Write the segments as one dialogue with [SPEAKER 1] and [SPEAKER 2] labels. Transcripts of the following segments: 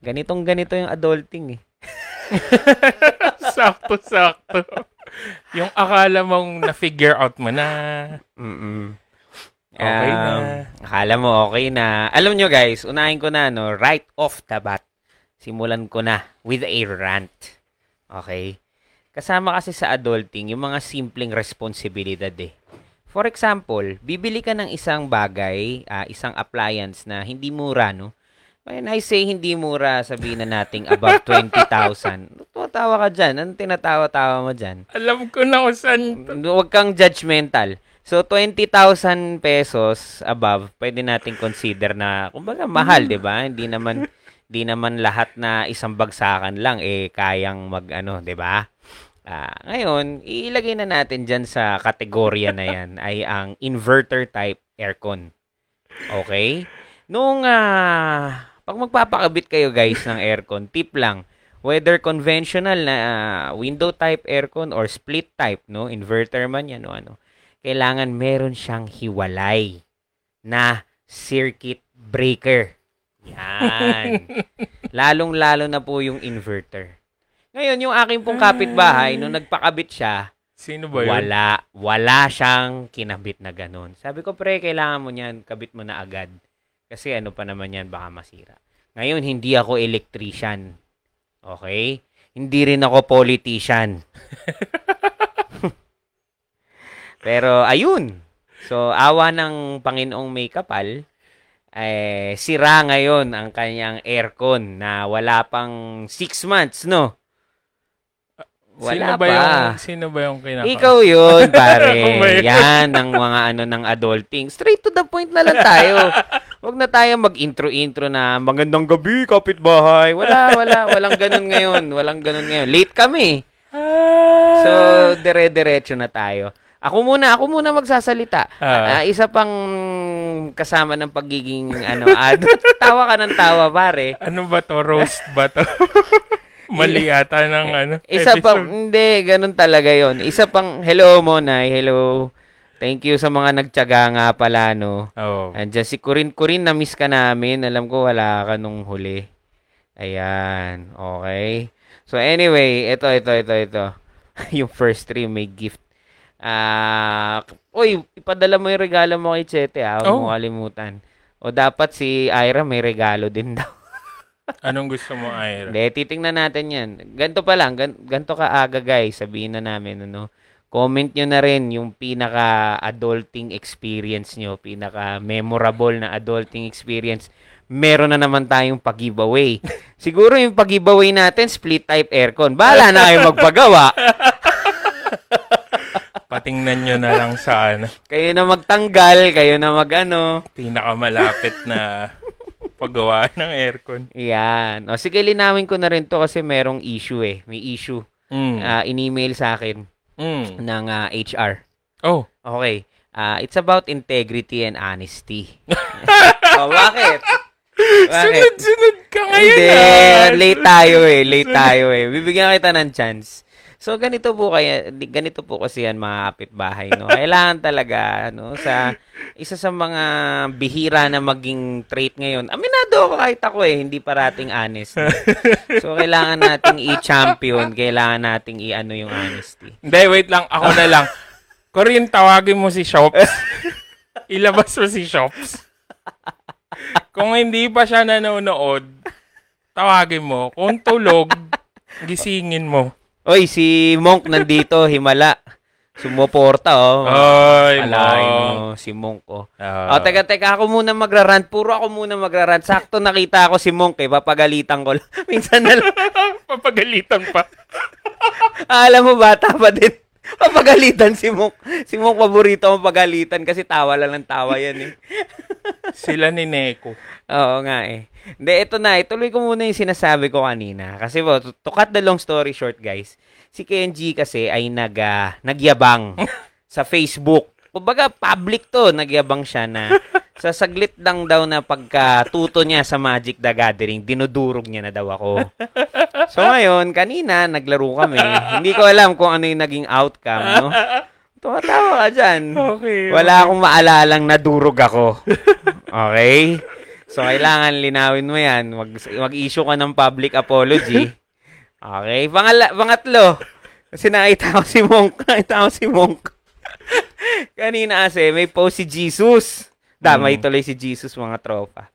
[SPEAKER 1] Ganitong ganito yung adulting eh.
[SPEAKER 2] Sakto-sakto. Yung akala mong na-figure out mo na.
[SPEAKER 1] Mm-mm.
[SPEAKER 2] Okay na.
[SPEAKER 1] Akala mo okay na. Alam nyo guys, unahin ko na no, right off the bat. Simulan ko na with a rant. Okay? Kasama kasi sa adulting yung mga simpleng responsibilidad eh. For example, bibili ka ng isang bagay, ah, isang appliance na hindi mura, no? When I say hindi mura, sabihin na nating above 20,000. Tumatawa ka dyan. Anong tinatawa-tawa mo dyan?
[SPEAKER 2] Alam ko na kung saan.
[SPEAKER 1] Huwag kang judgmental. So, 20,000 pesos above, pwede nating consider na, kumbaga, mahal, di ba? Hindi naman, di naman lahat na isang bagsakan lang, eh, kayang mag, ano, di ba? Ah, ngayon, ilagay na natin dyan sa kategorya na yan ay ang inverter type aircon. Okay? Nung, ah, pag magpapakabit kayo guys ng aircon, tip lang, whether conventional na ah, window type aircon or split type, no, inverter man yan o ano, kailangan meron siyang hiwalay na circuit breaker. Yan. Lalong-lalo na po yung inverter. Ngayon, yung aking pong kapitbahay, nung nagpakabit siya,
[SPEAKER 2] Sino ba yun?
[SPEAKER 1] wala, wala siyang kinabit na ganun. Sabi ko, pre, kailangan mo niyan, kabit mo na agad. Kasi ano pa naman yan, baka masira. Ngayon, hindi ako electrician. Okay? Hindi rin ako politician. Pero, ayun. So, awa ng Panginoong may kapal, eh, sira ngayon ang kanyang aircon na wala pang six months, no?
[SPEAKER 2] Ah, sino
[SPEAKER 1] Wala
[SPEAKER 2] ba
[SPEAKER 1] pa.
[SPEAKER 2] yung, sino ba yung kinaka-
[SPEAKER 1] Ikaw yun, pare.
[SPEAKER 2] Ako ba yun?
[SPEAKER 1] Yan ang mga ano ng adulting. Straight to the point na lang tayo. Huwag na tayo mag-intro-intro na magandang gabi, kapitbahay. Wala, wala. Walang ganun ngayon. Walang ganun ngayon. Late kami.
[SPEAKER 2] Ah.
[SPEAKER 1] So, dire-diretso na tayo. Ako muna, ako muna magsasalita.
[SPEAKER 2] Ah.
[SPEAKER 1] Ah, isa pang kasama ng pagiging ano, adult. tawa ka ng tawa, pare.
[SPEAKER 2] ano ba to? Roast ba to? Mali ata ng ano.
[SPEAKER 1] Isa pang,
[SPEAKER 2] episode.
[SPEAKER 1] hindi, ganun talaga yon Isa pang, hello Monay, hello. Thank you sa mga nagtyaga nga pala, no.
[SPEAKER 2] Oo.
[SPEAKER 1] Andiyan si Corin. Corin, na-miss ka namin. Alam ko wala ka nung huli. Ayan. Okay. So anyway, ito, ito, ito, ito. yung first stream may gift. Ah, uy, ipadala mo yung regalo mo kay Chete, ah. Huwag mo
[SPEAKER 2] Oh.
[SPEAKER 1] kalimutan. O dapat si Ira may regalo din daw.
[SPEAKER 2] Anong gusto mo, Ira?
[SPEAKER 1] Hindi, titingnan natin yan. Ganto pa lang, gan- ganto kaaga guys, sabihin na namin, ano. Comment nyo na rin yung pinaka-adulting experience nyo, pinaka-memorable na adulting experience. Meron na naman tayong pag-giveaway. Siguro yung pag-giveaway natin, split type aircon. Bahala na kayo magpagawa.
[SPEAKER 2] Patingnan nyo na lang sa ano.
[SPEAKER 1] Kayo na magtanggal, kayo na ano. magano.
[SPEAKER 2] Pinakamalapit na paggawa ng aircon.
[SPEAKER 1] Yan. O sige, linawin ko na rin to kasi merong issue eh. May issue.
[SPEAKER 2] Mm.
[SPEAKER 1] Ah, in-email sa akin
[SPEAKER 2] mm.
[SPEAKER 1] ng ah, HR.
[SPEAKER 2] Oh.
[SPEAKER 1] Okay. ah it's about integrity and honesty. oh, bakit? Bakit?
[SPEAKER 2] Sunod-sunod ka ngayon.
[SPEAKER 1] Hindi,
[SPEAKER 2] ah.
[SPEAKER 1] late tayo eh, late tayo eh. Bibigyan kita ng chance. So ganito po kaya di- ganito po kasi yan mga kapitbahay no. Kailangan talaga no sa isa sa mga bihira na maging trait ngayon. Aminado ako kahit ako eh, hindi parating honest. no? So kailangan nating i-champion, kailangan nating i-ano yung honesty.
[SPEAKER 2] Hindi, wait lang. Ako na lang. Corin, tawagin mo si Shops. Ilabas mo si Shops. Kung hindi pa siya nanonood, tawagin mo. Kung tulog, gisingin mo.
[SPEAKER 1] Oy, si Monk nandito, himala. Sumuporta, oh.
[SPEAKER 2] Ay,
[SPEAKER 1] Alain
[SPEAKER 2] mo.
[SPEAKER 1] mo, si Monk, oh.
[SPEAKER 2] Ah.
[SPEAKER 1] Oh, teka, teka, ako muna magrarant. Puro ako muna magrarant. Sakto nakita ako si Monk, eh. Papagalitan ko lang. Minsan na lang.
[SPEAKER 2] Papagalitan pa.
[SPEAKER 1] Ah, alam mo, bata pa din. Papagalitan si Monk. Si Monk, paborito akong pagalitan kasi tawa lang ng tawa yan, eh.
[SPEAKER 2] Sila ni Neko.
[SPEAKER 1] Oo nga, eh. Hindi, ito na. Ituloy ko muna yung sinasabi ko kanina. Kasi, well, to, to cut the long story short, guys, si Kenji kasi ay nag, ah, nagyabang sa Facebook. Kumbaga, public to. Nagyabang siya na sa saglit lang daw na pagkatuto niya sa Magic the Gathering, dinudurog niya na daw ako. So ngayon, kanina, naglaro kami. Hindi ko alam kung ano yung naging outcome, no? Tumatawa ka dyan.
[SPEAKER 2] Okay.
[SPEAKER 1] Wala akong maalalang nadurog ako. Okay? So, kailangan linawin mo yan. Mag, mag-issue ka ng public apology. Okay. Pangala, pangatlo. Kasi nakita ko si Monk. Nakita ko si Monk. Kanina kasi, may post si Jesus. Damay tuloy si Jesus, mga tropa.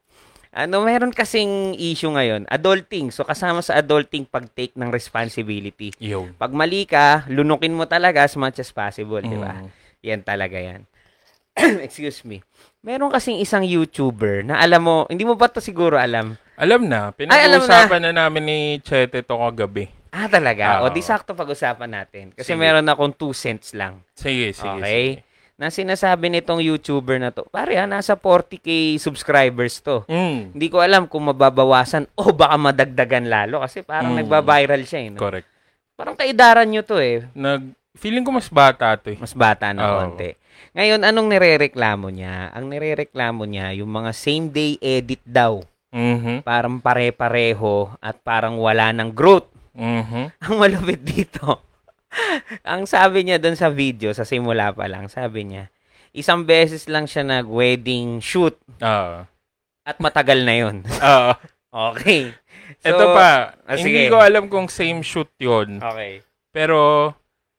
[SPEAKER 1] Ano, meron kasing issue ngayon. Adulting. So, kasama sa adulting, pag-take ng responsibility.
[SPEAKER 2] Yo.
[SPEAKER 1] Pag mali ka, lunukin mo talaga as much as possible, di ba?
[SPEAKER 2] Mm.
[SPEAKER 1] Yan talaga yan. Excuse me. Meron kasing isang YouTuber na alam mo, hindi mo ba to siguro alam?
[SPEAKER 2] Alam na,
[SPEAKER 1] Ay, alam
[SPEAKER 2] pinag-uusapan na. namin ni Chete to kagabi.
[SPEAKER 1] Ah, talaga? O,
[SPEAKER 2] Oo.
[SPEAKER 1] di sakto pag-usapan natin. Kasi
[SPEAKER 2] Sige.
[SPEAKER 1] meron akong two cents lang.
[SPEAKER 2] Sige, sige.
[SPEAKER 1] okay?
[SPEAKER 2] sige.
[SPEAKER 1] Na sinasabi nitong YouTuber na to, pare ha, nasa 40k subscribers to.
[SPEAKER 2] Mm,
[SPEAKER 1] Hindi ko alam kung mababawasan o baka madagdagan lalo kasi parang
[SPEAKER 2] Mm.
[SPEAKER 1] nagba-viral siya eh. no?
[SPEAKER 2] correct.
[SPEAKER 1] Parang kaidaran nyo to eh.
[SPEAKER 2] Nag, feeling ko mas bata to eh.
[SPEAKER 1] Mas bata na
[SPEAKER 2] Oo.
[SPEAKER 1] konti. Ngayon, anong nirereklamo niya? Ang nirereklamo niya, yung mga same day edit daw.
[SPEAKER 2] Mhm.
[SPEAKER 1] Parang pare-pareho at parang wala ng growth.
[SPEAKER 2] Mhm.
[SPEAKER 1] Ang malupit dito. ang sabi niya doon sa video, sa simula pa lang, sabi niya, isang beses lang siya nag-wedding shoot
[SPEAKER 2] Oo.
[SPEAKER 1] at matagal na yun.
[SPEAKER 2] Oo.
[SPEAKER 1] okay. So,
[SPEAKER 2] Ito pa,
[SPEAKER 1] ah,
[SPEAKER 2] hindi
[SPEAKER 1] sige.
[SPEAKER 2] ko alam kung same shoot 'yon,
[SPEAKER 1] Okay.
[SPEAKER 2] pero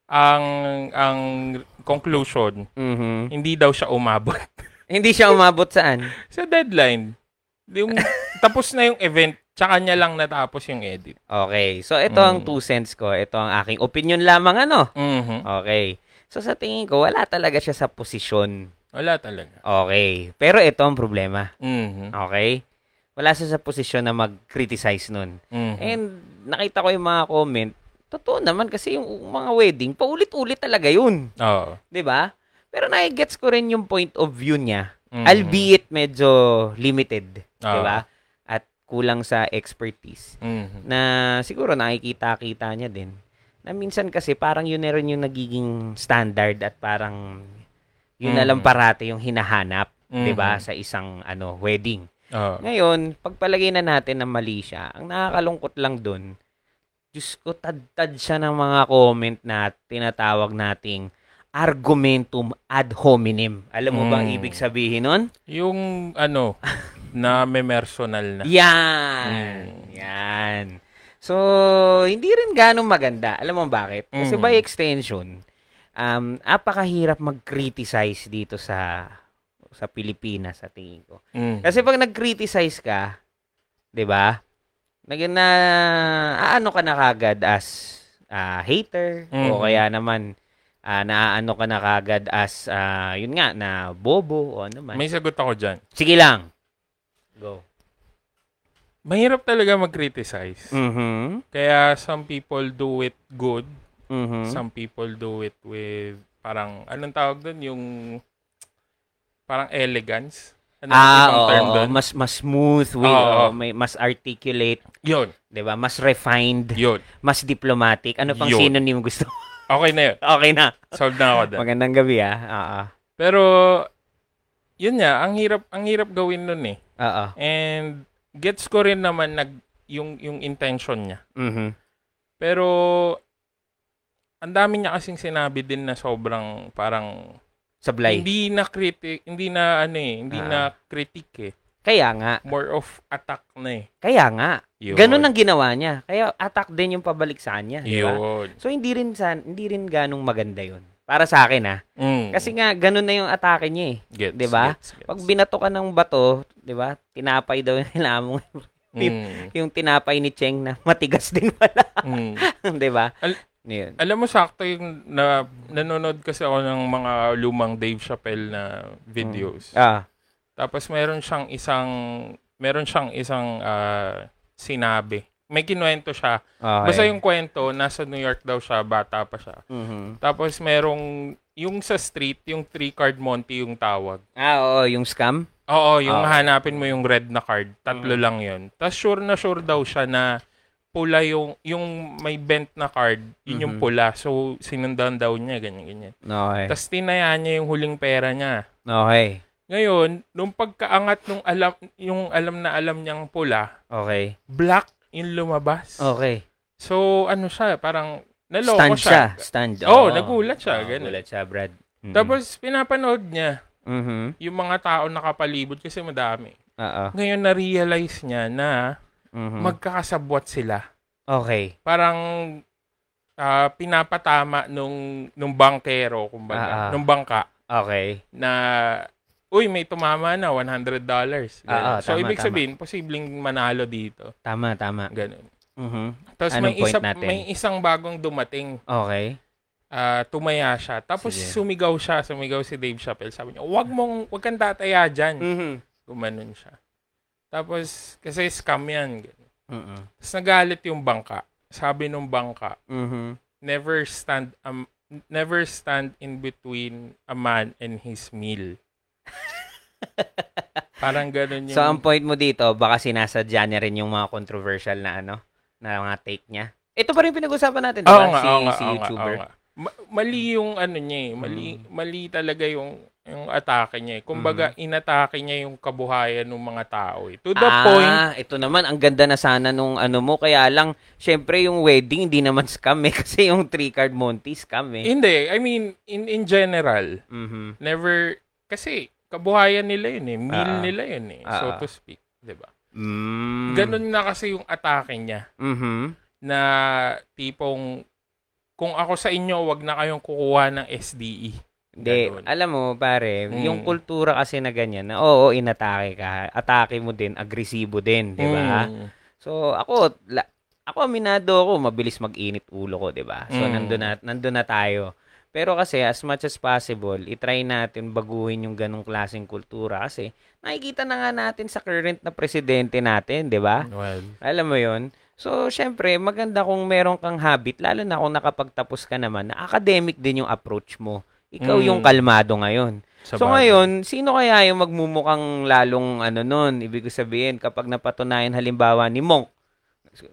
[SPEAKER 2] ang ang conclusion,
[SPEAKER 1] Mhm.
[SPEAKER 2] hindi daw siya umabot
[SPEAKER 1] Hindi siya umabot saan.
[SPEAKER 2] sa deadline. Yung tapos na yung event, tsaka niya lang natapos yung edit.
[SPEAKER 1] Okay. So, ito ang
[SPEAKER 2] Mm.
[SPEAKER 1] two cents ko. Ito ang aking opinion lamang ano.
[SPEAKER 2] Mhm.
[SPEAKER 1] Okay. So sa tingin ko, wala talaga siya sa posisyon.
[SPEAKER 2] Wala talaga.
[SPEAKER 1] Okay. Pero ito ang problema.
[SPEAKER 2] Mhm.
[SPEAKER 1] Okay? Wala siya sa posisyon na mag-criticize nun.
[SPEAKER 2] Mhm.
[SPEAKER 1] And nakita ko yung mga comment, totoo naman kasi yung mga wedding, paulit-ulit talaga yun.
[SPEAKER 2] Oo.
[SPEAKER 1] 'Di ba? Pero nai-gets ko rin yung point of view niya.
[SPEAKER 2] Mhm. Ah.
[SPEAKER 1] Albeit medyo limited. 'Di
[SPEAKER 2] Oo.
[SPEAKER 1] ba? At kulang sa expertise
[SPEAKER 2] Mhm.
[SPEAKER 1] na siguro nakikita-kita niya din. Na minsan kasi parang yun na rin yung nagiging standard at parang yun na lang
[SPEAKER 2] Mhm.
[SPEAKER 1] parati yung hinahanap, 'di ba,
[SPEAKER 2] Mhm.
[SPEAKER 1] sa isang ano wedding.
[SPEAKER 2] Mm-hmm. Oo.
[SPEAKER 1] Ngayon, pagpalagay na natin na mali siya, ang nakakalungkot lang dun, Diyos ko, tad-tad siya ng mga comment na tinatawag nating argumentum ad hominem. Alam mo ba ang
[SPEAKER 2] Mm.
[SPEAKER 1] ibig sabihin nun?
[SPEAKER 2] Yung ano, na may personal na.
[SPEAKER 1] Yan.
[SPEAKER 2] Mm.
[SPEAKER 1] Yan. So, hindi rin ganong maganda. Alam mo bakit? Kasi
[SPEAKER 2] Mm.
[SPEAKER 1] by extension, um, apakahirap mag-criticize dito sa sa Pilipinas sa tingin ko.
[SPEAKER 2] Mm.
[SPEAKER 1] Kasi pag nag-criticize ka, 'di ba? Naging na aano ka na kagad as ah, hater
[SPEAKER 2] Mhm.
[SPEAKER 1] o kaya naman ah, naaano ka na kagad as ah, yun nga na bobo o ano man.
[SPEAKER 2] may sagot ako dyan.
[SPEAKER 1] Sige lang. Go.
[SPEAKER 2] Mahirap talaga mag-criticize.
[SPEAKER 1] Mhm.
[SPEAKER 2] Kaya some people do it good,
[SPEAKER 1] Mhm.
[SPEAKER 2] some people do it with parang anong tawag doon yung parang elegance. Anong
[SPEAKER 1] Ah,
[SPEAKER 2] Ano ibang
[SPEAKER 1] oo,
[SPEAKER 2] term
[SPEAKER 1] oo,
[SPEAKER 2] doon?
[SPEAKER 1] mas mas smooth way,
[SPEAKER 2] Oo.
[SPEAKER 1] oo, may mas articulate,
[SPEAKER 2] Yun,
[SPEAKER 1] 'di ba? Mas refined,
[SPEAKER 2] yun.
[SPEAKER 1] mas diplomatic. Ano pang
[SPEAKER 2] Yun.
[SPEAKER 1] synonym gusto? mo?
[SPEAKER 2] Okay na yun.
[SPEAKER 1] okay na.
[SPEAKER 2] Solved na ako doon.
[SPEAKER 1] Magandang gabi ah. Oo.
[SPEAKER 2] Pero yun nga, ang hirap ang hirap gawin nun eh.
[SPEAKER 1] Oo.
[SPEAKER 2] And gets ko rin naman nag yung yung intention niya.
[SPEAKER 1] Mhm.
[SPEAKER 2] Pero ang dami niya kasing sinabi din na sobrang parang
[SPEAKER 1] Sablay.
[SPEAKER 2] hindi na critic, hindi na ano eh, hindi
[SPEAKER 1] Ah.
[SPEAKER 2] na critique eh.
[SPEAKER 1] Kaya nga,
[SPEAKER 2] More of attack na eh.
[SPEAKER 1] kaya nga.
[SPEAKER 2] Yun.
[SPEAKER 1] Ganun ang ginawa niya. Kaya attack din yung pabalik sa kanya, 'di ba?
[SPEAKER 2] Yun.
[SPEAKER 1] So hindi rin san, hindi rin ganong maganda 'yun. Para sa akin ah.
[SPEAKER 2] Mm.
[SPEAKER 1] Kasi nga ganun na yung atake niya eh.
[SPEAKER 2] gets,
[SPEAKER 1] di ba?
[SPEAKER 2] gets, gets.
[SPEAKER 1] Pag binato ka ng bato, 'di ba? Tinapay daw nila mo
[SPEAKER 2] Mm,
[SPEAKER 1] yung tinapay ni Cheng na matigas din pala,
[SPEAKER 2] mm.
[SPEAKER 1] 'di ba?
[SPEAKER 2] Al-
[SPEAKER 1] Yun.
[SPEAKER 2] Alam mo, sakto yung na, nanonood kasi ako ng mga lumang Dave Chappelle na videos.
[SPEAKER 1] Ah.
[SPEAKER 2] Tapos meron siyang isang, meron siyang isang ah, sinabi. May kinuwento siya.
[SPEAKER 1] Okay.
[SPEAKER 2] Basta yung kwento, nasa New York daw siya, bata pa siya.
[SPEAKER 1] Mhm.
[SPEAKER 2] Tapos merong, yung sa street, yung three-card Monty yung tawag.
[SPEAKER 1] Ah, oo, yung scam.
[SPEAKER 2] Oo, yung
[SPEAKER 1] Ah.
[SPEAKER 2] hanapin mo yung red na card. Tatlo lang yun. Tapos sure na sure daw siya na pula yung, yung may bent na card, yun yung
[SPEAKER 1] Mhm.
[SPEAKER 2] pula. So, sinundan daw niya, ganyan, ganyan.
[SPEAKER 1] Okay.
[SPEAKER 2] Tapos tinayaan niya yung huling pera niya.
[SPEAKER 1] Okay.
[SPEAKER 2] Ngayon, nung pagkaangat nung alam, yung alam na alam niyang pula,
[SPEAKER 1] Okay.
[SPEAKER 2] black yung lumabas.
[SPEAKER 1] Okay.
[SPEAKER 2] So, ano siya, parang naloko
[SPEAKER 1] Stand siya.
[SPEAKER 2] siya.
[SPEAKER 1] Stand.
[SPEAKER 2] Oo, nagulat siya,
[SPEAKER 1] Oo,
[SPEAKER 2] ganun.
[SPEAKER 1] Nagulat siya, Brad. Mhm.
[SPEAKER 2] Tapos, pinapanood niya
[SPEAKER 1] Mhm.
[SPEAKER 2] yung mga tao nakapalibot kasi madami.
[SPEAKER 1] Oo.
[SPEAKER 2] Ngayon na-realize niya na
[SPEAKER 1] Mhm.
[SPEAKER 2] magkakasabwat sila.
[SPEAKER 1] okay.
[SPEAKER 2] Parang ah, pinapatama nung nung bankero kumbaga,
[SPEAKER 1] Ah, ah.
[SPEAKER 2] nung bangka
[SPEAKER 1] Okay.
[SPEAKER 2] na uy may tumama na 100 dollars.
[SPEAKER 1] Ah, ah,
[SPEAKER 2] so
[SPEAKER 1] tama,
[SPEAKER 2] ibig
[SPEAKER 1] tama.
[SPEAKER 2] sabihin posibleng manalo dito.
[SPEAKER 1] Tama, tama.
[SPEAKER 2] Ganun.
[SPEAKER 1] Mhm.
[SPEAKER 2] Tapos
[SPEAKER 1] Anong
[SPEAKER 2] may isa
[SPEAKER 1] point natin?
[SPEAKER 2] may isang bagong dumating.
[SPEAKER 1] Okay.
[SPEAKER 2] ah, tumaya siya. Tapos
[SPEAKER 1] Sige.
[SPEAKER 2] sumigaw siya, sumigaw si Dave Chappelle. Sabi niya, "Wag mong wag kang tataya diyan."
[SPEAKER 1] Mhm.
[SPEAKER 2] Gumanon siya. Tapos kasi scam 'yan. Ganun.
[SPEAKER 1] Mhm.
[SPEAKER 2] Tapos nagalit yung bangka. Sabi nung bangka,
[SPEAKER 1] Mhm.
[SPEAKER 2] never stand um, never stand in between a man and his meal. Parang ganun yung
[SPEAKER 1] So, ang point mo dito, baka sinasadya niya rin yung mga controversial na ano, na mga take niya. Ito pa rin pinag-usapan natin, di
[SPEAKER 2] Oo
[SPEAKER 1] ba?
[SPEAKER 2] nga,
[SPEAKER 1] si,
[SPEAKER 2] oo nga,
[SPEAKER 1] si
[SPEAKER 2] oo nga,
[SPEAKER 1] YouTuber. Mm.
[SPEAKER 2] oo nga. Ma- mali yung ano niya eh, mali mali talaga yung yung atake niya eh. Kumbaga inatake niya yung kabuhayan ng mga tao eh. To the
[SPEAKER 1] ah,
[SPEAKER 2] point
[SPEAKER 1] ito naman, ang ganda na sana nung ano mo. Kaya lang, syempre yung wedding, hindi naman scam eh. Kasi yung three-card Monty, scam eh.
[SPEAKER 2] hindi, I mean in in general,
[SPEAKER 1] Mhm.
[SPEAKER 2] never kasi kabuhayan nila yun eh, meal
[SPEAKER 1] Ah.
[SPEAKER 2] nila yun eh, so
[SPEAKER 1] Ah.
[SPEAKER 2] to speak, 'di ba?
[SPEAKER 1] Mm.
[SPEAKER 2] Ganun na kasi yung atake niya.
[SPEAKER 1] Mhm.
[SPEAKER 2] na tipong kung ako sa inyo, wag na kayong kukuha ng E. SDE.
[SPEAKER 1] Hindi,
[SPEAKER 2] Ganun.
[SPEAKER 1] alam mo, pare,
[SPEAKER 2] Mm.
[SPEAKER 1] yung kultura kasi na ganyan, na oo, inatake ka, atake mo din, agresibo din, di ba?
[SPEAKER 2] Mm.
[SPEAKER 1] So, ako, la- ako aminado ako, mabilis mag-init ulo ko, di ba? So,
[SPEAKER 2] Mm.
[SPEAKER 1] nandun, na, nandun na tayo. Pero kasi, as much as possible, itry natin baguhin yung ganong klaseng kultura kasi nakikita na nga natin sa current na presidente natin, di ba?
[SPEAKER 2] Well,
[SPEAKER 1] Alam mo yon So, syempre, maganda kung meron kang habit, lalo na kung nakapagtapos ka naman, na academic din yung approach mo. Ikaw
[SPEAKER 2] Mm.
[SPEAKER 1] yung kalmado ngayon.
[SPEAKER 2] sa
[SPEAKER 1] so,
[SPEAKER 2] bagay.
[SPEAKER 1] ngayon, sino kaya yung magmumukhang lalong ano nun? Ibig ko sabihin, kapag napatunayan halimbawa ni Monk,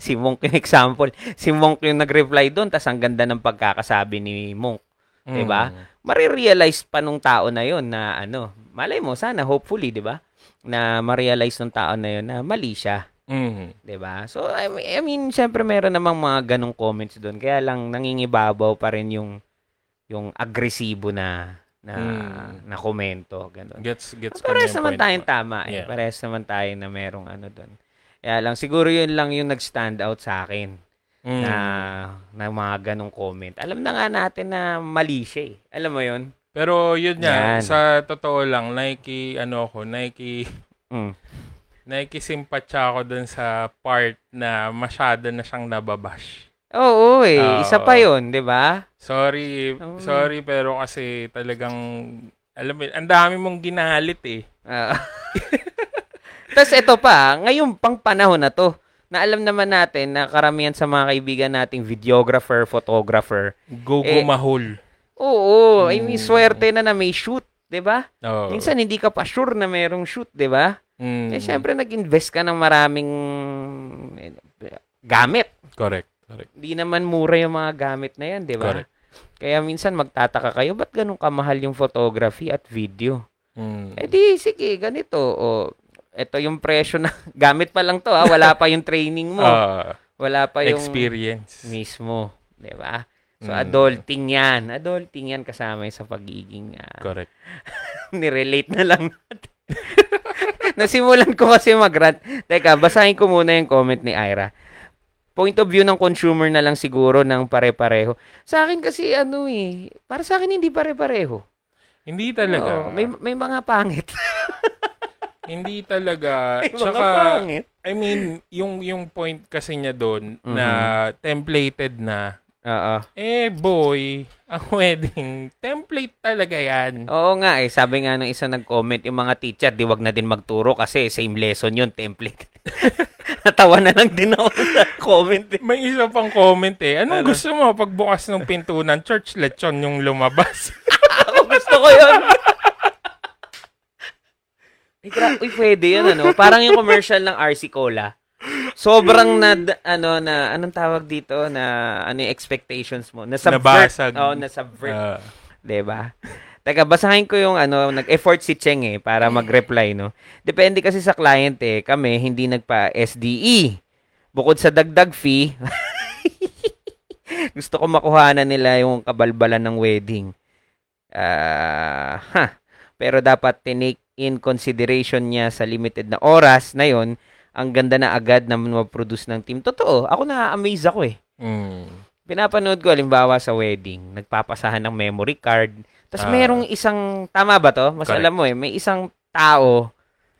[SPEAKER 1] si Monk yung example, si Monk yung nag-reply doon, tas ang ganda ng pagkakasabi ni Monk
[SPEAKER 2] Mm.
[SPEAKER 1] di ba? marirealize pa nung tao na yon na ano, malay mo sana hopefully, 'di ba? Na ma-realize ng tao na yon na mali siya,
[SPEAKER 2] Mm.
[SPEAKER 1] 'di ba? So I mean, I mean, syempre meron namang mga ganong comments doon. Kaya lang nangingibabaw pa rin yung yung agresibo na na
[SPEAKER 2] Mm.
[SPEAKER 1] na komento, ganun.
[SPEAKER 2] Gets, gets ko na
[SPEAKER 1] Parehas
[SPEAKER 2] yung
[SPEAKER 1] naman
[SPEAKER 2] point
[SPEAKER 1] tayong
[SPEAKER 2] mo.
[SPEAKER 1] tama eh.
[SPEAKER 2] Yeah.
[SPEAKER 1] Parehas naman tayo na merong ano doon. Kaya lang siguro yun lang yung nag-stand out sa akin
[SPEAKER 2] Mm.
[SPEAKER 1] na na mga ganong comment. Alam na nga natin na mali siya eh. Alam mo yun?
[SPEAKER 2] Pero yun
[SPEAKER 1] Yan.
[SPEAKER 2] nga, sa totoo lang, Nike, ano ako, Nike,
[SPEAKER 1] Mm.
[SPEAKER 2] Hmm. Nike simpatya ako dun sa part na masyado na siyang nababash.
[SPEAKER 1] Oo eh,
[SPEAKER 2] Ah, Oo.
[SPEAKER 1] isa pa 'yon, 'di ba?
[SPEAKER 2] Sorry,
[SPEAKER 1] Oo.
[SPEAKER 2] sorry, pero kasi talagang, alam mo, yun, ang dami mong ginalit eh.
[SPEAKER 1] Oo. Tapos ito Ah. pa, ngayong pang panahon na 'to, na alam naman natin na karamihan sa mga kaibigan nating videographer, photographer. Eh,
[SPEAKER 2] Gugumahol.
[SPEAKER 1] Oo, I mean
[SPEAKER 2] Mm.
[SPEAKER 1] swerte na na may shoot, 'di ba?
[SPEAKER 2] Oo.
[SPEAKER 1] Minsan hindi ka pa sure na merong shoot, 'di ba?
[SPEAKER 2] Mm.
[SPEAKER 1] Eh syempre nag-invest ka ng maraming eh, gamit.
[SPEAKER 2] Correct. Correct.
[SPEAKER 1] Hindi naman mura yung mga gamit na 'yan, 'di ba?
[SPEAKER 2] Correct.
[SPEAKER 1] Kaya minsan magtataka kayo, ba't ganun kamahal yung photography at video?
[SPEAKER 2] Mm.
[SPEAKER 1] Eh di, sige, ganito. O, ito yung presyo na gamit pa lang to ah. Wala pa yung training mo.
[SPEAKER 2] Ah,
[SPEAKER 1] wala pa yung
[SPEAKER 2] experience.
[SPEAKER 1] mismo. Di ba? So,
[SPEAKER 2] Mm.
[SPEAKER 1] adulting yan. Adulting yan kasama yun sa pagiging ah,
[SPEAKER 2] Correct.
[SPEAKER 1] nirelate na lang natin. Nasimulan ko kasi mag Teka, basahin ko muna yung comment ni Ira. Point of view ng consumer na lang siguro ng pare-pareho. Sa akin kasi ano eh, para sa akin hindi pare-pareho.
[SPEAKER 2] Hindi talaga.
[SPEAKER 1] Oo, may, may mga pangit.
[SPEAKER 2] Hindi talaga.
[SPEAKER 1] May mga
[SPEAKER 2] Tsaka,
[SPEAKER 1] pangit.
[SPEAKER 2] I mean, yung yung point kasi niya doon
[SPEAKER 1] Mhm.
[SPEAKER 2] na templated na.
[SPEAKER 1] Oo.
[SPEAKER 2] Eh, boy, ang wedding, template talaga yan.
[SPEAKER 1] Oo nga eh, sabi nga nung isa nag-comment yung mga teacher, di wag na din magturo kasi same lesson yun, template. Natawa na lang din ako sa comment eh.
[SPEAKER 2] May isa pang comment eh. Anong
[SPEAKER 1] Ano?
[SPEAKER 2] gusto mo pagbukas ng pinto ng church lechon yung lumabas?
[SPEAKER 1] Ako gusto ko yun. Ay, gra- uy, pwede yun ano. Parang yung commercial ng RC Cola. Sobrang na, ano, na, anong tawag dito, na, ano yung expectations mo? Na subvert.
[SPEAKER 2] Nabasag.
[SPEAKER 1] Oo, na subvert.
[SPEAKER 2] Ah,
[SPEAKER 1] 'di ba? Teka, basahin ko yung ano, nag-effort si Cheng eh para mag-reply no. Depende kasi sa client eh, kami hindi nagpa SDE. Bukod sa dagdag fee, gusto ko makuhanan nila yung kabalbalan ng wedding. Ah, ha. Pero dapat tinake in consideration niya sa limited na oras na yon, ang ganda na agad na ma-produce ng team. Totoo, ako na-amaze ako eh.
[SPEAKER 2] Mm.
[SPEAKER 1] Pinapanood ko, halimbawa sa wedding, nagpapasahan ng memory card. Tapos
[SPEAKER 2] Ah.
[SPEAKER 1] merong isang, tama ba to? Mas
[SPEAKER 2] Correct.
[SPEAKER 1] alam mo eh, may isang tao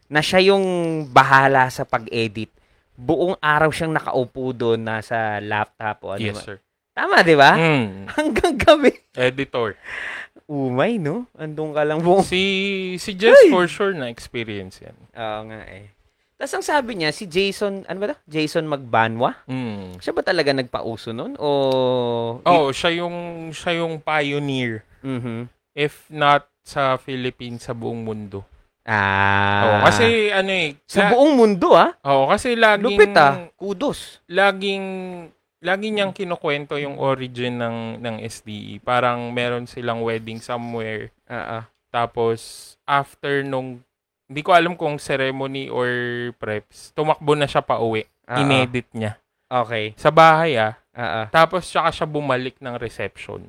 [SPEAKER 1] na siya yung bahala sa pag-edit. Buong araw siyang nakaupo doon, nasa laptop o ano. ba.
[SPEAKER 2] Yes, sir.
[SPEAKER 1] Tama, di ba?
[SPEAKER 2] Mm.
[SPEAKER 1] Hanggang gabi.
[SPEAKER 2] Editor.
[SPEAKER 1] Umay, no? Andun ka lang buong...
[SPEAKER 2] Si, si Jess for sure na-experience yan.
[SPEAKER 1] Oo nga eh. Tapos ang sabi niya, si Jason, ano ba to? Jason Magbanwa?
[SPEAKER 2] Mm.
[SPEAKER 1] Siya ba talaga nagpauso nun? O...
[SPEAKER 2] Oh, siya yung, siya yung pioneer.
[SPEAKER 1] Mhm.
[SPEAKER 2] If not sa Philippines, sa buong mundo.
[SPEAKER 1] Ah.
[SPEAKER 2] Oo, kasi ano eh.
[SPEAKER 1] Sa
[SPEAKER 2] la-
[SPEAKER 1] buong mundo, ah.
[SPEAKER 2] oo, kasi laging,
[SPEAKER 1] Lupit, ah. Kudos.
[SPEAKER 2] laging, laging niyang kinukwento yung origin ng, ng SDE. Parang meron silang wedding somewhere
[SPEAKER 1] Ah, ah.
[SPEAKER 2] Tapos, after nung, hindi ko alam kung ceremony or preps, tumakbo na siya pa uwi.
[SPEAKER 1] Ah, ah.
[SPEAKER 2] Inedit niya.
[SPEAKER 1] Okay.
[SPEAKER 2] Sa bahay ah.
[SPEAKER 1] Ah, ah.
[SPEAKER 2] Tapos, tsaka siya bumalik ng reception.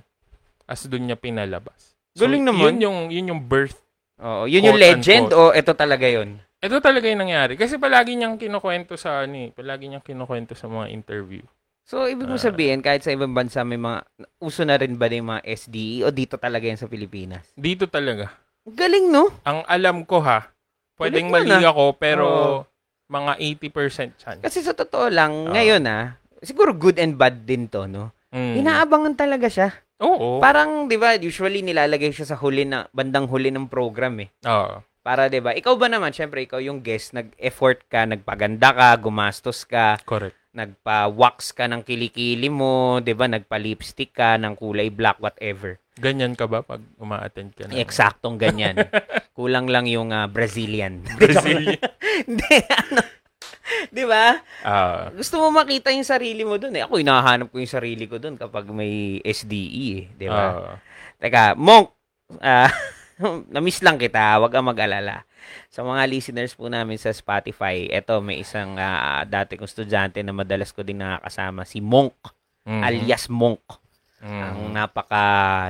[SPEAKER 2] As doon niya pinalabas.
[SPEAKER 1] Galing naman.
[SPEAKER 2] Yun yung, yun yung birth.
[SPEAKER 1] Oo, yun yung
[SPEAKER 2] Quote
[SPEAKER 1] legend o ito talaga yun?
[SPEAKER 2] Ito talaga yung nangyari. Kasi palagi niyang kinukwento sa, ano eh, palagi niyang kinukwento sa mga interview.
[SPEAKER 1] So, ibig mo
[SPEAKER 2] Ah.
[SPEAKER 1] sabihin, kahit sa ibang bansa, may mga, uso na rin ba na yung mga SDE o dito talaga yan sa Pilipinas?
[SPEAKER 2] Dito talaga.
[SPEAKER 1] Ang Galing, no?
[SPEAKER 2] Ang alam ko ha, pwedeng
[SPEAKER 1] Galing
[SPEAKER 2] mali
[SPEAKER 1] mo na.
[SPEAKER 2] ako, pero
[SPEAKER 1] Oo.
[SPEAKER 2] mga 80% chance.
[SPEAKER 1] Kasi sa totoo lang, ngayon ah, siguro good and bad din to, no?
[SPEAKER 2] Mm.
[SPEAKER 1] Inaabangan talaga siya.
[SPEAKER 2] Oo.
[SPEAKER 1] Parang, di ba, usually nilalagay siya sa huli na, bandang huli ng program eh.
[SPEAKER 2] Oo.
[SPEAKER 1] Para, di ba, ikaw ba naman, syempre, ikaw yung guest, nag-effort ka, nagpaganda ka, gumastos ka,
[SPEAKER 2] Correct.
[SPEAKER 1] nagpa-wax ka ng kilikili mo, 'di ba? Nagpa-lipstick ka ng kulay black whatever.
[SPEAKER 2] Ganyan ka ba pag uma-attend ka na?
[SPEAKER 1] Eksaktong ganyan. Kulang lang yung ah, Brazilian.
[SPEAKER 2] Brazilian.
[SPEAKER 1] Hindi ano. 'Di ba?
[SPEAKER 2] Ah,
[SPEAKER 1] Gusto mo makita yung sarili mo doon eh. Ako hinahanap ko yung sarili ko doon kapag may SDE, eh, 'di ba?
[SPEAKER 2] ah.
[SPEAKER 1] Teka, Monk, ah, na-miss lang kita, wag kang mag-alala. Sa mga listeners po namin sa Spotify, eto may isang ah, dati kong estudyante na madalas ko din nakakasama, si Monk,
[SPEAKER 2] Mhm.
[SPEAKER 1] alias Monk.
[SPEAKER 2] Mhm.
[SPEAKER 1] Ang napaka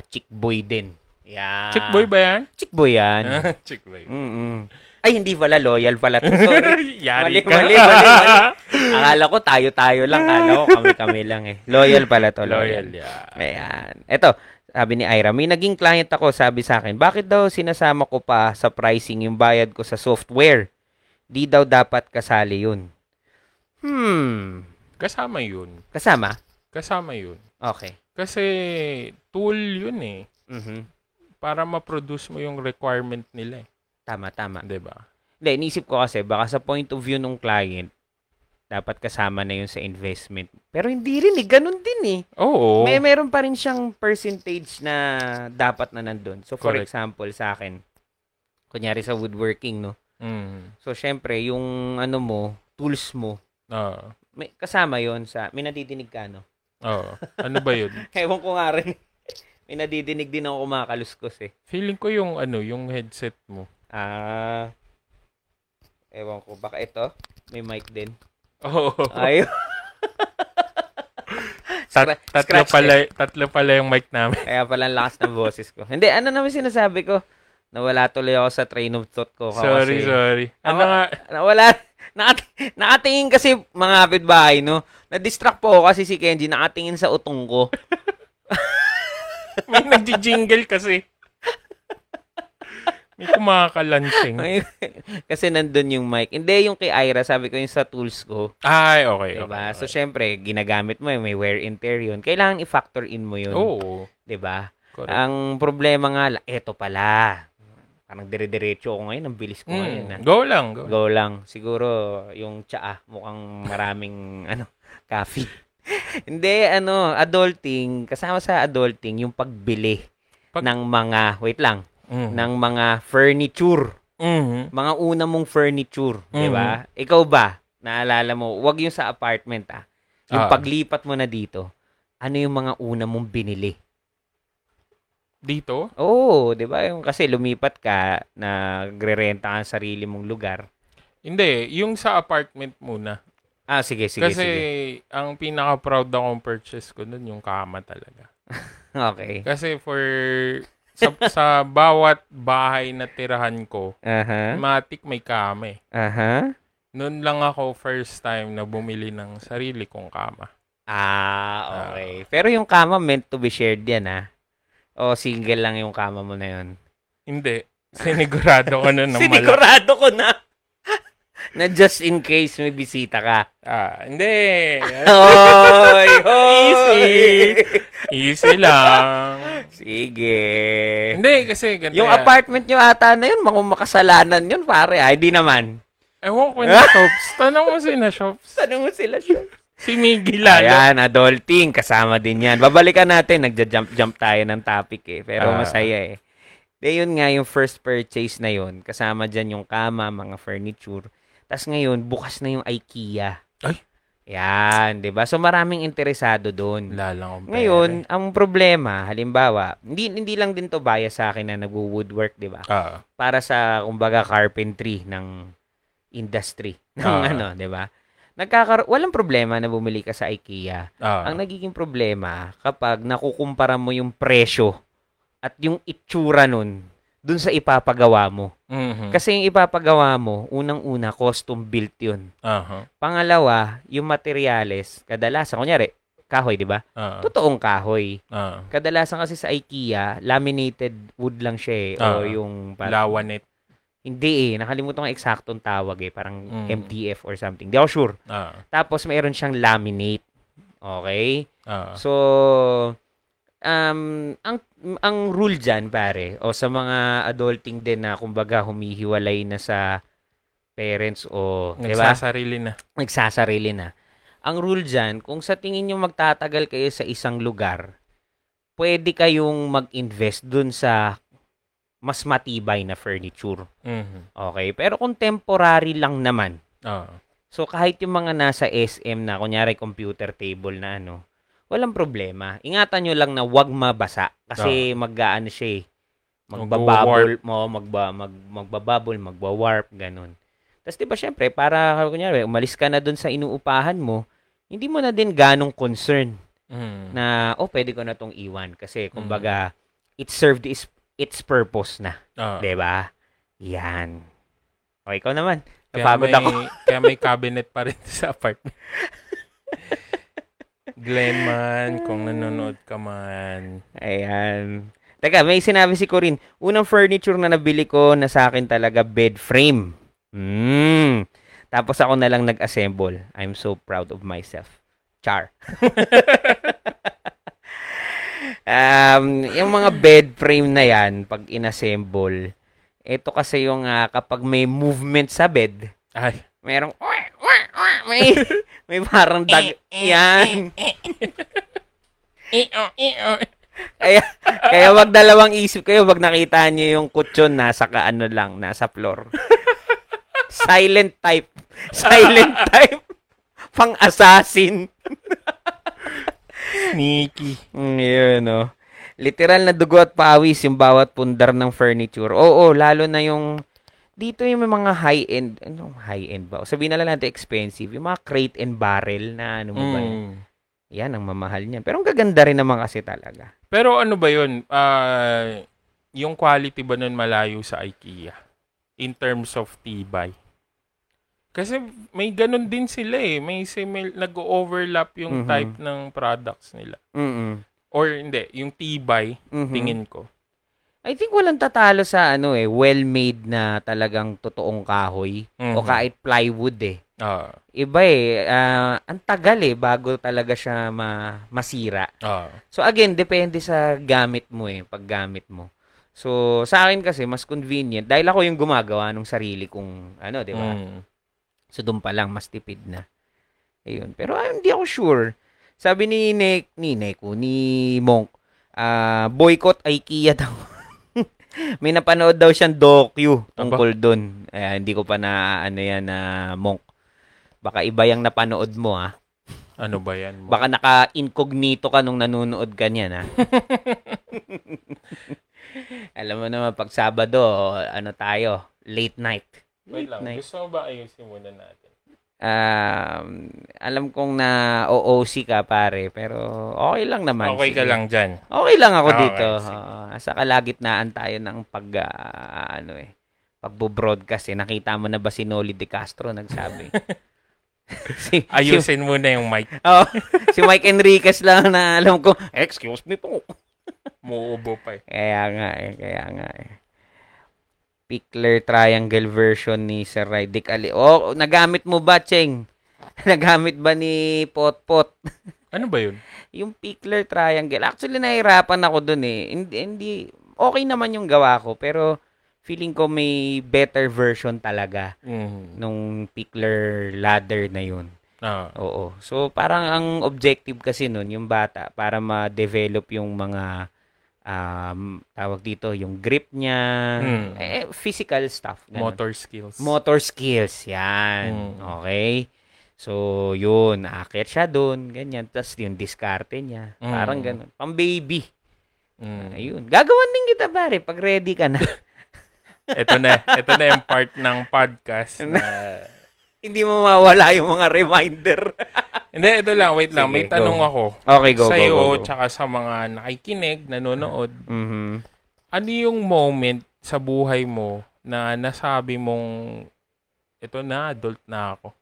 [SPEAKER 1] chick boy din. Yeah.
[SPEAKER 2] Chick boy ba yan?
[SPEAKER 1] Chick boy yan.
[SPEAKER 2] Chick boy.
[SPEAKER 1] Mm-mm. Ay, hindi pala loyal pala to. Sorry. Mali,
[SPEAKER 2] Yari ka.
[SPEAKER 1] mali, mali, mali. Akala ko tayo-tayo lang. Akala ko kami-kami lang eh. Loyal pala to. Loyal.
[SPEAKER 2] Loyal yan.
[SPEAKER 1] Ayan. Eto, sabi ni Ira, may naging client ako, sabi sa akin, bakit daw sinasama ko pa sa pricing yung bayad ko sa software? Di daw dapat kasali yun. Hmm.
[SPEAKER 2] Kasama yun.
[SPEAKER 1] Kasama?
[SPEAKER 2] Kasama yun.
[SPEAKER 1] Okay.
[SPEAKER 2] Kasi tool yun eh.
[SPEAKER 1] Mhm.
[SPEAKER 2] Para ma-produce mo yung requirement nila eh.
[SPEAKER 1] Tama, tama.
[SPEAKER 2] 'Di ba?
[SPEAKER 1] Hindi, iniisip ko kasi, baka sa point of view ng client, dapat kasama na yun sa investment. Pero hindi rin eh, ganun din eh.
[SPEAKER 2] Oo.
[SPEAKER 1] May meron pa rin siyang percentage na dapat na nandun. So for
[SPEAKER 2] Correct.
[SPEAKER 1] example, sa akin, kunyari sa woodworking, no?
[SPEAKER 2] Mm.
[SPEAKER 1] So syempre, yung ano mo, tools mo,
[SPEAKER 2] Oo.
[SPEAKER 1] may kasama yon sa, may nadidinig ka, no?
[SPEAKER 2] Ah. Oo. Ano ba yun?
[SPEAKER 1] Ewan ko nga rin. may nadidinig din ako kumakaluskos eh.
[SPEAKER 2] Feeling ko yung ano, yung headset mo.
[SPEAKER 1] Ah, ewan ko, baka ito, may mic din.
[SPEAKER 2] Oo.
[SPEAKER 1] Ayun.
[SPEAKER 2] Tat-
[SPEAKER 1] Scra-
[SPEAKER 2] tatlo
[SPEAKER 1] scratch
[SPEAKER 2] pala, tatlo pala yung mic namin.
[SPEAKER 1] Kaya pala ang lakas ng boses ko. Hindi, ano naman sinasabi ko? Nawala tuloy ako sa train of thought ko.
[SPEAKER 2] sorry,
[SPEAKER 1] kasi,
[SPEAKER 2] sorry. Ano
[SPEAKER 1] Ako-
[SPEAKER 2] nga?
[SPEAKER 1] Nawala. Nakat- nakatingin kasi mga kapitbahay, no? Na-distract po ako kasi si Kenji nakatingin sa utong ko.
[SPEAKER 2] May nagji-jingle kasi. May kumakalansing.
[SPEAKER 1] Ay, kasi nandun yung mic. Hindi, yung kay Ira, sabi ko yung sa tools ko.
[SPEAKER 2] Ay, okay.
[SPEAKER 1] diba?
[SPEAKER 2] okay,
[SPEAKER 1] So, syempre, ginagamit mo yun. May wear and tear yun. Kailangan i-factor in mo yun.
[SPEAKER 2] Oo.
[SPEAKER 1] Diba?
[SPEAKER 2] Correct.
[SPEAKER 1] Ang problema nga, la- eto pala. Parang dire-diretso ako ngayon. Ang bilis ko ngayon. ah.
[SPEAKER 2] Mm, go lang. Go.
[SPEAKER 1] Go lang. Siguro, yung tsaa, mukhang maraming, ano, coffee. Hindi, ano, adulting, kasama sa adulting, yung pagbili
[SPEAKER 2] Pag-
[SPEAKER 1] ng mga, wait lang,
[SPEAKER 2] Mm.
[SPEAKER 1] ng mga furniture.
[SPEAKER 2] Mhm.
[SPEAKER 1] Mga una mong furniture, di
[SPEAKER 2] Mhm.
[SPEAKER 1] ba? Ikaw ba, naalala mo, wag yung sa apartment, ah. Yung
[SPEAKER 2] Ah.
[SPEAKER 1] paglipat mo na dito, ano yung mga una mong binili?
[SPEAKER 2] Dito?
[SPEAKER 1] Oo, di ba? Yung- Kasi lumipat ka, nagrerenta ka ng sarili mong lugar.
[SPEAKER 2] Hindi. Yung sa apartment muna.
[SPEAKER 1] Ah, sige, sige,
[SPEAKER 2] kasi
[SPEAKER 1] sige.
[SPEAKER 2] ang pinaka-proud akong purchase ko nun yung kama talaga.
[SPEAKER 1] Okay.
[SPEAKER 2] Kasi for sa, sa bawat bahay na tirahan ko,
[SPEAKER 1] Aha.
[SPEAKER 2] matik may kama eh.
[SPEAKER 1] Aha.
[SPEAKER 2] Noon lang ako first time na bumili ng sarili kong kama.
[SPEAKER 1] Ah, okay. Pero yung kama meant to be shared yan, ah. O single lang yung kama mo na yun.
[SPEAKER 2] Hindi. Sinigurado ko na ng malaki.
[SPEAKER 1] Sinigurado ko na. na just in case may bisita ka.
[SPEAKER 2] Ah, hindi.
[SPEAKER 1] Hoy! hoy!
[SPEAKER 2] Easy. Easy lang.
[SPEAKER 1] Sige.
[SPEAKER 2] Hindi, kasi ganito
[SPEAKER 1] Yung
[SPEAKER 2] yan.
[SPEAKER 1] apartment nyo ata na yun, mga makasalanan yun, pare. Ay, di naman.
[SPEAKER 2] Ewan ko na shops. Tanong mo sina shops.
[SPEAKER 1] Tanong mo sila siya.
[SPEAKER 2] Si Miggy lalo.
[SPEAKER 1] Ayan, adulting. Kasama din yan. Babalikan natin. Nagja-jump-jump tayo ng topic eh. Pero
[SPEAKER 2] Ah.
[SPEAKER 1] masaya eh. De, yun nga yung first purchase na yun. Kasama dyan yung kama, mga furniture. Tapos ngayon, bukas na yung IKEA.
[SPEAKER 2] Ay.
[SPEAKER 1] Yan, di ba? So maraming interesado doon.
[SPEAKER 2] Wala lang akong pera.
[SPEAKER 1] Ngayon, ang problema, halimbawa, hindi, hindi lang din to bias sa akin na nagwo-woodwork, di ba?
[SPEAKER 2] Ah,
[SPEAKER 1] para sa kumbaga carpentry ng industry ng
[SPEAKER 2] Ah.
[SPEAKER 1] ano, 'di ba? Nagkakar walang problema na bumili ka sa IKEA.
[SPEAKER 2] ah.
[SPEAKER 1] Ang nagiging problema kapag nakukumpara mo yung presyo at yung itsura nun dun sa ipapagawa mo.
[SPEAKER 2] Mhm.
[SPEAKER 1] Kasi yung ipapagawa mo, unang-una, custom built yun.
[SPEAKER 2] Aha.
[SPEAKER 1] Pangalawa, yung materials, kadalasan, kunyari, kahoy, di ba?
[SPEAKER 2] Ah,
[SPEAKER 1] Totoong kahoy.
[SPEAKER 2] ah.
[SPEAKER 1] Kadalasan kasi sa IKEA, laminated wood lang siya eh.
[SPEAKER 2] Ah.
[SPEAKER 1] o yung parang-
[SPEAKER 2] Lawanit.
[SPEAKER 1] hindi eh. Nakalimutan ko ang eksaktong tawag eh. Parang
[SPEAKER 2] Mm.
[SPEAKER 1] MDF or something. Di ako sure.
[SPEAKER 2] Ah,
[SPEAKER 1] Tapos mayroon siyang laminate. Okay?
[SPEAKER 2] ah.
[SPEAKER 1] So, um, ang, ang rule dyan pare, o sa mga adulting din na kumbaga humihiwalay na sa parents o, di ba?
[SPEAKER 2] Nagsasarili na.
[SPEAKER 1] Nagsasarili na. Ang rule dyan, kung sa tingin nyo magtatagal kayo sa isang lugar, pwede kayong mag-invest dun sa mas matibay na furniture. Mm-hmm.
[SPEAKER 2] Mhm.
[SPEAKER 1] Okay, pero kung temporary lang naman.
[SPEAKER 2] Ah.
[SPEAKER 1] So kahit yung mga nasa SM na kunyari computer table na ano, walang problema. Ingatan nyo lang na 'wag mabasa
[SPEAKER 2] Ah.
[SPEAKER 1] kasi mag-aano siya eh. Magbababol mo, magba mag magbababol, magwa-warp ganun. Tapos 'di ba syempre para kunyari umalis ka na dun sa inuupahan mo, hindi mo na din ganong concern
[SPEAKER 2] Mhm.
[SPEAKER 1] na oh pwede ko na tong iwan kasi
[SPEAKER 2] Mm.
[SPEAKER 1] kumbaga it served its its purpose na.
[SPEAKER 2] Ah.
[SPEAKER 1] Diba? Yan. O, ikaw naman.
[SPEAKER 2] Kaya
[SPEAKER 1] Napagod
[SPEAKER 2] may,
[SPEAKER 1] ako.
[SPEAKER 2] kaya may cabinet pa rin sa apartment. Glenman, kung nanonood ka man.
[SPEAKER 1] Ayan. Teka, may sinabi si Corin. Unang furniture na nabili ko na sa akin talaga bed frame. Mm. Tapos ako na lang nag-assemble. I'm so proud of myself. Char. um, yung mga bed frame na yan, pag inassemble, ito kasi yung ah, kapag may movement sa bed,
[SPEAKER 2] Ay,
[SPEAKER 1] merong may, may parang dag yan.
[SPEAKER 2] iyo, iyo.
[SPEAKER 1] Kaya, kaya wag dalawang isip kayo wag nakita niyo yung kutsyon nasa kaano lang, nasa floor. Silent type. Silent type. Pang-assassin.
[SPEAKER 2] Sneaky.
[SPEAKER 1] Mm, yun, oh. Literal na dugo at pawis yung bawat pundar ng furniture. Oo, lalo na yung dito yung may mga high-end, anong high-end ba? O sabihin na lang natin expensive, yung mga crate and barrel na ano mo ba yan.
[SPEAKER 2] Mm.
[SPEAKER 1] Yan ang mamahal niyan. Pero ang gaganda rin naman kasi talaga.
[SPEAKER 2] Pero ano ba yun? Ah, yung quality ba nun malayo sa IKEA? In terms of tibay? Kasi may ganun din sila eh. May simil, nag-overlap
[SPEAKER 1] Mhm.
[SPEAKER 2] yung type ng products nila.
[SPEAKER 1] Mm-mm.
[SPEAKER 2] Or hindi, yung tibay,
[SPEAKER 1] Mhm.
[SPEAKER 2] tingin ko.
[SPEAKER 1] I think walang tatalo sa ano eh, well-made na talagang totoong kahoy
[SPEAKER 2] Mhm.
[SPEAKER 1] o kahit plywood eh.
[SPEAKER 2] Ah,
[SPEAKER 1] Iba eh, ah, ang tagal eh bago talaga siya ma- masira.
[SPEAKER 2] ah,
[SPEAKER 1] So again, depende sa gamit mo eh, paggamit mo. So sa akin kasi mas convenient dahil ako yung gumagawa ng sarili kong ano, 'di ba?
[SPEAKER 2] mm.
[SPEAKER 1] So doon pa lang mas tipid na. Ayun. Pero ah, hindi ako sure. Sabi ni Nick, ni Neko, ni Monk, ah, boycott IKEA daw. May napanood daw siyang docu tungkol doon. Ayan, hindi ko pa na ano yan na Monk. Baka iba yung napanood mo ah.
[SPEAKER 2] Ano ba yan?
[SPEAKER 1] Baka naka-incognito ka nung nanonood ka niyan ah. Alam mo naman pag Sabado, ano tayo, late night.
[SPEAKER 2] Wait lang,
[SPEAKER 1] Late night.
[SPEAKER 2] gusto mo ba ayusin muna natin?
[SPEAKER 1] Um, alam kong na OOC ka pare, pero okay lang naman.
[SPEAKER 2] Okay ka
[SPEAKER 1] sige.
[SPEAKER 2] lang dyan.
[SPEAKER 1] Okay lang ako
[SPEAKER 2] Okay,
[SPEAKER 1] dito.
[SPEAKER 2] sige.
[SPEAKER 1] Oo, sa kalagitnaan tayo ng pag ah, ano eh pagbo-broadcast eh. Nakita mo na ba si Noli De Castro nagsabi? si, si,
[SPEAKER 2] Ayusin muna yung mic.
[SPEAKER 1] oh, si Mike Enriquez lang na alam ko, excuse me po.
[SPEAKER 2] Muuubo pa eh.
[SPEAKER 1] Kaya nga eh, kaya nga eh. Pickler triangle version ni Sir Rydick Ali. Oh, nagamit mo ba, Cheng? nagamit ba ni Potpot?
[SPEAKER 2] Ano ba yun?
[SPEAKER 1] Yung Pickler triangle. Actually, nahirapan ako dun eh. Hindi, hindi, okay naman yung gawa ko, pero feeling ko may better version talaga
[SPEAKER 2] Mm.
[SPEAKER 1] nung Pickler ladder na yun.
[SPEAKER 2] Ah.
[SPEAKER 1] Oo. So, parang ang objective kasi nun, yung bata, para ma-develop yung mga, um, tawag dito, yung grip niya,
[SPEAKER 2] Mm.
[SPEAKER 1] eh, physical stuff. ganun.
[SPEAKER 2] Motor skills.
[SPEAKER 1] Motor skills, yan.
[SPEAKER 2] Mm.
[SPEAKER 1] Okay? So, yun, akit siya doon, ganyan. Tapos yung diskarte niya.
[SPEAKER 2] Mm.
[SPEAKER 1] Parang ganun. Pang baby.
[SPEAKER 2] Mm.
[SPEAKER 1] Ayun. Gagawan din kita, pare, pag ready ka na.
[SPEAKER 2] Ito na. Ito na yung part ng podcast. na-
[SPEAKER 1] Hindi mo mawala yung mga reminder.
[SPEAKER 2] Hindi, ito lang. Wait lang. May
[SPEAKER 1] Sige, go.
[SPEAKER 2] tanong ako.
[SPEAKER 1] okay, go,
[SPEAKER 2] sa
[SPEAKER 1] go,
[SPEAKER 2] iyo,
[SPEAKER 1] go, go.
[SPEAKER 2] tsaka sa mga nakikinig, nanonood.
[SPEAKER 1] Mhm.
[SPEAKER 2] Ano yung moment sa buhay mo na nasabi mong ito na, adult na ako?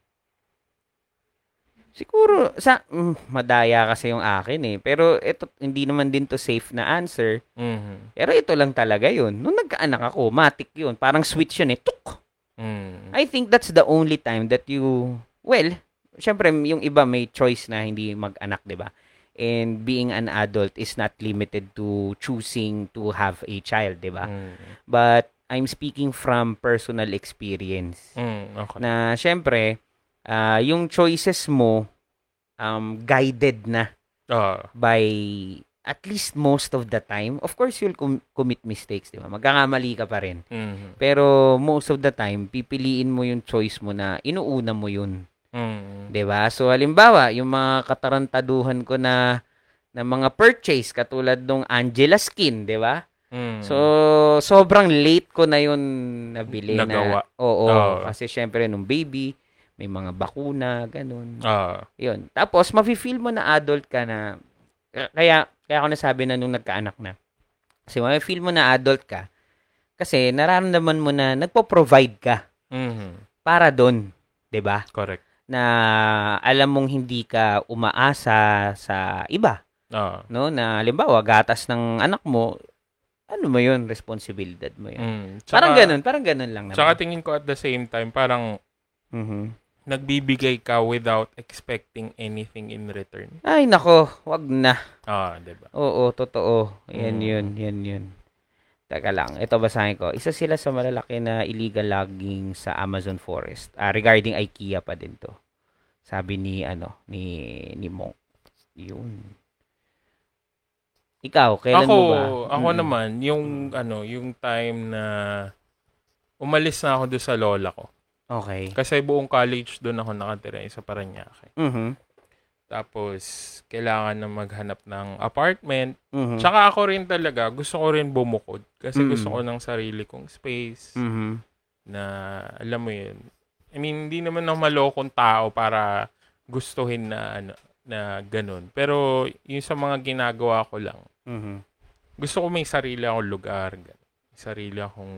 [SPEAKER 1] Siguro, sa, mm, madaya kasi yung akin eh. Pero ito, hindi naman din to safe na answer.
[SPEAKER 2] Mhm.
[SPEAKER 1] Pero ito lang talaga yun. Nung nagkaanak ako, matik yun. Parang switch yun eh. Tuk!
[SPEAKER 2] Mm.
[SPEAKER 1] I think that's the only time that you, well, syempre yung iba may choice na hindi mag-anak, di ba? And being an adult is not limited to choosing to have a child, di ba?
[SPEAKER 2] Mm.
[SPEAKER 1] But I'm speaking from personal experience
[SPEAKER 2] Mm. Okay.
[SPEAKER 1] na syempre, ah, yung choices mo um, guided na
[SPEAKER 2] Ah.
[SPEAKER 1] by at least most of the time. Of course, you'll com- commit mistakes, di ba? Magkakamali ka pa rin.
[SPEAKER 2] Mhm.
[SPEAKER 1] Pero most of the time, pipiliin mo yung choice mo na inuuna mo yun.
[SPEAKER 2] Mm.
[SPEAKER 1] 'Di ba So, halimbawa, yung mga katarantaduhan ko na na mga purchase katulad nung Angela Skin, 'di ba?
[SPEAKER 2] Mm.
[SPEAKER 1] So, sobrang late ko na yun nabili
[SPEAKER 2] Nagawa.
[SPEAKER 1] na. Oo,
[SPEAKER 2] Oo.
[SPEAKER 1] kasi syempre nung baby, may mga bakuna, ganun.
[SPEAKER 2] Ah.
[SPEAKER 1] Yun. Tapos, mafe-feel mo na adult ka na, kaya, kaya ako nasabi na nung nagkaanak na. Kasi mafe-feel mo na adult ka, kasi nararamdaman mo na nagpo-provide ka
[SPEAKER 2] Mhm.
[SPEAKER 1] para doon, 'di ba?
[SPEAKER 2] Correct.
[SPEAKER 1] Na alam mong hindi ka umaasa sa iba,
[SPEAKER 2] Ah.
[SPEAKER 1] no? Na halimbawa gatas ng anak mo, ano mo 'yun, responsibilidad mo 'yun.
[SPEAKER 2] Mm. Tsaka-
[SPEAKER 1] parang ganun, parang ganun lang naman.
[SPEAKER 2] Tsaka tingin ko at the same time, parang
[SPEAKER 1] Mhm.
[SPEAKER 2] nagbibigay ka without expecting anything in return.
[SPEAKER 1] Ay nako, wag na.
[SPEAKER 2] Ah, di ba?
[SPEAKER 1] Oo, totoo. Yan
[SPEAKER 2] Mm.
[SPEAKER 1] 'yun, 'yan 'yun. Teka lang, ito basahin ko. Isa sila sa malalaki na illegal logging sa Amazon forest. Ah, regarding IKEA pa din 'to. Sabi ni ano, ni ni Monk. 'Yun. Ikaw, kailan
[SPEAKER 2] ako,
[SPEAKER 1] mo ba? Mm-hmm.
[SPEAKER 2] ako
[SPEAKER 1] Mm-mm.
[SPEAKER 2] naman, yung ano, yung time na umalis na ako doon sa lola ko.
[SPEAKER 1] Okay.
[SPEAKER 2] Kasi buong college doon ako nakatira eh, sa Paranaque.
[SPEAKER 1] Mhm.
[SPEAKER 2] Tapos, kailangan na maghanap ng apartment.
[SPEAKER 1] Mhm.
[SPEAKER 2] Tsaka ako rin talaga, gusto ko rin bumukod. Kasi
[SPEAKER 1] Mm.
[SPEAKER 2] gusto ko ng sarili kong space
[SPEAKER 1] Mhm.
[SPEAKER 2] na, alam mo yun. I mean, hindi naman ako malokong tao para gustuhin na, ano, na ganun. Pero, yung sa mga ginagawa ko lang,
[SPEAKER 1] Mhm.
[SPEAKER 2] gusto ko may sarili akong lugar. ganun. Sarili akong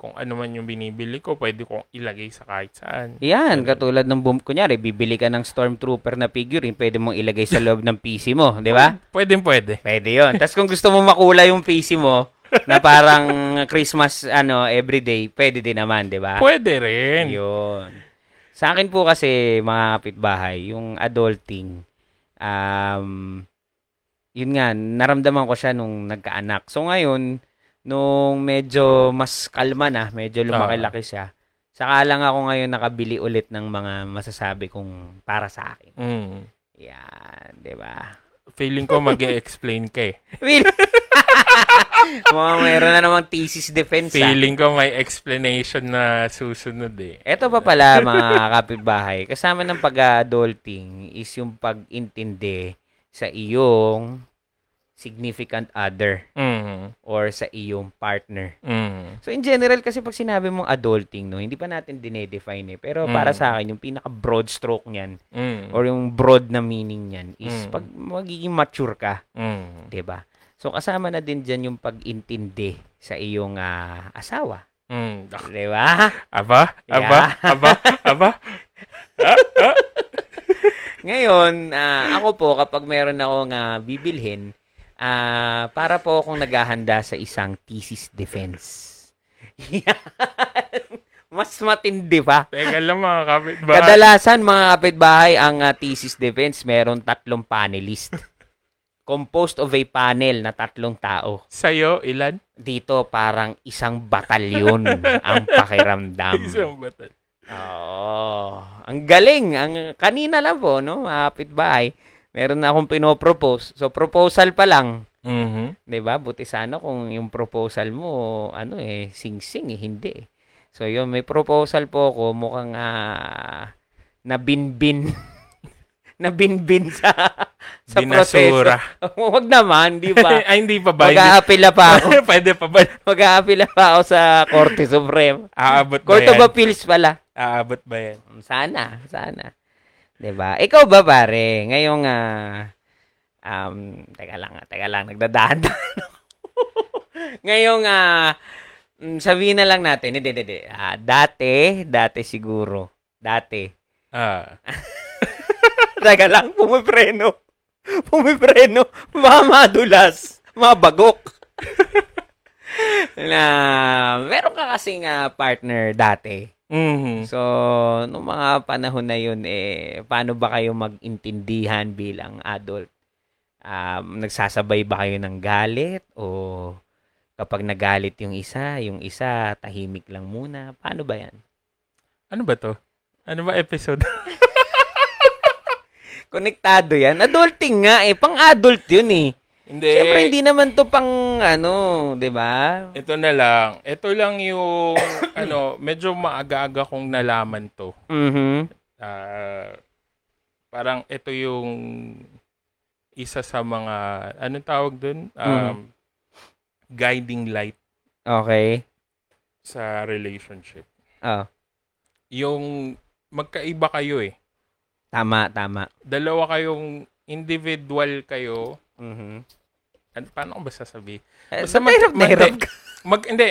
[SPEAKER 2] kung ano man yung binibili ko, pwede kong ilagay sa kahit saan.
[SPEAKER 1] Yan,
[SPEAKER 2] Ganun.
[SPEAKER 1] katulad ng bum kunyari, bibili ka ng stormtrooper na figurine, pwede mong ilagay sa loob ng PC mo, 'di ba?
[SPEAKER 2] Pwede, pwede.
[SPEAKER 1] Pwede yun. Tapos kung gusto mo makula yung PC mo, na parang Christmas, ano, everyday, pwede din naman, di ba?
[SPEAKER 2] Pwede rin.
[SPEAKER 1] Yun. Sa akin po kasi, mga kapitbahay, yung adulting, um, yun nga, naramdaman ko siya nung nagkaanak. So ngayon, nung medyo mas kalma na, medyo
[SPEAKER 2] Ah.
[SPEAKER 1] lumaki-laki siya, saka lang ako ngayon nakabili ulit ng mga masasabi kong para sa akin.
[SPEAKER 2] Mm.
[SPEAKER 1] Yan, di ba?
[SPEAKER 2] Feeling ko mag explain ka eh.
[SPEAKER 1] Will. Mga meron na namang thesis defense. ah.
[SPEAKER 2] Feeling ko may explanation na susunod eh.
[SPEAKER 1] Ito pa pala mga kapitbahay, kasama ng pag-adulting is yung pag-intindi sa iyong significant other
[SPEAKER 2] Mm.
[SPEAKER 1] or sa iyong partner.
[SPEAKER 2] Mm.
[SPEAKER 1] So in general kasi pag sinabi mong adulting no, hindi pa natin dinedefine eh. Pero
[SPEAKER 2] Mm.
[SPEAKER 1] para sa akin yung pinaka broad stroke niyan
[SPEAKER 2] Mm.
[SPEAKER 1] or yung broad na meaning niyan is
[SPEAKER 2] Mm.
[SPEAKER 1] pag magiging mature ka,
[SPEAKER 2] Mm.
[SPEAKER 1] 'di ba? So kasama na din diyan yung pag-intindi sa iyong ah, asawa,
[SPEAKER 2] Mm.
[SPEAKER 1] 'di ba?
[SPEAKER 2] Aba, aba,
[SPEAKER 1] Yeah.
[SPEAKER 2] aba, aba.
[SPEAKER 1] Ngayon, ah, ako po kapag meron akong ah, bibilhin, ah, para po akong naghahanda sa isang thesis defense. Yan. Mas matindi pa.
[SPEAKER 2] Teka lang mga kapitbahay.
[SPEAKER 1] Kadalasan mga kapitbahay ang ah, thesis defense meron tatlong panelist. Composed of a panel na tatlong tao.
[SPEAKER 2] Sa'yo, ilan?
[SPEAKER 1] Dito parang isang batalyon ang pakiramdam.
[SPEAKER 2] Isang batal.
[SPEAKER 1] Oo. Ang galing. Ang kanina lang po, no, mga kapitbahay. Meron na akong pinopropose. So proposal pa lang,
[SPEAKER 2] Mm-hmm.
[SPEAKER 1] 'di ba? Buti sana kung yung proposal mo ano eh sing-sing eh, hindi. eh. So yun, may proposal po ako mukhang ah, nabinbin nabinbin sa sa
[SPEAKER 2] Binasura.
[SPEAKER 1] proseso. Huwag naman, 'di ba?
[SPEAKER 2] Ay, hindi pa ba? Hindi-
[SPEAKER 1] Mag-aapila pa ako.
[SPEAKER 2] Pwede pa ba?
[SPEAKER 1] Mag-aapila pa ako sa Korte Suprema.
[SPEAKER 2] Aabot ba
[SPEAKER 1] Court
[SPEAKER 2] yan?
[SPEAKER 1] of Appeals pala.
[SPEAKER 2] Aabot ba yan?
[SPEAKER 1] Sana, sana. 'Di ba? Ikaw ba pare, ngayong ah, um teka lang, ah, teka lang nagdadaan. ngayong ah mm, sabihin na lang natin, hindi, hindi, hindi. Ah, dati, dati siguro. Dati.
[SPEAKER 2] Ah.
[SPEAKER 1] Teka lang, pumipreno. Pumipreno. Mamadulas. Mabagok. na meron ka kasing ah, partner dati.
[SPEAKER 2] Mm-hmm.
[SPEAKER 1] So, nung mga panahon na yun, eh, paano ba kayo mag-intindihan bilang adult? Um, nagsasabay ba kayo ng galit? O kapag nagalit yung isa, yung isa tahimik lang muna? Paano ba yan?
[SPEAKER 2] Ano ba to? Ano ba episode?
[SPEAKER 1] Konektado yan. Adulting nga eh. Pang-adult yun eh.
[SPEAKER 2] hindi.
[SPEAKER 1] Siyempre, hindi naman to pang ano, di ba?
[SPEAKER 2] Ito na lang. Ito lang yung, ano, medyo maaga-aga kong nalaman to.
[SPEAKER 1] Mhm.
[SPEAKER 2] Ah, parang ito yung isa sa mga, anong tawag dun? Um, Guiding light
[SPEAKER 1] Okay.
[SPEAKER 2] sa relationship.
[SPEAKER 1] Oh,
[SPEAKER 2] Yung magkaiba kayo eh.
[SPEAKER 1] tama, tama.
[SPEAKER 2] Dalawa kayong individual kayo.
[SPEAKER 1] Mhm.
[SPEAKER 2] Ano, paano ko ba sasabihin?
[SPEAKER 1] Eh, sa
[SPEAKER 2] Basta
[SPEAKER 1] mahirap na
[SPEAKER 2] mag-
[SPEAKER 1] hirap ka.
[SPEAKER 2] Mag, hindi.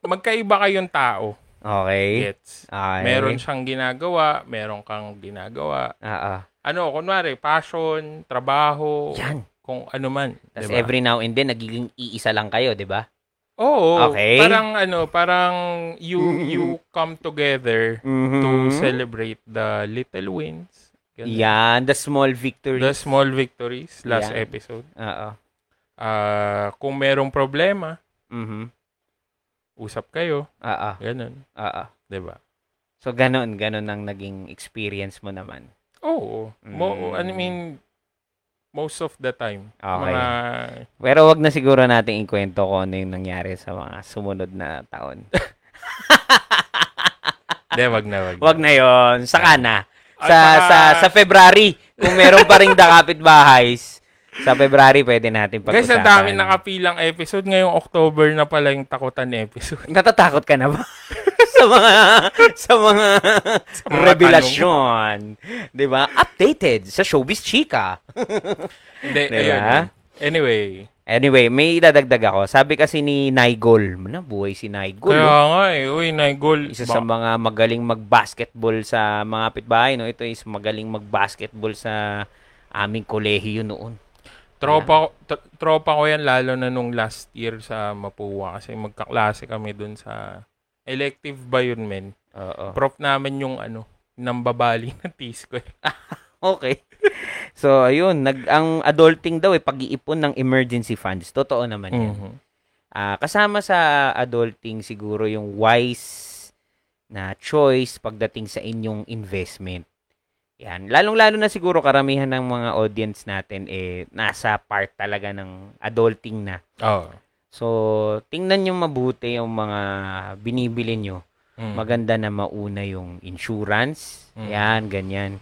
[SPEAKER 2] Magkaiba kayong tao.
[SPEAKER 1] Okay.
[SPEAKER 2] Gets?
[SPEAKER 1] Okay.
[SPEAKER 2] Meron siyang ginagawa, meron kang ginagawa.
[SPEAKER 1] Ah, ah.
[SPEAKER 2] Ano, kunwari, passion, trabaho,
[SPEAKER 1] Yan.
[SPEAKER 2] kung ano man.
[SPEAKER 1] Tapos
[SPEAKER 2] diba?
[SPEAKER 1] every now and then, nagiging iisa lang kayo, diba? di ba?
[SPEAKER 2] Oo.
[SPEAKER 1] Okay.
[SPEAKER 2] Parang ano, parang you you come together
[SPEAKER 1] Mm-hmm.
[SPEAKER 2] to celebrate the little wins. Ganun.
[SPEAKER 1] Yan, the small victory.
[SPEAKER 2] The small victories last
[SPEAKER 1] Yeah.
[SPEAKER 2] episode.
[SPEAKER 1] Oo.
[SPEAKER 2] Ah, kung merong problema,
[SPEAKER 1] Mhm.
[SPEAKER 2] usap kayo,
[SPEAKER 1] Oo.
[SPEAKER 2] ganun,
[SPEAKER 1] Oo.
[SPEAKER 2] 'di ba?
[SPEAKER 1] So, ganun. Ganun ang naging experience mo naman.
[SPEAKER 2] Oo. Mo,
[SPEAKER 1] Mm.
[SPEAKER 2] I mean most of the time.
[SPEAKER 1] Okay.
[SPEAKER 2] Mga
[SPEAKER 1] Pero wag na siguro natin ikwento kung ano yung nangyari sa mga sumunod na taon.
[SPEAKER 2] De, wag na, wag. na.
[SPEAKER 1] wag na yon Saka na.
[SPEAKER 2] At
[SPEAKER 1] Sa,
[SPEAKER 2] saka-
[SPEAKER 1] sa, sa February, kung meron pa rin dakapit bahays, sa February pwede natin pag-usapan.
[SPEAKER 2] Guys, ang dami nakapilang episode. Ngayong October na pala yung takutan episode.
[SPEAKER 1] Natatakot ka na ba? sa mga sa mga,
[SPEAKER 2] mga
[SPEAKER 1] revelasyon, 'di ba? Updated sa Showbiz Chika.
[SPEAKER 2] Hindi,
[SPEAKER 1] Diba?
[SPEAKER 2] ayun. Anyway.
[SPEAKER 1] Anyway, may idadagdag ako. Sabi kasi ni Nigel, na buhay si Nigel.
[SPEAKER 2] Kaya
[SPEAKER 1] oh.
[SPEAKER 2] nga eh. Uy, na goal.
[SPEAKER 1] Isa sa mga magaling mag-basketball sa mga pitbahay, no? Ito is magaling mag-basketball sa aming kolehiyo noon.
[SPEAKER 2] Tropa, ko- tr- tropa ko yan lalo na nung last year sa Mapua kasi magkaklase kami dun sa elective ba yun men?
[SPEAKER 1] Oo.
[SPEAKER 2] Prof namin yung ano, nambabali na T-square.
[SPEAKER 1] Okay. So, ayun, nag ang adulting daw ay pag-iipon ng emergency funds. Totoo naman 'yan.
[SPEAKER 2] Mhm.
[SPEAKER 1] Ah, kasama sa adulting siguro yung wise na choice pagdating sa inyong investment. Yan. Lalong-lalo na siguro karamihan ng mga audience natin eh nasa part talaga ng adulting na.
[SPEAKER 2] Oo.
[SPEAKER 1] So, tingnan nyo mabuti yung mga binibili nyo.
[SPEAKER 2] Mm.
[SPEAKER 1] Maganda na mauna yung insurance.
[SPEAKER 2] Mm.
[SPEAKER 1] Yan, ganyan.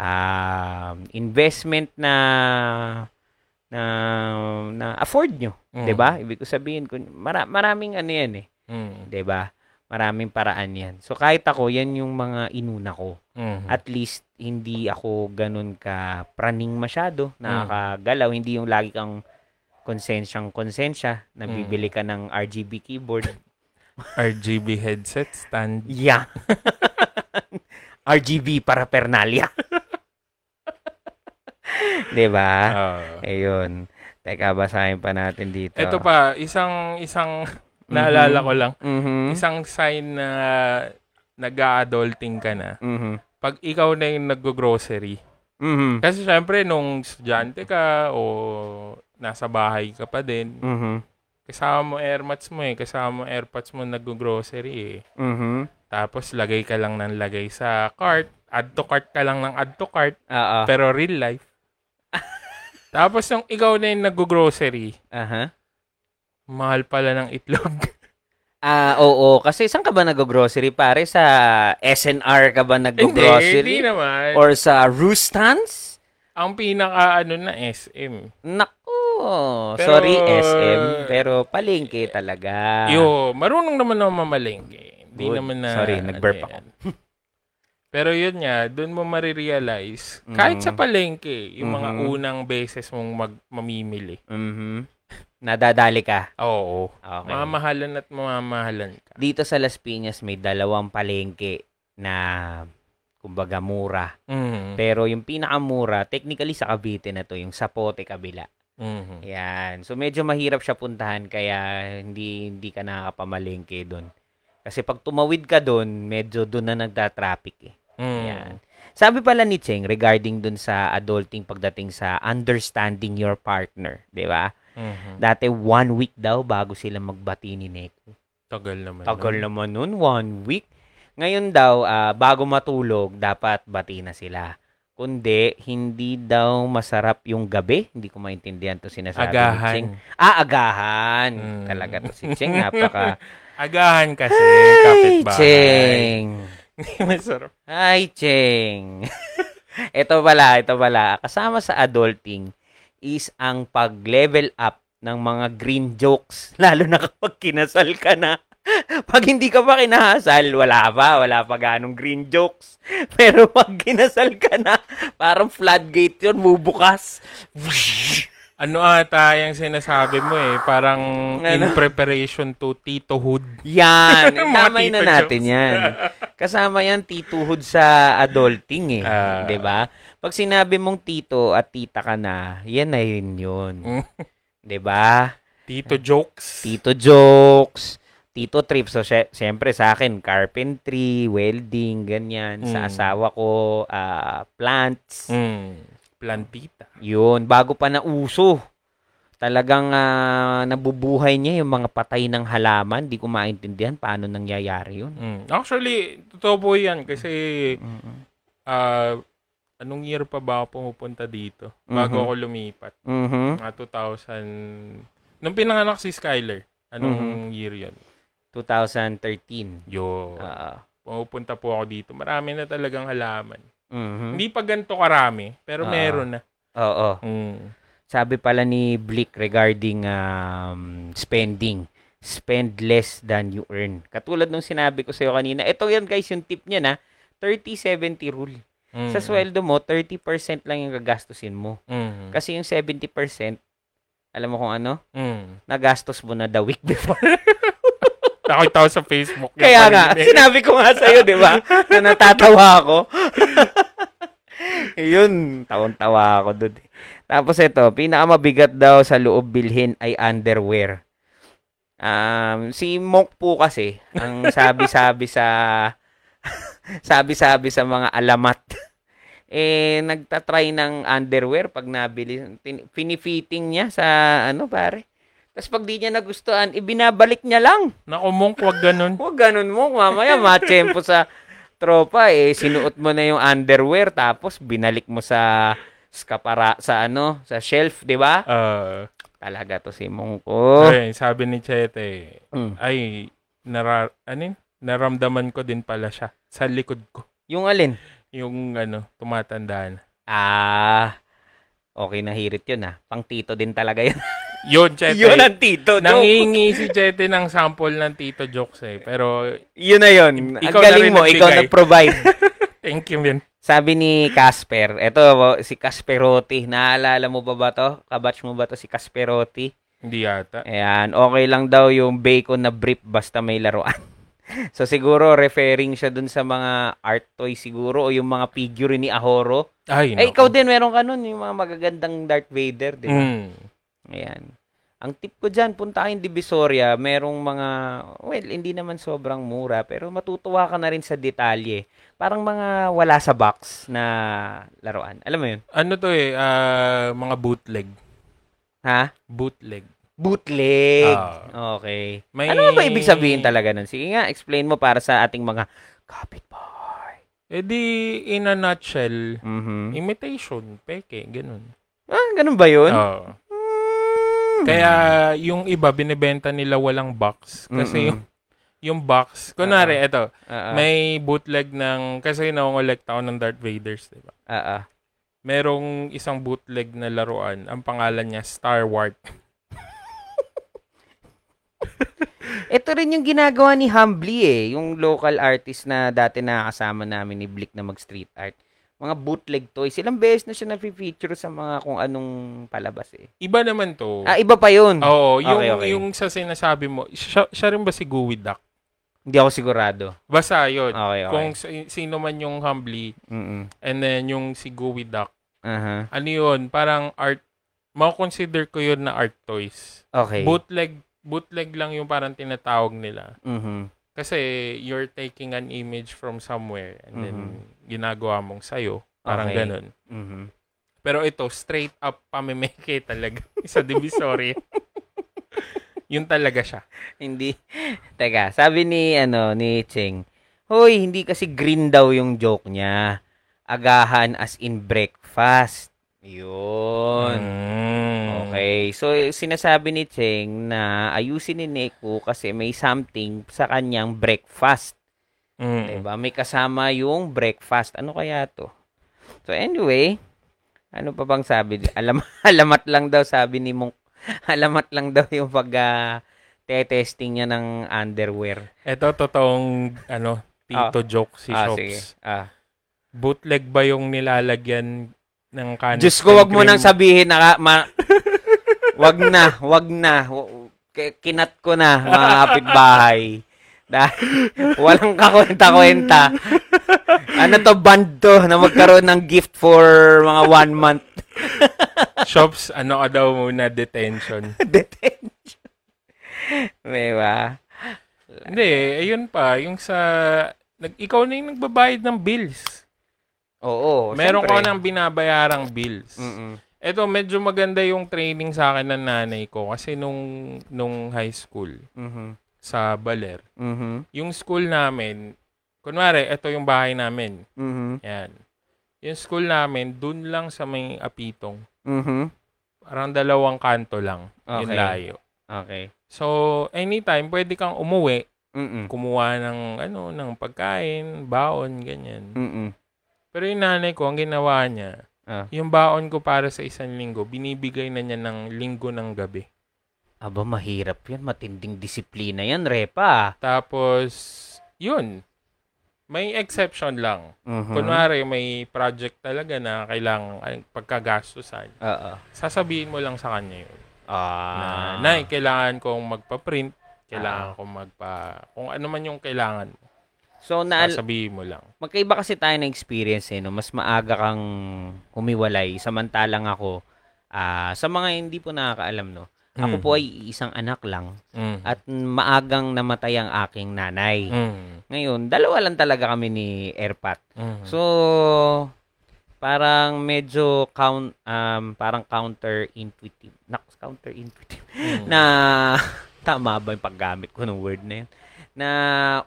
[SPEAKER 1] Um, investment na na na afford nyo,
[SPEAKER 2] Mm.
[SPEAKER 1] 'di ba? Ibig ko sabihin kun mara- maraming ano 'yan eh,
[SPEAKER 2] Mm.
[SPEAKER 1] 'di ba? Maraming paraan 'yan. So kahit ako, 'yan yung mga inuna ko.
[SPEAKER 2] Mm.
[SPEAKER 1] At least hindi ako ganun ka praning masyado,
[SPEAKER 2] Mm.
[SPEAKER 1] nakakagalaw, hindi yung lagi kang konsensyang konsensya, nabibili
[SPEAKER 2] Mm.
[SPEAKER 1] ka ng RGB keyboard.
[SPEAKER 2] RGB headset stand.
[SPEAKER 1] Yeah. RGB para pernalia. 'Di ba?
[SPEAKER 2] Ah.
[SPEAKER 1] Ayun. Teka, basahin pa natin dito.
[SPEAKER 2] Ito pa, isang, isang, naalala ko lang,
[SPEAKER 1] Mhm.
[SPEAKER 2] isang sign na nag-a-adulting ka na.
[SPEAKER 1] Mhm.
[SPEAKER 2] Pag ikaw na yung nag-grocery.
[SPEAKER 1] Mhm.
[SPEAKER 2] Kasi syempre, nung estudyante ka o nasa bahay ka pa din,
[SPEAKER 1] Mhm.
[SPEAKER 2] kasama mo airmats mo eh, kasama mo airpods mo nag-grocery eh.
[SPEAKER 1] Mhm.
[SPEAKER 2] Tapos lagay ka lang ng lagay sa cart, add to cart ka lang ng add to cart,
[SPEAKER 1] Oo.
[SPEAKER 2] pero real life. Tapos nung ikaw na yung nag-grocery,
[SPEAKER 1] Aha.
[SPEAKER 2] mahal pala ng itlog.
[SPEAKER 1] Ah, oo. Kasi saan ka ba nag-grocery, pare? Sa SNR ka ba
[SPEAKER 2] Hindi, hindi
[SPEAKER 1] nag-grocery?
[SPEAKER 2] naman.
[SPEAKER 1] Or sa Roostans?
[SPEAKER 2] Ang pinaka ano na SM.
[SPEAKER 1] Naku.
[SPEAKER 2] Pero-
[SPEAKER 1] Sorry, SM. Pero palengke talaga.
[SPEAKER 2] Yo, marunong naman ako mamalengke. Hindi
[SPEAKER 1] Ah. Good.
[SPEAKER 2] naman na
[SPEAKER 1] Sorry,
[SPEAKER 2] ano
[SPEAKER 1] nag-burp
[SPEAKER 2] yan.
[SPEAKER 1] ako.
[SPEAKER 2] Pero yun nga, doon mo marirealize,
[SPEAKER 1] Mhm.
[SPEAKER 2] kahit sa palengke, yung mga
[SPEAKER 1] Mhm.
[SPEAKER 2] unang beses mong mag mamimili.
[SPEAKER 1] Mhm. Nadadali ka.
[SPEAKER 2] Oo.
[SPEAKER 1] Okay.
[SPEAKER 2] Mamahalan at mamahalan ka.
[SPEAKER 1] Dito sa Las Piñas, may dalawang palengke na kumbaga mura.
[SPEAKER 2] Mhm.
[SPEAKER 1] Pero yung pinakamura, technically sa Cavite na to, yung Sapote kabila.
[SPEAKER 2] Mhm.
[SPEAKER 1] Yan. So medyo mahirap siya puntahan kaya hindi hindi ka nakakapamalengke doon. Kasi pag tumawid ka doon, medyo doon na nagda-traffic eh.
[SPEAKER 2] Mhm.
[SPEAKER 1] Yan. Sabi pala ni Cheng regarding doon sa adulting pagdating sa understanding your partner, 'di ba?
[SPEAKER 2] Mhm.
[SPEAKER 1] Dati one week daw bago sila magbati ni Nick. Hmm.
[SPEAKER 2] Tagal naman.
[SPEAKER 1] Tagal
[SPEAKER 2] nun.
[SPEAKER 1] naman nun, one week. Ngayon daw, ah, bago matulog, dapat bati na sila. Kundi, hindi daw masarap yung gabi. Hindi ko maintindihan to sinasabi ni Ching.
[SPEAKER 2] Agahan.
[SPEAKER 1] Ah, agahan.
[SPEAKER 2] Mm.
[SPEAKER 1] Talaga to si Ching. Napaka...
[SPEAKER 2] Agahan kasi,
[SPEAKER 1] Ay,
[SPEAKER 2] kapitbahay.
[SPEAKER 1] Ching!
[SPEAKER 2] Masarap.
[SPEAKER 1] Ay, Ching! ito pala, ito pala. Kasama sa adulting is ang pag-level up ng mga green jokes. Lalo na kapag kinasal ka na. Pag hindi ka pa kinasal, wala pa. Wala pa ganong green jokes. Pero pag kinasal ka na, parang floodgate yun, bubukas.
[SPEAKER 2] Ano ata yung sinasabi mo eh, parang in
[SPEAKER 1] Ano?
[SPEAKER 2] preparation to titohood.
[SPEAKER 1] Yan.
[SPEAKER 2] Mga
[SPEAKER 1] Tamay na
[SPEAKER 2] tito
[SPEAKER 1] natin
[SPEAKER 2] jokes.
[SPEAKER 1] yan. Kasama yan tituhod sa adulting eh.
[SPEAKER 2] Ah.
[SPEAKER 1] 'Di ba? Pag sinabi mong tito at tita ka na, yan na yun yun.
[SPEAKER 2] Mm.
[SPEAKER 1] 'Di ba?
[SPEAKER 2] Tito jokes.
[SPEAKER 1] Tito jokes, tito trips. So, sy- syempre sa akin, carpentry, welding, ganyan. Sa
[SPEAKER 2] Mm.
[SPEAKER 1] asawa ko, ah, plants.
[SPEAKER 2] Mm. Plantita.
[SPEAKER 1] Yun, bago pa nauso. Talagang ah, nabubuhay niya yung mga patay ng halaman. Di ko maintindihan paano nangyayari yun.
[SPEAKER 2] Mm. Actually, totoo po yan kasi ah, anong year pa ba ako pumupunta dito bago
[SPEAKER 1] Mhm.
[SPEAKER 2] ako lumipat?
[SPEAKER 1] Mhm.
[SPEAKER 2] Mga 2000... Nung pinanganak si Skyler,
[SPEAKER 1] Mm-hmm.
[SPEAKER 2] anong year yun?
[SPEAKER 1] 2013.
[SPEAKER 2] Yo,
[SPEAKER 1] Ah.
[SPEAKER 2] pumupunta po ako dito. Marami na talagang halaman.
[SPEAKER 1] mhm.
[SPEAKER 2] Hindi pa ganito karami, pero
[SPEAKER 1] Ah. Hmm.
[SPEAKER 2] meron na.
[SPEAKER 1] Oo.
[SPEAKER 2] Mm.
[SPEAKER 1] Sabi pala ni Blick regarding um, spending. Spend less than you earn. Katulad nung sinabi ko sa'yo kanina. Ito yan guys, yung tip niya na. 30-70 rule.
[SPEAKER 2] Mm.
[SPEAKER 1] Sa sweldo mo, 30% lang yung gagastusin mo.
[SPEAKER 2] Mm.
[SPEAKER 1] Kasi yung 70%, alam mo kung ano?
[SPEAKER 2] Mm.
[SPEAKER 1] Nagastos mo na the week before.
[SPEAKER 2] Nakita ko sa Facebook. yung
[SPEAKER 1] Kaya nga,
[SPEAKER 2] kanina. eh.
[SPEAKER 1] sinabi ko nga sa'yo, di ba? Na natatawa ako. Yun, tawang-tawa ako doon. Tapos ito, pinakamabigat daw sa loob bilhin ay underwear. Um, si Monk po kasi, ang sabi-sabi sa sabi-sabi sa mga alamat, eh, nagtatry ng underwear pag nabili. Tin- Pinifitting niya sa, ano pare. Tapos pag di niya nagustuhan, ibinabalik niya lang.
[SPEAKER 2] Naku, mong huwag ganun.
[SPEAKER 1] Huwag ganun mo. Mamaya matsempo sa tropa eh. Sinuot mo na yung underwear tapos binalik mo sa skapara sa ano sa shelf, 'di ba?
[SPEAKER 2] Ah,
[SPEAKER 1] Talaga to si Mongko.
[SPEAKER 2] ayun, sabi ni Chete,
[SPEAKER 1] Mm.
[SPEAKER 2] ay, nara, ano yun? naramdaman ko din pala siya sa likod ko.
[SPEAKER 1] Yung alin?
[SPEAKER 2] Yung ano, tumatanda na.
[SPEAKER 1] Ah, Okay na hirit yun ah. Pang tito din talaga yun.
[SPEAKER 2] Yun, Chete.
[SPEAKER 1] yun ang tito joke.
[SPEAKER 2] Nangingi si Chete ng sample ng Tito Jokes eh. Pero,
[SPEAKER 1] Yun na yun. Ang
[SPEAKER 2] Ikaw na
[SPEAKER 1] galing
[SPEAKER 2] rin
[SPEAKER 1] mo,
[SPEAKER 2] nagbigay.
[SPEAKER 1] ikaw nag-provide.
[SPEAKER 2] thank you, man.
[SPEAKER 1] Sabi ni Casper, eto si Casperotti, naalala mo ba ba to? Kabatch mo ba to si Casperotti?
[SPEAKER 2] Hindi yata.
[SPEAKER 1] Ayan, okay lang daw yung bacon na brief basta may laruan. so siguro referring siya dun sa mga art toy siguro o yung mga figure ni Ahoro.
[SPEAKER 2] Ay,
[SPEAKER 1] Eh
[SPEAKER 2] naku.
[SPEAKER 1] ikaw din meron ka nun, yung mga magagandang Darth Vader, di ba?
[SPEAKER 2] Mm.
[SPEAKER 1] Ayan. Ang tip ko dyan, punta kayong Divisoria, merong mga, well, hindi naman sobrang mura, pero matutuwa ka na rin sa detalye. Parang mga wala sa box na laruan. Alam mo yun?
[SPEAKER 2] Ano to eh, ah, mga bootleg.
[SPEAKER 1] Ha?
[SPEAKER 2] Bootleg.
[SPEAKER 1] Bootleg.
[SPEAKER 2] Ah.
[SPEAKER 1] okay.
[SPEAKER 2] May...
[SPEAKER 1] Ano ba ibig sabihin talaga nun? Sige nga, explain mo para sa ating mga kapitbahay.
[SPEAKER 2] Eh di, in a nutshell,
[SPEAKER 1] Mhm.
[SPEAKER 2] Mm-hmm. imitation, peke, ganun.
[SPEAKER 1] Ah, ganun ba yun?
[SPEAKER 2] Oo.
[SPEAKER 1] Mm.
[SPEAKER 2] Oh. Kaya yung iba, binibenta nila walang box.
[SPEAKER 1] Mm-mm.
[SPEAKER 2] Kasi yung, yung box, kunwari, eto,
[SPEAKER 1] Ah, ah,
[SPEAKER 2] may bootleg ng, kasi nangongolect ako ng Darth Vaders, di ba?
[SPEAKER 1] ah, ah.
[SPEAKER 2] Merong isang bootleg na laruan, ang pangalan niya Star Wars.
[SPEAKER 1] Ito rin yung ginagawa ni Humbly eh, yung local artist na dati nakakasama namin ni Blick na mag-street art. Mga bootleg toys. Ilang beses na siya na-feature sa mga kung anong palabas eh.
[SPEAKER 2] Iba naman to.
[SPEAKER 1] Ah, iba pa yun.
[SPEAKER 2] Oo, yung,
[SPEAKER 1] Okay, okay.
[SPEAKER 2] yung sa sinasabi mo, siya, siya rin ba si Gooey Duck?
[SPEAKER 1] Hindi ako sigurado.
[SPEAKER 2] Basta yun.
[SPEAKER 1] Ah, Okay, okay.
[SPEAKER 2] Kung si- sino man yung Humbly,
[SPEAKER 1] Mm-mm. Uh-huh.
[SPEAKER 2] and then yung si Gooey Duck,
[SPEAKER 1] Aha.
[SPEAKER 2] ano yun, parang art, makukonsider ko yun na art toys.
[SPEAKER 1] Okay.
[SPEAKER 2] Bootleg, bootleg lang yung parang tinatawag nila.
[SPEAKER 1] Mhm.
[SPEAKER 2] Kasi you're taking an image from somewhere and then
[SPEAKER 1] Mhm.
[SPEAKER 2] ginagawa mong sayo. Parang
[SPEAKER 1] Okay.
[SPEAKER 2] ganun.
[SPEAKER 1] Mhm.
[SPEAKER 2] Pero ito, straight up pamimeke talaga. Isa divisory. yun talaga siya.
[SPEAKER 1] Hindi. Teka, sabi ni ano ni Cheng, "Hoy, hindi kasi green daw yung joke niya. Agahan as in breakfast." Yun.
[SPEAKER 2] Mm.
[SPEAKER 1] Okay. So, sinasabi ni Cheng na ayusin ni Neko kasi may something sa kanyang breakfast.
[SPEAKER 2] Mm.
[SPEAKER 1] Diba? May kasama yung breakfast. Ano kaya to? So, anyway, ano pa bang sabi? Alam, alamat lang daw sabi ni Mong. Alamat lang daw yung pag ah, te-testing niya ng underwear.
[SPEAKER 2] Ito, totoong ano, tito joke si
[SPEAKER 1] ah,
[SPEAKER 2] Shops.
[SPEAKER 1] sige. Ah.
[SPEAKER 2] Bootleg ba yung nilalagyan ng kanis?
[SPEAKER 1] Diyos ko, wag mo nang sabihin na ka- ma- wag na, wag na. W- k- Kinat ko na mga kapitbahay. Dahil walang kakwenta-kwenta. Ano to, band to na magkaroon ng gift for mga one month
[SPEAKER 2] Shops, ano ka daw muna, detention.
[SPEAKER 1] detention. Diba?
[SPEAKER 2] Hindi, ayun pa. Yung sa... Nag, ikaw na yung nagbabayad ng bills.
[SPEAKER 1] Oo,
[SPEAKER 2] Meron
[SPEAKER 1] syempre.
[SPEAKER 2] ka ng binabayarang bills.
[SPEAKER 1] Mm-mm.
[SPEAKER 2] Eto, medyo maganda yung training sa akin ng nanay ko. Kasi nung, nung high school
[SPEAKER 1] Mhm.
[SPEAKER 2] sa Baler,
[SPEAKER 1] Mhm.
[SPEAKER 2] yung school namin, kunwari, eto yung bahay namin.
[SPEAKER 1] Mhm.
[SPEAKER 2] Yan. Yung school namin, dun lang sa may apitong.
[SPEAKER 1] Mhm.
[SPEAKER 2] Parang dalawang kanto lang. Yung
[SPEAKER 1] Okay.
[SPEAKER 2] layo.
[SPEAKER 1] Okay.
[SPEAKER 2] So, anytime, pwede kang umuwi
[SPEAKER 1] Mm-mm.
[SPEAKER 2] kumuha ng ano ng pagkain, baon, ganyan.
[SPEAKER 1] Mm-mm.
[SPEAKER 2] Pero yung nanay ko, ang ginawa niya,
[SPEAKER 1] Ah.
[SPEAKER 2] yung baon ko para sa isang linggo, binibigay na niya ng linggo ng gabi.
[SPEAKER 1] Aba, mahirap yan. Matinding disiplina yan, Repa.
[SPEAKER 2] Tapos, yun. May exception lang.
[SPEAKER 1] Mhm.
[SPEAKER 2] Kunwari, may project talaga na kailangan ay, pagkagastusan.
[SPEAKER 1] Oo.
[SPEAKER 2] Sasabihin mo lang sa kanya yun.
[SPEAKER 1] Ah.
[SPEAKER 2] Na, Nay, kailangan kong magpa-print. Kailangan kong magpa... Kung ano man yung kailangan mo,
[SPEAKER 1] So, naal-
[SPEAKER 2] sasabihin mo lang.
[SPEAKER 1] magkaiba kasi tayo ng experience eh, no? Mas maaga kang humiwalay. Samantalang ako, ah, sa mga hindi po nakakaalam, no? Ako
[SPEAKER 2] Mm.
[SPEAKER 1] po ay isang anak lang
[SPEAKER 2] Mm.
[SPEAKER 1] at maagang namatay ang aking nanay.
[SPEAKER 2] Mm.
[SPEAKER 1] Ngayon, dalawa lang talaga kami ni Erpat.
[SPEAKER 2] Mm.
[SPEAKER 1] So, parang medyo count, um, parang counter-intuitive. Nak, counter-intuitive.
[SPEAKER 2] Mm.
[SPEAKER 1] na tama ba yung paggamit ko ng word na yun? Na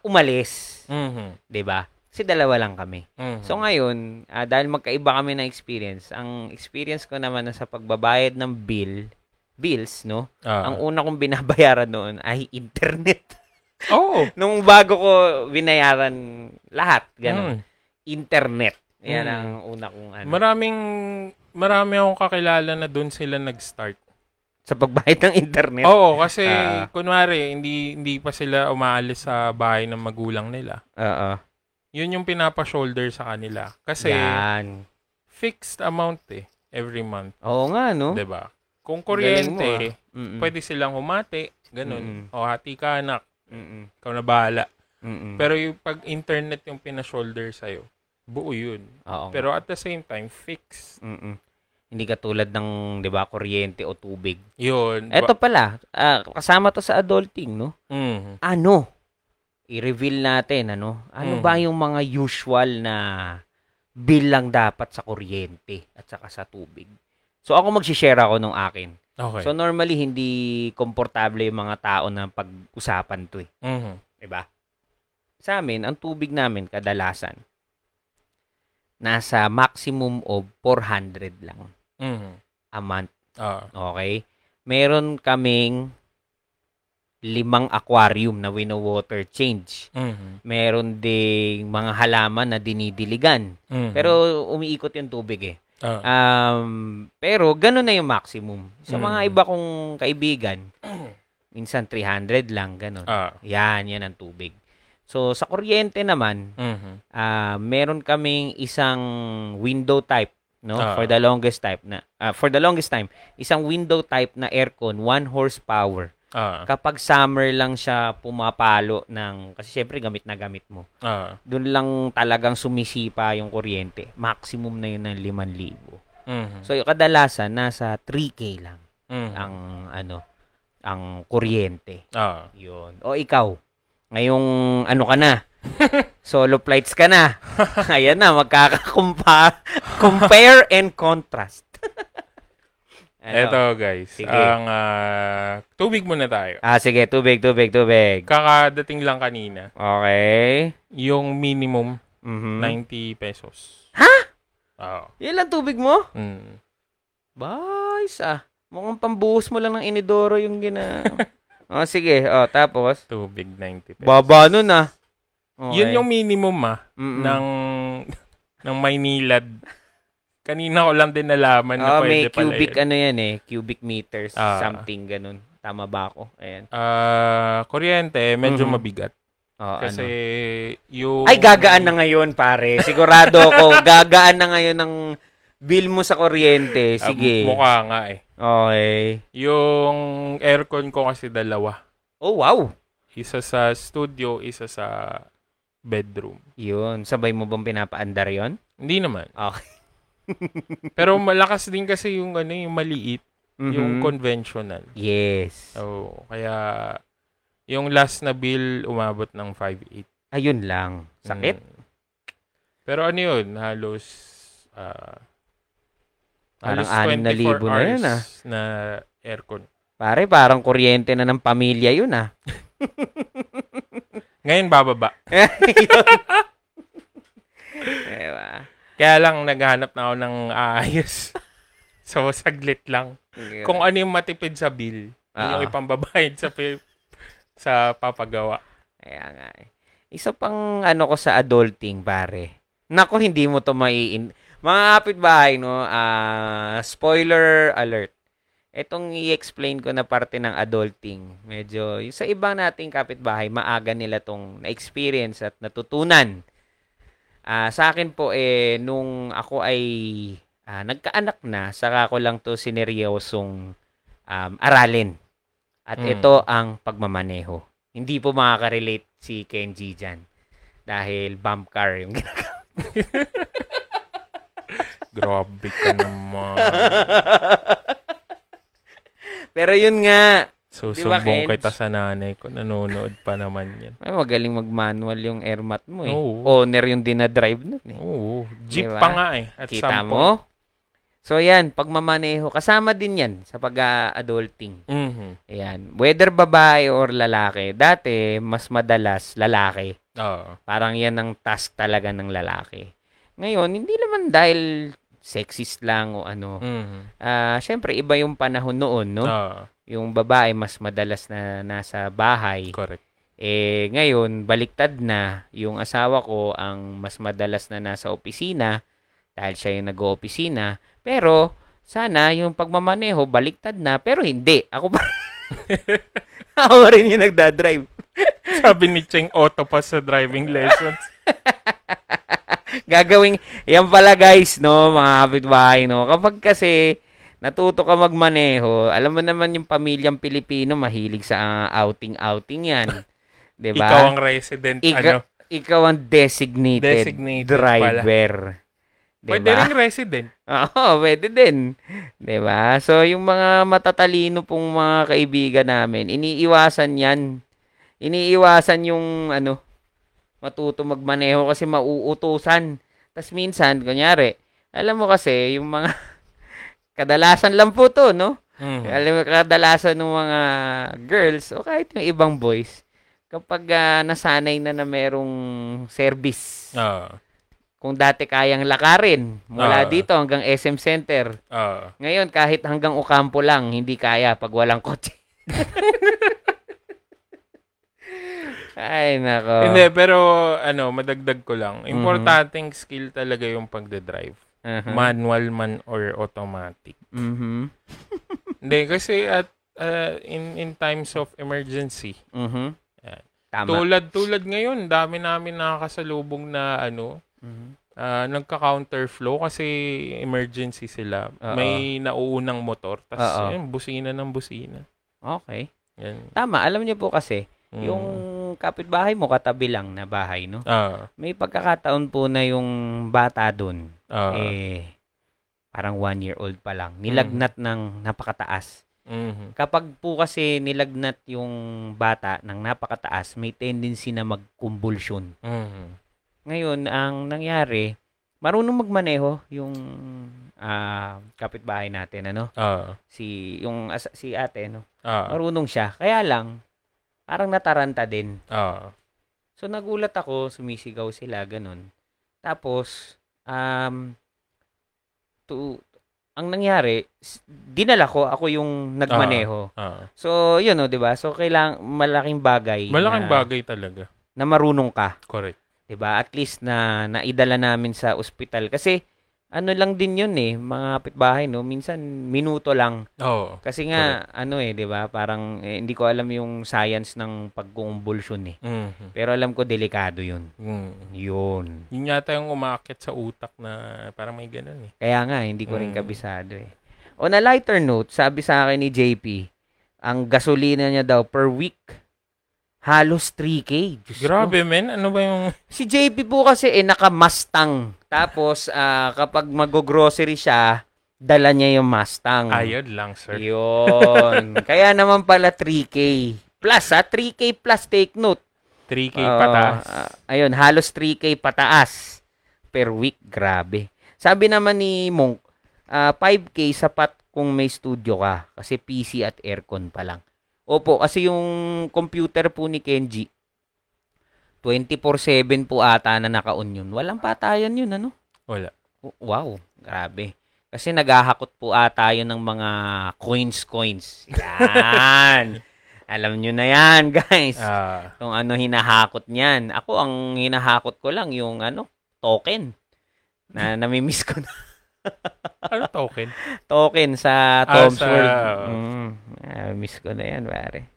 [SPEAKER 1] umalis,
[SPEAKER 2] Mhm.
[SPEAKER 1] 'di ba? Kasi dalawa lang kami.
[SPEAKER 2] Mhm.
[SPEAKER 1] So ngayon, ah, dahil magkaiba kami ng experience, ang experience ko naman na sa pagbabayad ng bill, bills, no?
[SPEAKER 2] Ah.
[SPEAKER 1] Ang una kong binabayaran noon ay internet.
[SPEAKER 2] Oo.
[SPEAKER 1] Nung bago ko binayaran lahat, ganun.
[SPEAKER 2] Mm.
[SPEAKER 1] Internet. Yan
[SPEAKER 2] Mm.
[SPEAKER 1] ang una kong ano.
[SPEAKER 2] Maraming marami akong kakilala na doon sila nag-start.
[SPEAKER 1] Sa pagbayad ng internet.
[SPEAKER 2] Oo, kasi
[SPEAKER 1] Eh, Ah.
[SPEAKER 2] kunwari, hindi, hindi pa sila umaalis sa bahay ng magulang nila.
[SPEAKER 1] Oo.
[SPEAKER 2] Yun yung pinapa-shoulder sa kanila. Kasi
[SPEAKER 1] Yan.
[SPEAKER 2] fixed amount eh, every month.
[SPEAKER 1] Oo nga, no?
[SPEAKER 2] 'di ba? Kung
[SPEAKER 1] Oh. Galing mo, ah. Mm.
[SPEAKER 2] kuryente,
[SPEAKER 1] Mm-mm.
[SPEAKER 2] pwede silang humati, ganun. O hati ka anak,
[SPEAKER 1] Mm-mm.
[SPEAKER 2] ikaw na bahala.
[SPEAKER 1] Mm-mm.
[SPEAKER 2] Pero yung pag internet yung pina-shoulder sa'yo, buo yun.
[SPEAKER 1] Oo. nga.
[SPEAKER 2] Pero at the same time, fixed.
[SPEAKER 1] Mm-mm. Hindi katulad ng, di ba, kuryente o tubig.
[SPEAKER 2] Yun. ba-
[SPEAKER 1] Eto pala, ah, kasama to sa adulting, no?
[SPEAKER 2] Mm.
[SPEAKER 1] Ano? I-reveal natin, ano? Ano
[SPEAKER 2] Mm.
[SPEAKER 1] ba yung mga usual na bilang dapat sa kuryente at saka sa tubig? So ako mag-share ako nung akin.
[SPEAKER 2] Okay.
[SPEAKER 1] So normally hindi komportable yung mga tao na pag-usapan to eh.
[SPEAKER 2] Mhm.
[SPEAKER 1] 'di ba? Sa amin, ang tubig namin kadalasan nasa maximum of 400 lang
[SPEAKER 2] Mhm.
[SPEAKER 1] a month,
[SPEAKER 2] Ah.
[SPEAKER 1] okay? Meron kaming limang aquarium na wino-water change.
[SPEAKER 2] Mhm.
[SPEAKER 1] Meron ding mga halaman na dinidiligan.
[SPEAKER 2] Mhm.
[SPEAKER 1] Pero umiikot yung tubig eh.
[SPEAKER 2] Ah.
[SPEAKER 1] Um, pero ganun na yung maximum. Sa mga
[SPEAKER 2] Mm.
[SPEAKER 1] iba kong kaibigan, minsan 300 lang, ganun.
[SPEAKER 2] Ah.
[SPEAKER 1] Yan, yan ang tubig. So, sa kuryente naman,
[SPEAKER 2] Mhm.
[SPEAKER 1] ah meron kaming isang window type no
[SPEAKER 2] Ah.
[SPEAKER 1] for the longest type na ah, for the longest time isang window type na aircon 1 horsepower
[SPEAKER 2] Ah.
[SPEAKER 1] kapag summer lang siya pumapalo ng kasi syempre gamit na gamit mo
[SPEAKER 2] Ah.
[SPEAKER 1] doon lang talagang sumisipa yung kuryente maximum na yun ng 5,000
[SPEAKER 2] Mhm.
[SPEAKER 1] so yung kadalasan nasa 3k lang
[SPEAKER 2] Mhm.
[SPEAKER 1] ang ano ang kuryente
[SPEAKER 2] Ah.
[SPEAKER 1] yun o ikaw ngayong ano ka na solo flights ka na. Ayan na, magkakakumpa compare and contrast.
[SPEAKER 2] Eto
[SPEAKER 1] Ano?
[SPEAKER 2] guys,
[SPEAKER 1] Sige.
[SPEAKER 2] ang ah, tubig muna tayo.
[SPEAKER 1] Ah, sige, tubig, tubig, tubig.
[SPEAKER 2] Kakadating lang kanina,
[SPEAKER 1] Okay.
[SPEAKER 2] yung minimum
[SPEAKER 1] Mhm.
[SPEAKER 2] 90 pesos. Ha? Oo.
[SPEAKER 1] Yan lang tubig mo?
[SPEAKER 2] Mm.
[SPEAKER 1] Boys, ah. Mukhang pambuhos mo lang ng inidoro yung gina... oh, sige. Oh, tapos?
[SPEAKER 2] Tubig 90 pesos.
[SPEAKER 1] Baba nun ah. Okay. Hmm.
[SPEAKER 2] Yun yung minimum ah,
[SPEAKER 1] Mm-mm.
[SPEAKER 2] ng, ng Maynilad. Kanina ko lang din nalaman
[SPEAKER 1] Oh, may
[SPEAKER 2] na ano pwede pala
[SPEAKER 1] cubic
[SPEAKER 2] yun.
[SPEAKER 1] ano yan eh. Cubic meters.
[SPEAKER 2] Ah.
[SPEAKER 1] Something ganun. Tama ba ako? Ayan.
[SPEAKER 2] Ah, kuryente, medyo
[SPEAKER 1] Mhm.
[SPEAKER 2] mabigat.
[SPEAKER 1] Oh,
[SPEAKER 2] Kasi
[SPEAKER 1] ano?
[SPEAKER 2] yung...
[SPEAKER 1] Ay, gagaan na ngayon, pare. Sigurado ako, gagaan na ngayon ng bill mo sa kuryente.
[SPEAKER 2] Ah,
[SPEAKER 1] Sige.
[SPEAKER 2] mukha nga eh.
[SPEAKER 1] Okay.
[SPEAKER 2] Yung aircon ko kasi dalawa.
[SPEAKER 1] Oh, wow.
[SPEAKER 2] Isa sa studio, isa sa bedroom.
[SPEAKER 1] Yun. Sabay mo bang pinapaandar yon?
[SPEAKER 2] Hindi naman.
[SPEAKER 1] Okay.
[SPEAKER 2] Pero malakas din kasi yung ano, yung maliit,
[SPEAKER 1] Mhm.
[SPEAKER 2] yung conventional.
[SPEAKER 1] yes.
[SPEAKER 2] Oh, kaya yung last na bill umabot ng 5.8.
[SPEAKER 1] Ayun lang. Sakit?
[SPEAKER 2] Mm. Pero ano yun, halos ah,
[SPEAKER 1] Parang 6,000
[SPEAKER 2] halos 24
[SPEAKER 1] na yun,
[SPEAKER 2] hours
[SPEAKER 1] ah.
[SPEAKER 2] na aircon.
[SPEAKER 1] Pare, parang kuryente na ng pamilya yun, ah.
[SPEAKER 2] Ngayon bababa.
[SPEAKER 1] Yun. diba?
[SPEAKER 2] Kaya lang naghanap na ako ng aayos. so saglit lang. Kung ano yung matipid sa bill, yun yung
[SPEAKER 1] Oo.
[SPEAKER 2] ipambabayad sa pi- sa papagawa.
[SPEAKER 1] Kaya nga eh. Isa pang ano ko sa adulting, pare. Nako, hindi mo to maiin... Mga kapitbahay, no? ah, spoiler alert. Itong i-explain ko na parte ng adulting. Medyo, yung sa ibang nating kapitbahay, maaga nila tong na-experience at natutunan. Ah, sa akin po, eh, nung ako ay ah, nagkaanak na, saka ko lang to sineryosong um, aralin. At
[SPEAKER 2] Hmm.
[SPEAKER 1] ito ang pagmamaneho hindi po makaka-relate si Kenji dyan. Dahil bump car yung
[SPEAKER 2] Grabe ka naman.
[SPEAKER 1] Pero yun nga,
[SPEAKER 2] Susumbong
[SPEAKER 1] Kenj?
[SPEAKER 2] kita sa nanay ko. Nanonood pa naman yan.
[SPEAKER 1] ay, magaling mag-manual yung airmat mo eh.
[SPEAKER 2] Oo.
[SPEAKER 1] Owner yung dinadrive nun eh.
[SPEAKER 2] Oo. Jeep
[SPEAKER 1] Diba?
[SPEAKER 2] pa nga eh. At
[SPEAKER 1] Kita
[SPEAKER 2] some point.
[SPEAKER 1] mo? So yan, pagmamaneho, kasama din yan sa pag-adulting.
[SPEAKER 2] Mhm.
[SPEAKER 1] Ayan. Whether babae or lalaki, dati mas madalas lalaki.
[SPEAKER 2] Oo.
[SPEAKER 1] Parang yan ang task talaga ng lalaki. Ngayon, hindi naman dahil sexist lang o ano.
[SPEAKER 2] Mhm.
[SPEAKER 1] Ah, syempre iba yung panahon noon, no?
[SPEAKER 2] Oo.
[SPEAKER 1] yung babae mas madalas na nasa bahay.
[SPEAKER 2] Correct.
[SPEAKER 1] Eh ngayon baliktad na yung asawa ko ang mas madalas na nasa opisina dahil siya yung nag-oopisina Pero, sana yung pagmamaneho, baliktad na. Pero hindi. Ako pa Ako rin yung nagdadrive.
[SPEAKER 2] Sabi ni Cheng Otto pa sa driving lessons.
[SPEAKER 1] Gagawing, yan pala guys, no, mga kapitbahay, no. Kapag kasi natuto ka magmaneho, alam mo naman yung pamilyang Pilipino mahilig sa ah, outing-outing yan. 'Di ba?
[SPEAKER 2] Ikaw ang resident, ano,
[SPEAKER 1] Ika- ikaw ang designated,
[SPEAKER 2] designated pala.
[SPEAKER 1] driver. Diba?
[SPEAKER 2] Pwede rin resident.
[SPEAKER 1] Oo, pwede din. 'Di ba? So, yung mga matatalino pong mga kaibigan namin, iniiwasan 'yan. Iniiwasan yung ano, matuto magmaneho kasi mauutusan. Tapos minsan, kunyari, alam mo kasi, yung mga kadalasan lang po to, no?
[SPEAKER 2] Mm.
[SPEAKER 1] Alam mo, kadalasan ng mga girls o kahit yung ibang boys, kapag ah, nasanay na na merong service,
[SPEAKER 2] Oo.
[SPEAKER 1] kung dati kayang lakarin mula
[SPEAKER 2] Ah.
[SPEAKER 1] dito hanggang SM Center,
[SPEAKER 2] Oo.
[SPEAKER 1] ngayon, kahit hanggang Ocampo lang, hindi kaya pag walang kotse. Ay, nako.
[SPEAKER 2] Hindi, pero ano, madagdag ko
[SPEAKER 1] Mhm.
[SPEAKER 2] lang. Importanting skill talaga yung pagdadrive.
[SPEAKER 1] Uh-huh.
[SPEAKER 2] Manual man or automatic.
[SPEAKER 1] Mhm.
[SPEAKER 2] Hindi, kasi at uh, in, in times of emergency,
[SPEAKER 1] Mhm.
[SPEAKER 2] Yan.
[SPEAKER 1] Tama.
[SPEAKER 2] tulad tulad ngayon, dami namin nakakasalubong na ano,
[SPEAKER 1] Mhm.
[SPEAKER 2] ah, nagka-counterflow kasi emergency sila.
[SPEAKER 1] Oo.
[SPEAKER 2] May nauunang motor, tapos
[SPEAKER 1] Oo.
[SPEAKER 2] yun, busina ng busina.
[SPEAKER 1] Okay.
[SPEAKER 2] Yan.
[SPEAKER 1] Tama. Alam niyo po kasi,
[SPEAKER 2] Mm.
[SPEAKER 1] yung kapitbahay mo katabi lang na bahay, no?
[SPEAKER 2] Ah,
[SPEAKER 1] May pagkakataon po na yung bata doon,
[SPEAKER 2] ah,
[SPEAKER 1] eh, parang one year old pa lang, nilagnat ng napakataas.
[SPEAKER 2] mhm.
[SPEAKER 1] Kapag po kasi nilagnat yung bata ng napakataas, may tendency na magkumbulsyon.
[SPEAKER 2] Mhm.
[SPEAKER 1] Ngayon, ang nangyari, marunong magmaneho yung ah, kapitbahay natin, ano?
[SPEAKER 2] Ah,
[SPEAKER 1] Si, yung, asa- si ate, no?
[SPEAKER 2] ah,
[SPEAKER 1] Marunong siya. Kaya lang, parang nataranta din.
[SPEAKER 2] ah.
[SPEAKER 1] So, nagulat ako, sumisigaw sila, ganun. Tapos, um, to, ang nangyari, s- dinala ko, ako yung nagmaneho.
[SPEAKER 2] Ah.
[SPEAKER 1] So, yun o, di ba? So, kailang malaking bagay.
[SPEAKER 2] Malaking
[SPEAKER 1] na,
[SPEAKER 2] bagay talaga.
[SPEAKER 1] Na marunong ka,
[SPEAKER 2] Correct.
[SPEAKER 1] di ba? At least na naidala namin sa ospital. Kasi, ano lang din yun eh, mga kapitbahay, no? Minsan, minuto lang.
[SPEAKER 2] Oo.
[SPEAKER 1] Kasi nga, ano eh, di ba? Parang, eh, hindi ko alam yung science ng pagkukumbulsyon eh.
[SPEAKER 2] Mhm.
[SPEAKER 1] Pero alam ko, delikado yun.
[SPEAKER 2] Mm.
[SPEAKER 1] Yun.
[SPEAKER 2] Yun yata yung umakit sa utak na parang may ganun eh.
[SPEAKER 1] Kaya nga, hindi ko rin
[SPEAKER 2] Mm.
[SPEAKER 1] kabisado eh. On a lighter note, sabi sa akin ni JP, ang gasolina niya daw per week, halos 3K. Diyos ko.
[SPEAKER 2] Grabe men, ano ba yung...
[SPEAKER 1] Si JP po kasi eh naka-Mustang. Tapos ah, kapag mag-grocery siya, dala niya yung Mustang.
[SPEAKER 2] Ayod lang sir.
[SPEAKER 1] Yun. Kaya naman pala 3K. Plus ha, 3K plus take note.
[SPEAKER 2] 3K
[SPEAKER 1] Oo,
[SPEAKER 2] pataas.
[SPEAKER 1] ah, ayun, halos 3K pataas per week. Grabe. Sabi naman ni Monk, ah, 5K sapat kung may studio ka. Kasi PC at aircon pa lang. Opo, kasi yung computer po ni Kenji, 24-7 po ata na naka-on yun. Walang patayan yun, ano?
[SPEAKER 2] Wala.
[SPEAKER 1] W- Wow, grabe. Kasi naghahakot po ata yun ng mga coins-coins. Yan. Alam nyo na yan, guys
[SPEAKER 2] Ah.
[SPEAKER 1] kung ano hinahakot niyan. Ako, ang hinahakot ko lang yung ano, token. Na
[SPEAKER 2] Hmm.
[SPEAKER 1] namimiss ko na
[SPEAKER 2] ano token?
[SPEAKER 1] token sa
[SPEAKER 2] Ah,
[SPEAKER 1] Tom's
[SPEAKER 2] sa-
[SPEAKER 1] World. Mm, miss ko na yan, pare.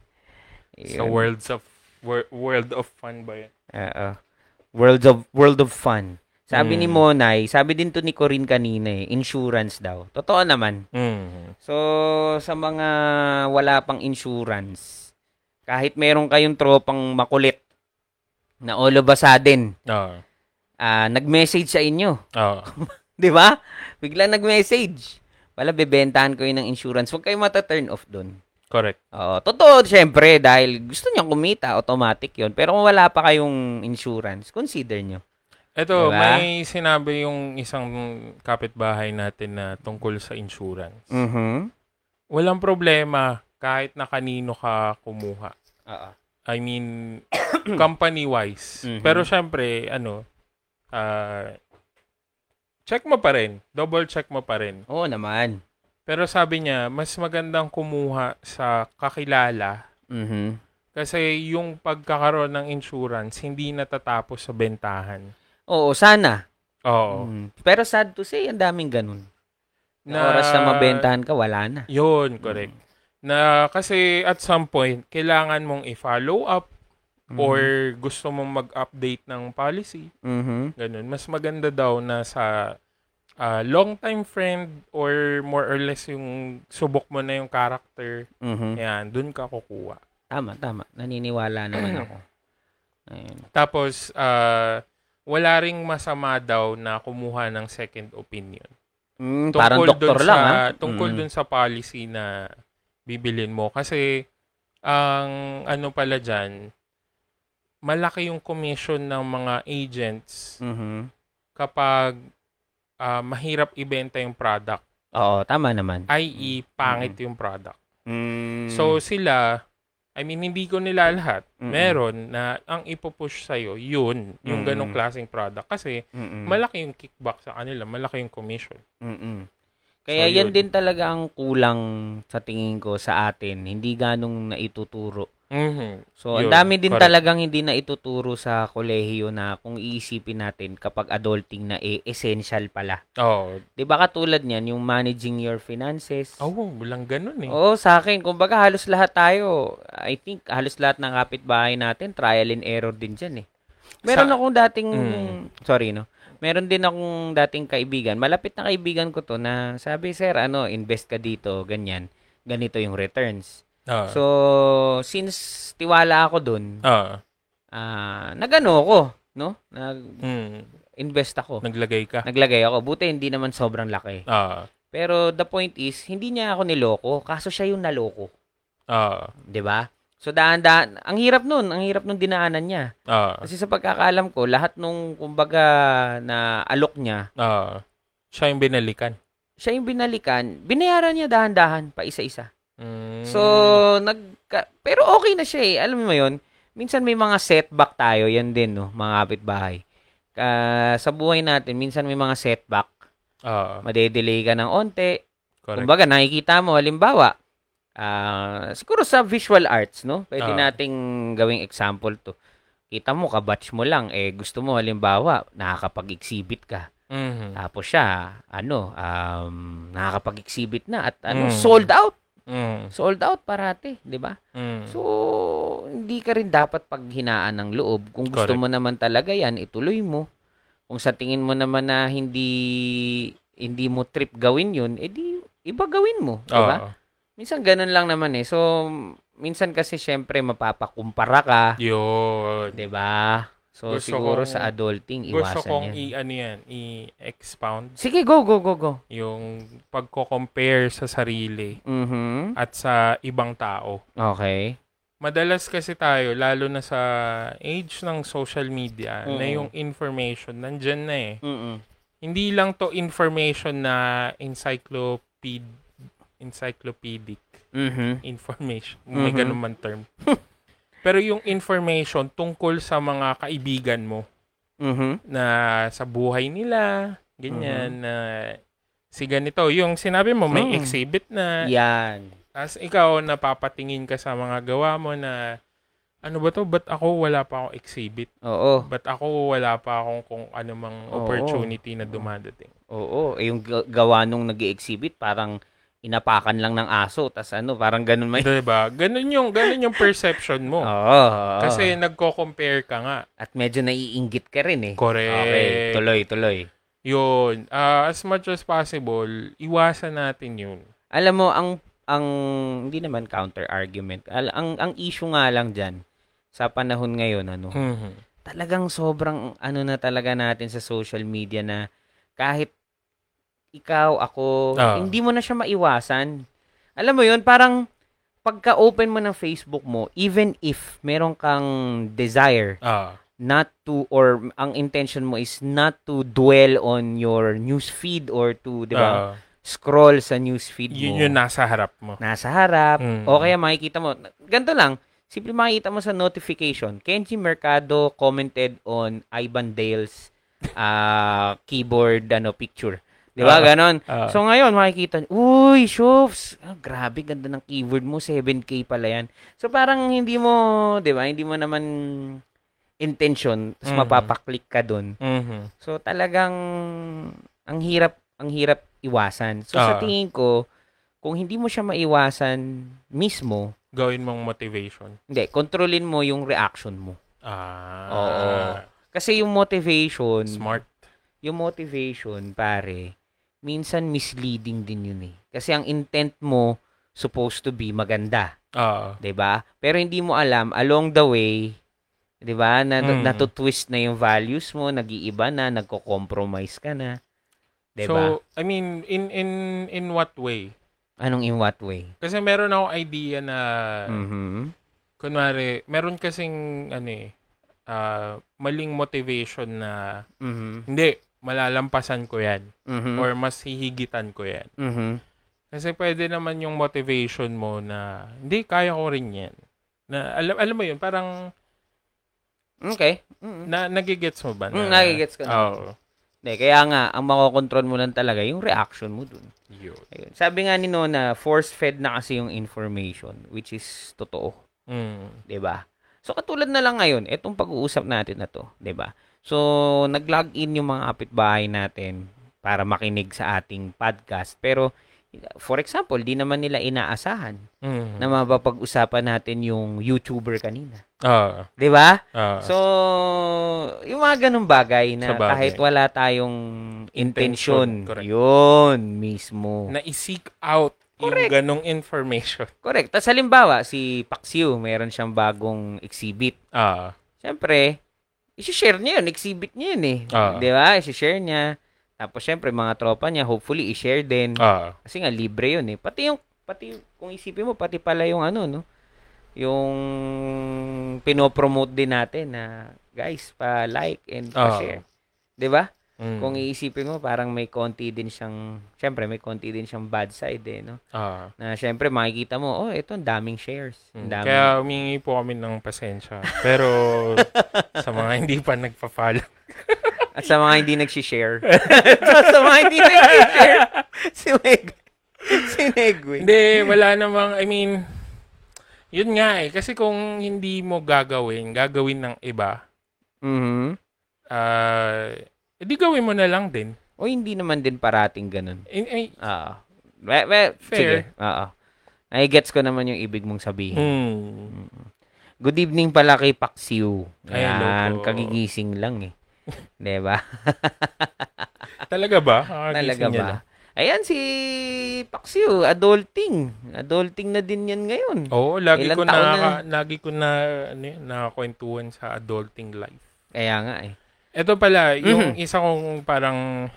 [SPEAKER 2] Sa
[SPEAKER 1] Yun.
[SPEAKER 2] worlds of wor- world of fun ba yun?
[SPEAKER 1] Oo. World of World of Fun. Sabi ni
[SPEAKER 2] Mm.
[SPEAKER 1] Monay, sabi din to ni Corin kanina eh, insurance daw. Totoo naman. So, sa mga wala pang insurance, kahit meron kayong tropang makulit na all of a sudden,
[SPEAKER 2] Ah.
[SPEAKER 1] ah, nag-message sa inyo,
[SPEAKER 2] Ah.
[SPEAKER 1] Di ba? Bigla nag-message. Wala, bebentahan ko yun ng insurance. Huwag kayo mata-turn off doon.
[SPEAKER 2] Correct.
[SPEAKER 1] Oo, totoo, syempre, dahil gusto niyang kumita, automatic yon Pero kung wala pa kayong insurance, consider nyo.
[SPEAKER 2] Ito,
[SPEAKER 1] Diba?
[SPEAKER 2] may sinabi yung isang kapitbahay natin na tungkol sa insurance.
[SPEAKER 1] Mm-hmm.
[SPEAKER 2] Walang problema kahit na kanino ka kumuha.
[SPEAKER 1] Oo.
[SPEAKER 2] I mean, company-wise.
[SPEAKER 1] Mhm.
[SPEAKER 2] Pero syempre, ano, ah, check mo pa rin. Double check mo pa rin.
[SPEAKER 1] Oo naman.
[SPEAKER 2] Pero sabi niya, mas magandang kumuha sa kakilala
[SPEAKER 1] Mm-hmm.
[SPEAKER 2] kasi yung pagkakaroon ng insurance, hindi natatapos sa bentahan.
[SPEAKER 1] Oo, sana. Mm-hmm.
[SPEAKER 2] Oo.
[SPEAKER 1] Mm. Pero sad to say, ang daming ganun. Na, oras na Mm. mabentahan ka, wala na.
[SPEAKER 2] Yun, correct. Na kasi at some point, kailangan mong i-follow up
[SPEAKER 1] Mm-hmm.
[SPEAKER 2] or gusto mong mag-update ng policy.
[SPEAKER 1] Mhm.
[SPEAKER 2] Ganun. Mas maganda daw na sa ah, long-time friend or more or less yung subok mo na yung character.
[SPEAKER 1] Mhm.
[SPEAKER 2] Yan, dun ka kukuha.
[SPEAKER 1] Tama, tama. Naniniwala naman ako. Ayun.
[SPEAKER 2] Tapos, ah, wala ring masama daw na kumuha ng second opinion.
[SPEAKER 1] Mm,
[SPEAKER 2] Tungkol
[SPEAKER 1] parang doktor
[SPEAKER 2] dun
[SPEAKER 1] lang,
[SPEAKER 2] sa,
[SPEAKER 1] ha?
[SPEAKER 2] Tungkol
[SPEAKER 1] Mm.
[SPEAKER 2] dun sa policy na bibilin mo. Kasi, ang ano pala dyan, malaki yung commission ng mga agents
[SPEAKER 1] Mhm.
[SPEAKER 2] kapag ah, mahirap ibenta yung product.
[SPEAKER 1] Oo, tama naman.
[SPEAKER 2] I.e., E, pangit yung product.
[SPEAKER 1] Mm.
[SPEAKER 2] So, sila, I mean, hindi ko nila lahat.
[SPEAKER 1] Mm-mm.
[SPEAKER 2] Meron na ang ipopush sa'yo, yun, yung
[SPEAKER 1] Mm.
[SPEAKER 2] ganong klaseng product. Kasi,
[SPEAKER 1] Mm-mm.
[SPEAKER 2] malaki yung kickback sa kanila, malaki yung commission.
[SPEAKER 1] Mm-mm. Kaya
[SPEAKER 2] So,
[SPEAKER 1] yan
[SPEAKER 2] yun.
[SPEAKER 1] din talaga ang kulang sa tingin ko sa atin. Hindi ganong naituturo. Mm-hmm.
[SPEAKER 2] Mhm.
[SPEAKER 1] So, ang
[SPEAKER 2] Yun,
[SPEAKER 1] dami din
[SPEAKER 2] correct.
[SPEAKER 1] talagang hindi na ituturo sa kolehiyo na kung iisipin natin kapag adulting na eh, essential pala.
[SPEAKER 2] Oh,
[SPEAKER 1] 'Di ba katulad niyan, yung managing your finances.
[SPEAKER 2] oh, walang ganun eh.
[SPEAKER 1] Oo, sa akin, kumbaga halos lahat tayo, I think halos lahat ng kapitbahay natin, trial and error din dyan eh. Meron
[SPEAKER 2] Sa-
[SPEAKER 1] akong dating,
[SPEAKER 2] Mm.
[SPEAKER 1] sorry no, meron din akong dating kaibigan, malapit na kaibigan ko to na sabi, sir, ano, invest ka dito, ganyan, ganito yung returns.
[SPEAKER 2] Ah.
[SPEAKER 1] So, since tiwala ako dun,
[SPEAKER 2] Ah.
[SPEAKER 1] ah, nagano ako, no?
[SPEAKER 2] Mm.
[SPEAKER 1] Nag-invest ako.
[SPEAKER 2] Naglagay ka.
[SPEAKER 1] Naglagay ako. Buti hindi naman sobrang laki.
[SPEAKER 2] Ah.
[SPEAKER 1] Pero the point is, hindi niya ako niloko, kaso siya yung naloko.
[SPEAKER 2] Ah.
[SPEAKER 1] 'di ba? So daan-daan, ang hirap nun, ang hirap nung dinaanan niya.
[SPEAKER 2] Ah.
[SPEAKER 1] Kasi sa pagkakaalam ko, lahat nung kumbaga na alok niya,
[SPEAKER 2] Ah. Siya yung binalikan.
[SPEAKER 1] siya yung binalikan, binayaran niya dahan-dahan pa isa-isa.
[SPEAKER 2] Mm.
[SPEAKER 1] So nagka, pero okay na siya eh. Alam mo 'yon. Minsan may mga setback tayo, yan din no, mga kapitbahay. Ah, sa buhay natin, minsan may mga setback.
[SPEAKER 2] ah,
[SPEAKER 1] Madedelay ka ng onte.
[SPEAKER 2] correct.
[SPEAKER 1] Kumbaga, nakikita mo, halimbawa, ah, siguro sa visual arts, no? Pwede
[SPEAKER 2] Ah.
[SPEAKER 1] nating gawing example to. Kita mo, kabatch mo lang, eh, gusto mo, halimbawa, nakakapag-exhibit ka.
[SPEAKER 2] Mhm.
[SPEAKER 1] Tapos siya, ano, um, nakakapag-exhibit na at ano,
[SPEAKER 2] Mm.
[SPEAKER 1] sold out.
[SPEAKER 2] Mm.
[SPEAKER 1] Sold out parati, di ba?
[SPEAKER 2] Mm.
[SPEAKER 1] So, hindi ka rin dapat paghinaan ng loob. Kung gusto
[SPEAKER 2] Correct.
[SPEAKER 1] mo naman talaga yan, ituloy mo. Kung sa tingin mo naman na hindi hindi mo trip gawin yun, edi iba gawin mo, di ba?
[SPEAKER 2] Ah,
[SPEAKER 1] Minsan ganun lang naman eh. So, minsan kasi syempre mapapakumpara ka,
[SPEAKER 2] Yun.
[SPEAKER 1] 'di ba? So,
[SPEAKER 2] Gusto
[SPEAKER 1] siguro
[SPEAKER 2] kong-
[SPEAKER 1] sa adulting
[SPEAKER 2] Gusto
[SPEAKER 1] iwasan
[SPEAKER 2] kong
[SPEAKER 1] yan.
[SPEAKER 2] i-ano yan, i-expound
[SPEAKER 1] Sige, go go go go.
[SPEAKER 2] yung pagko-compare sa sarili
[SPEAKER 1] Mhm.
[SPEAKER 2] at sa ibang tao.
[SPEAKER 1] Okay.
[SPEAKER 2] Madalas kasi tayo, lalo na sa age ng social media, na
[SPEAKER 1] Oo.
[SPEAKER 2] yung information nandyan na eh.
[SPEAKER 1] Mhm.
[SPEAKER 2] hindi lang to information na encycloped encyclopedic
[SPEAKER 1] Mhm.
[SPEAKER 2] information. May
[SPEAKER 1] Mhm.
[SPEAKER 2] ganun man term. Pero yung information tungkol sa mga kaibigan mo
[SPEAKER 1] Mhm.
[SPEAKER 2] na sa buhay nila, ganyan na si ganito, yung sinabi mo
[SPEAKER 1] Mm.
[SPEAKER 2] may exhibit na,
[SPEAKER 1] Yan.
[SPEAKER 2] tapos ikaw napapatingin ka sa mga gawa mo na ano ba to? Ba't ako wala pa akong exhibit?
[SPEAKER 1] Oo.
[SPEAKER 2] Ba't ako wala pa akong kung anumang
[SPEAKER 1] Oo.
[SPEAKER 2] opportunity na dumadating?
[SPEAKER 1] Oo. Eh, yung ga- gawa nung nag-exhibit parang inapakan lang ng aso tas ano, parang ganun may
[SPEAKER 2] Diba? Ganun yung, ganun yung perception
[SPEAKER 1] Oo.
[SPEAKER 2] mo.
[SPEAKER 1] oo.
[SPEAKER 2] Kasi nagko-compare ka nga.
[SPEAKER 1] at medyo naiinggit ka rin eh.
[SPEAKER 2] Correct.
[SPEAKER 1] Okay, tuloy, tuloy.
[SPEAKER 2] Yun. Ah, as much as possible, iwasan natin yun.
[SPEAKER 1] Alam mo ang ang hindi naman counter argument. Al- ang ang issue nga lang diyan sa panahon ngayon ano.
[SPEAKER 2] Mhm.
[SPEAKER 1] Talagang sobrang ano na talaga natin sa social media na kahit ikaw ako
[SPEAKER 2] Ah.
[SPEAKER 1] hindi mo na siya maiwasan. Alam mo 'yun, parang pagka open mo ng Facebook mo, even if meron kang desire
[SPEAKER 2] Ah,
[SPEAKER 1] not to or ang intention mo is not to dwell on your news feed or to, 'di ba?
[SPEAKER 2] ah,
[SPEAKER 1] scroll sa news feed mo.
[SPEAKER 2] yun yung nasa harap mo.
[SPEAKER 1] nasa harap.
[SPEAKER 2] Mm.
[SPEAKER 1] O kaya makikita mo, ganito lang, simple makikita mo sa notification, Kenji Mercado commented on Ivan Dale's ah, keyboard ano, picture. Di ba?
[SPEAKER 2] Ah.
[SPEAKER 1] Ganon.
[SPEAKER 2] Ah,
[SPEAKER 1] So ngayon, makikita, uy, Shofs, ah, grabe, ganda ng keyword mo, 7K pala yan. So parang hindi mo, di ba, hindi mo naman intention, tapos
[SPEAKER 2] Mm.
[SPEAKER 1] mapapaklik ka dun.
[SPEAKER 2] mhm.
[SPEAKER 1] So talagang ang hirap ang hirap iwasan. So sa
[SPEAKER 2] Ah.
[SPEAKER 1] tingin ko, kung hindi mo siya maiwasan mismo,
[SPEAKER 2] Gawin mong motivation.
[SPEAKER 1] hindi, kontrolin mo yung reaction mo.
[SPEAKER 2] Ah.
[SPEAKER 1] Oo. Kasi yung motivation,
[SPEAKER 2] Smart.
[SPEAKER 1] yung motivation, pare, minsan misleading din yun eh. Kasi ang intent mo supposed to be maganda.
[SPEAKER 2] Ah.
[SPEAKER 1] 'di ba? Pero hindi mo alam along the way, 'di ba? Na
[SPEAKER 2] Mm.
[SPEAKER 1] natutwist na yung values mo, nag-iiba na, nagko-compromise ka na. 'Di ba?
[SPEAKER 2] So, I mean, in in in what way?
[SPEAKER 1] Anong in what way?
[SPEAKER 2] Kasi meron akong idea na
[SPEAKER 1] Mhm.
[SPEAKER 2] kunwari, meron kasing ano eh, ah, maling motivation na
[SPEAKER 1] Mhm.
[SPEAKER 2] hindi, malalampasan ko 'yan
[SPEAKER 1] Mhm.
[SPEAKER 2] or mas hihigitan ko 'yan.
[SPEAKER 1] Mhm.
[SPEAKER 2] Kasi pwede naman yung motivation mo na hindi kaya ko rin 'yan. Na alam alam mo 'yun, parang
[SPEAKER 1] Okay. Mm.
[SPEAKER 2] na nagigets mo ba?
[SPEAKER 1] Mm, nagigets ko na.
[SPEAKER 2] Oo.
[SPEAKER 1] Hindi, kaya nga ang makokontrol mo lang talaga yung reaction mo dun.
[SPEAKER 2] Yun.
[SPEAKER 1] Ayun. Sabi nga ni Nona, force-fed na kasi yung information, which is totoo.
[SPEAKER 2] Mm.
[SPEAKER 1] 'di ba? So katulad na lang ngayon, etong pag-uusap natin na 'to, 'di ba? So nag-log in yung mga kapitbahay natin para makinig sa ating podcast. Pero for example, di naman nila inaasahan
[SPEAKER 2] Mm.
[SPEAKER 1] na mapapag-usapan natin yung YouTuber kanina.
[SPEAKER 2] Ah,
[SPEAKER 1] 'Di ba?
[SPEAKER 2] ah.
[SPEAKER 1] So yung mga ganung bagay na
[SPEAKER 2] Sa bagay.
[SPEAKER 1] kahit wala tayong
[SPEAKER 2] Intention,
[SPEAKER 1] intention,
[SPEAKER 2] correct.
[SPEAKER 1] 'yun mismo.
[SPEAKER 2] na i-seek out
[SPEAKER 1] Correct.
[SPEAKER 2] yung ganong information.
[SPEAKER 1] Correct. Tapos halimbawa, si Paxiu, meron siyang bagong exhibit.
[SPEAKER 2] Ah,
[SPEAKER 1] Siyempre, isi-share niya yun, exhibit niya yun eh.
[SPEAKER 2] Ah.
[SPEAKER 1] Di ba? Isi-share niya. Tapos siyempre, mga tropa niya, hopefully, i-share din.
[SPEAKER 2] ah,
[SPEAKER 1] Kasi nga, libre yun eh. Pati yung, pati, kung isipin mo, pati pala yung ano, no? Yung pinopromote din natin na, guys, pa-like and
[SPEAKER 2] Ah.
[SPEAKER 1] pa-share. Di ba?
[SPEAKER 2] mm,
[SPEAKER 1] Kung iisipin mo, parang may konti din siyang, siyempre, may konti din siyang bad side eh, no?
[SPEAKER 2] ah.
[SPEAKER 1] Na siyempre, makikita mo, oh, ito, ang daming shares. Ang
[SPEAKER 2] Mm.
[SPEAKER 1] daming,
[SPEAKER 2] Kaya humingi po kami ng pasensya. Pero sa mga hindi pa nagpa-follow.
[SPEAKER 1] At sa mga hindi nag-share. sa mga hindi nag-share. Si Meg. Si Megwe.
[SPEAKER 2] hindi, wala namang, I mean, yun nga eh. Kasi kung hindi mo gagawin, gagawin ng iba,
[SPEAKER 1] Mhm.
[SPEAKER 2] ah, edi gawin mo na lang din.
[SPEAKER 1] O hindi naman din parating ganun.
[SPEAKER 2] In- ay,
[SPEAKER 1] Oo. Well, well, sige.
[SPEAKER 2] Fair.
[SPEAKER 1] Oo. Ay gets ko naman yung ibig mong sabihin. Hmm.
[SPEAKER 2] mm,
[SPEAKER 1] Good evening pala kay Paxiu.
[SPEAKER 2] Ay,
[SPEAKER 1] Ayan,
[SPEAKER 2] loko.
[SPEAKER 1] kagigising lang eh. 'Di ba?
[SPEAKER 2] talaga ba? Nakakagising
[SPEAKER 1] Talaga
[SPEAKER 2] niya
[SPEAKER 1] ba?
[SPEAKER 2] lang.
[SPEAKER 1] Ayan si Paxiu, adulting. Adulting na din 'yan ngayon.
[SPEAKER 2] Oo, lagi
[SPEAKER 1] Ilang
[SPEAKER 2] ko
[SPEAKER 1] taon
[SPEAKER 2] na,
[SPEAKER 1] na?
[SPEAKER 2] lagi ko na, ano yun, nakakwentuhan sa adulting life.
[SPEAKER 1] Kaya nga eh.
[SPEAKER 2] Ito pala, yung
[SPEAKER 1] Mm-hmm.
[SPEAKER 2] isa kong parang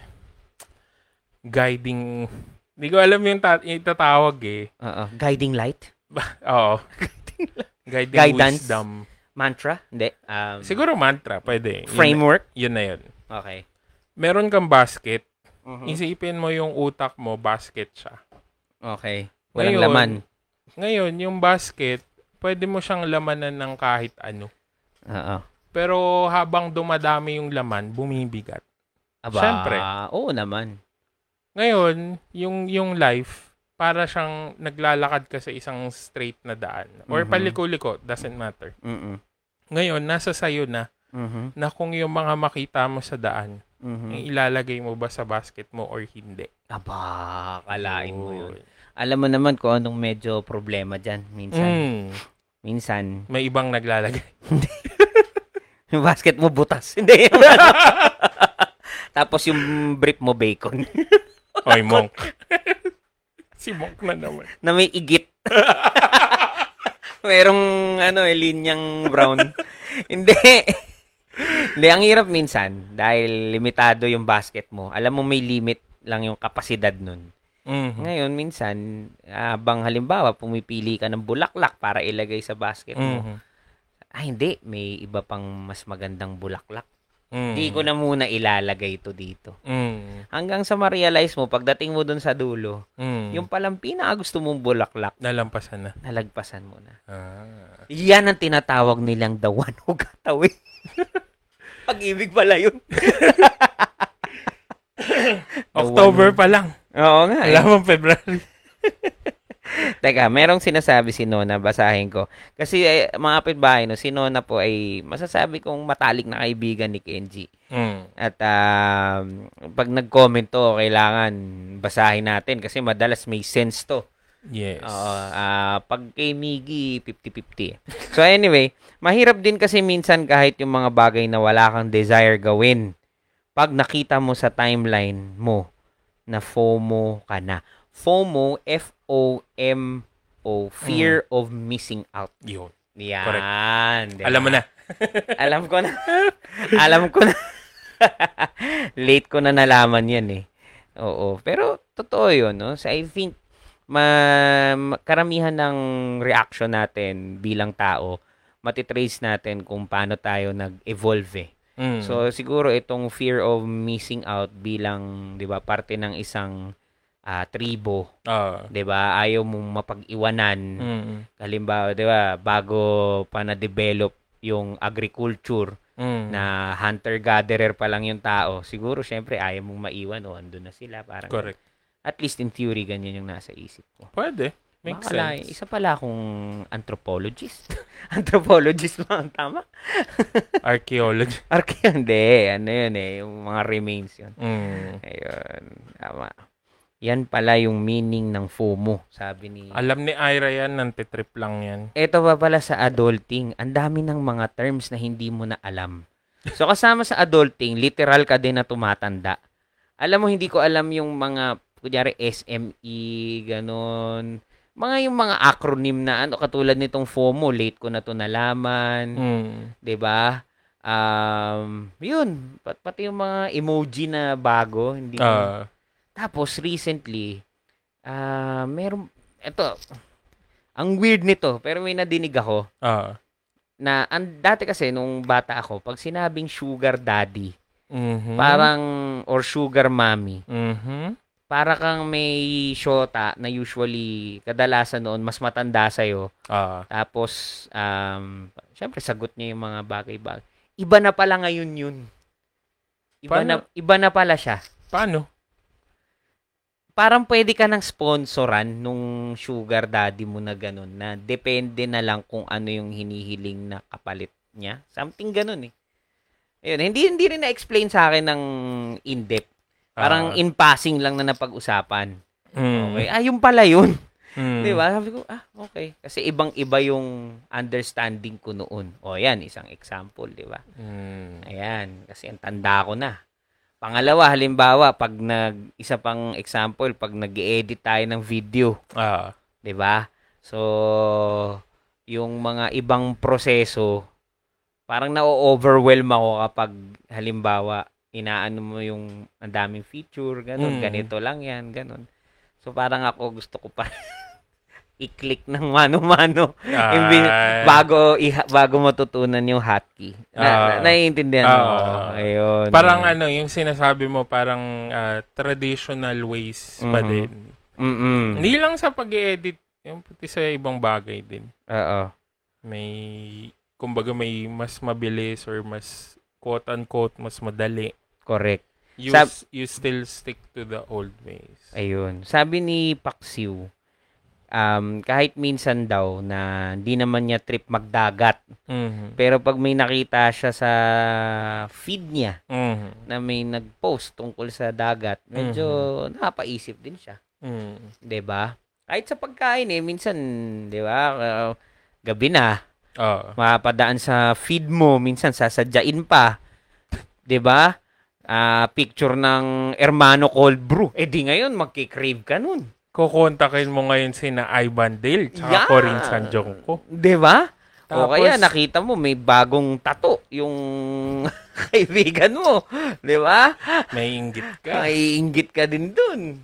[SPEAKER 2] guiding, hindi ko alam yung ta- itatawag eh.
[SPEAKER 1] Oo. Guiding light?
[SPEAKER 2] Oo. guiding
[SPEAKER 1] Guidance?
[SPEAKER 2] wisdom.
[SPEAKER 1] Mantra? Hindi. Um,
[SPEAKER 2] Siguro mantra, pwede. Yun-
[SPEAKER 1] framework?
[SPEAKER 2] Yun, na yun. Mm-hmm.
[SPEAKER 1] Okay.
[SPEAKER 2] Meron kang basket,
[SPEAKER 1] Mm-hmm.
[SPEAKER 2] isipin mo yung utak mo, basket siya.
[SPEAKER 1] Okay. Walang
[SPEAKER 2] Ngayon,
[SPEAKER 1] laman.
[SPEAKER 2] Ngayon, yung basket, pwede mo siyang lamanan ng kahit ano.
[SPEAKER 1] Oo.
[SPEAKER 2] Pero habang dumadami yung laman, bumibigat.
[SPEAKER 1] Aba,
[SPEAKER 2] Siyempre.
[SPEAKER 1] Oo naman.
[SPEAKER 2] Ngayon, yung yung life para siyang naglalakad ka sa isang straight na daan or
[SPEAKER 1] Mhm.
[SPEAKER 2] paliko-liko, doesn't matter.
[SPEAKER 1] Mm-mm.
[SPEAKER 2] Ngayon, nasa sayo na
[SPEAKER 1] Mm-hmm.
[SPEAKER 2] na kung yung mga makita mo sa daan,
[SPEAKER 1] mm
[SPEAKER 2] yung ilalagay mo ba sa basket mo or hindi.
[SPEAKER 1] Aba, kalain mo yun. Alam mo naman kung anong medyo problema dyan. Minsan,
[SPEAKER 2] Mm,
[SPEAKER 1] minsan,
[SPEAKER 2] may ibang naglalagay.
[SPEAKER 1] yung basket mo butas. Hindi. ano. Tapos yung brief mo bacon
[SPEAKER 2] Oy, Monk. si Monk na naman.
[SPEAKER 1] na may igit. Merong ano, eh, linyang brown. Hindi. Hindi, ang hirap minsan dahil limitado yung basket mo. Alam mo may limit lang yung kapasidad nun.
[SPEAKER 2] Mhm.
[SPEAKER 1] Ngayon, minsan, abang halimbawa, pumipili ka ng bulaklak para ilagay sa basket mo.
[SPEAKER 2] Mhm.
[SPEAKER 1] Ah, hindi. May iba pang mas magandang bulaklak.
[SPEAKER 2] Mhm.
[SPEAKER 1] Hindi ko na muna ilalagay ito dito.
[SPEAKER 2] Mm.
[SPEAKER 1] Hanggang sa ma-realize mo, pagdating mo dun sa dulo,
[SPEAKER 2] Mm.
[SPEAKER 1] yung palang pinakagusto mong bulaklak,
[SPEAKER 2] nalampasan na.
[SPEAKER 1] nalagpasan mo na.
[SPEAKER 2] Ah.
[SPEAKER 1] Yan ang tinatawag nilang dawan o gatawin. Pag-ibig pala yun.
[SPEAKER 2] October pa lang.
[SPEAKER 1] Oo nga. eh.
[SPEAKER 2] Alam mo, February.
[SPEAKER 1] Teka, merong sinasabi si Nona, basahin ko. Kasi eh, mga kapitbahay, no, si Nona po ay masasabi kong matalik na kaibigan ni Kenji.
[SPEAKER 2] Mm.
[SPEAKER 1] At um, pag nag-comment to, kailangan basahin natin kasi madalas may sense to.
[SPEAKER 2] Yes.
[SPEAKER 1] Oo, ah, pag kay Miggy, 50-50. So anyway, mahirap din kasi minsan kahit yung mga bagay na wala kang desire gawin. Pag nakita mo sa timeline mo na FOMO ka na. FOMO, F-O-M-O, Fear of Missing Out.
[SPEAKER 2] Yun.
[SPEAKER 1] Yan.
[SPEAKER 2] Mm. Correct.
[SPEAKER 1] di ba?
[SPEAKER 2] Alam mo na.
[SPEAKER 1] Alam ko na. Alam ko na. Late ko na nalaman yan eh. Oo. Pero totoo yun, no? So I think ma- ma- karamihan ng reaction natin bilang tao, matitrace natin kung paano tayo nag-evolve eh.
[SPEAKER 2] Mm.
[SPEAKER 1] So siguro itong fear of missing out bilang, 'di ba, parte ng isang ah, tribo,
[SPEAKER 2] Ah.
[SPEAKER 1] 'di ba? Ayaw mong mapag-iwanan
[SPEAKER 2] Mm.
[SPEAKER 1] halimbawa, 'di ba, bago pa na-develop yung agriculture
[SPEAKER 2] Mm.
[SPEAKER 1] na hunter-gatherer pa lang yung tao, siguro syempre ayaw mong maiwan o andun na sila parang
[SPEAKER 2] Correct.
[SPEAKER 1] at least in theory ganyan yung nasa isip ko.
[SPEAKER 2] Pwede. Makes
[SPEAKER 1] Baka
[SPEAKER 2] sense.
[SPEAKER 1] Isa pala akong anthropologist. anthropologist ba ang tama?
[SPEAKER 2] Archaeology.
[SPEAKER 1] Arke, hindi. Ano yun eh. Yung mga remains yun.
[SPEAKER 2] Mm.
[SPEAKER 1] Ayun. Tama. Yan pala yung meaning ng FOMO, sabi ni...
[SPEAKER 2] Alam ni Ira yan, nantitrip lang yan.
[SPEAKER 1] Ito pa pala sa adulting, ang dami ng mga terms na hindi mo na alam. So kasama sa adulting, literal ka din na tumatanda. Alam mo, hindi ko alam yung mga, kunyari SME, ganon. Mga yung mga acronym na ano, katulad nitong FOMO, late ko na to nalaman,
[SPEAKER 2] Mm.
[SPEAKER 1] 'di ba Um, yun, pat- pati yung mga emoji na bago, hindi mo-
[SPEAKER 2] Ah.
[SPEAKER 1] tapos recently, ah meron eto. Ang weird nito, pero may nadinig ako
[SPEAKER 2] Ah.
[SPEAKER 1] na ang dati kasi nung bata ako, pag sinabing sugar daddy,
[SPEAKER 2] Mhm.
[SPEAKER 1] parang or sugar mommy,
[SPEAKER 2] Mhm.
[SPEAKER 1] para kang may shota na usually kadalasan noon mas matanda sa
[SPEAKER 2] Ah.
[SPEAKER 1] Tapos um syempre sagot niya yung mga bagay-bagay. Iba na pala ngayon yun. Iba na
[SPEAKER 2] Paano?
[SPEAKER 1] iba na pala siya.
[SPEAKER 2] Paano?
[SPEAKER 1] parang pwede ka ng sponsoran nung sugar daddy mo na ganun na depende na lang kung ano yung hinihiling na kapalit niya. Something ganun eh. Ayun, hindi hindi rin na-explain sa akin ng in-depth. Parang
[SPEAKER 2] Ah.
[SPEAKER 1] in passing lang na napag-usapan.
[SPEAKER 2] Mm.
[SPEAKER 1] Okay. Ah, yung pala yun.
[SPEAKER 2] Mm.
[SPEAKER 1] 'Di ba? Sabi ko, ah, okay. Kasi ibang-iba yung understanding ko noon. O, yan, isang example, 'di ba?
[SPEAKER 2] Mm.
[SPEAKER 1] Ayan, kasi ang tanda ko na. Pangalawa, halimbawa, pag nag, isa pang example, pag nag edit tayo ng video,
[SPEAKER 2] Ah.
[SPEAKER 1] 'di ba? So, yung mga ibang proseso, parang na-overwhelm ako kapag halimbawa, inaano mo yung ang daming feature, ganun,
[SPEAKER 2] Mm.
[SPEAKER 1] ganito lang 'yan, ganun. So, parang ako gusto ko pa i-click ng mano-mano Imbi-
[SPEAKER 2] Ay.
[SPEAKER 1] bago iha, bago matutunan yung hotkey. Na,
[SPEAKER 2] Ah.
[SPEAKER 1] na, naiintindihan mo.
[SPEAKER 2] Ah.
[SPEAKER 1] Ayun.
[SPEAKER 2] Parang ano, yung sinasabi mo, parang ah, traditional ways pa
[SPEAKER 1] Mhm.
[SPEAKER 2] din.
[SPEAKER 1] Mm-mm.
[SPEAKER 2] Hindi lang sa pag edit yung pati sa ibang bagay din.
[SPEAKER 1] Oo.
[SPEAKER 2] May, kumbaga may mas mabilis or mas quote-unquote, mas madali.
[SPEAKER 1] Correct.
[SPEAKER 2] You,
[SPEAKER 1] Sab-
[SPEAKER 2] s- you still stick to the old ways.
[SPEAKER 1] Ayun. Sabi ni Paksiw, um, kahit minsan daw na hindi naman niya trip magdagat,
[SPEAKER 2] Mhm.
[SPEAKER 1] pero pag may nakita siya sa feed niya
[SPEAKER 2] Mhm.
[SPEAKER 1] na may nag-post tungkol sa dagat, medyo
[SPEAKER 2] Mm-hmm.
[SPEAKER 1] napaisip din siya.
[SPEAKER 2] Mhm.
[SPEAKER 1] 'Di ba? Kahit sa pagkain eh, minsan, 'di ba? uh, gabi na,
[SPEAKER 2] Ah.
[SPEAKER 1] mapadaan sa feed mo, minsan sasadyain pa. 'Di ba? Ah, picture ng Hermano Cold Brew. Eh di ngayon magki-crave ka nun.
[SPEAKER 2] Kukontakin mo ngayon sina Ivan Dale tsaka
[SPEAKER 1] Yeah.
[SPEAKER 2] Corinne Sanjongko.
[SPEAKER 1] 'Di ba? O
[SPEAKER 2] Tapos-
[SPEAKER 1] kaya nakita mo may bagong tato yung kaibigan mo, 'di ba?
[SPEAKER 2] May inggit ka.
[SPEAKER 1] Maiinggit ka din dun.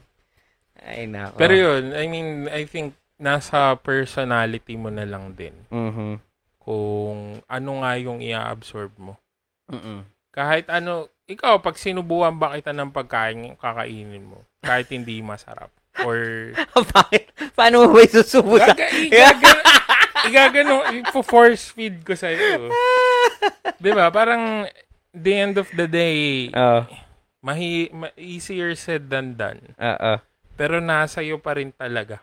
[SPEAKER 1] Ay nako.
[SPEAKER 2] Pero yun, I mean, I think nasa personality mo na lang din
[SPEAKER 1] Mhm.
[SPEAKER 2] kung ano nga yung i-absorb mo.
[SPEAKER 1] Mm-mm.
[SPEAKER 2] Kahit ano, ikaw, pag sinubuhan ba kita ng pagkain, yung kakainin mo. Kahit hindi masarap. Or,
[SPEAKER 1] Bakit? Paano mo ba isusubo sa...
[SPEAKER 2] gaga, igaga, igagano, ipo-force feed ko sa'yo. Di ba? Parang, the end of the day,
[SPEAKER 1] Oo.
[SPEAKER 2] mahi, ma- easier said than done.
[SPEAKER 1] Oo.
[SPEAKER 2] Pero nasa iyo pa rin talaga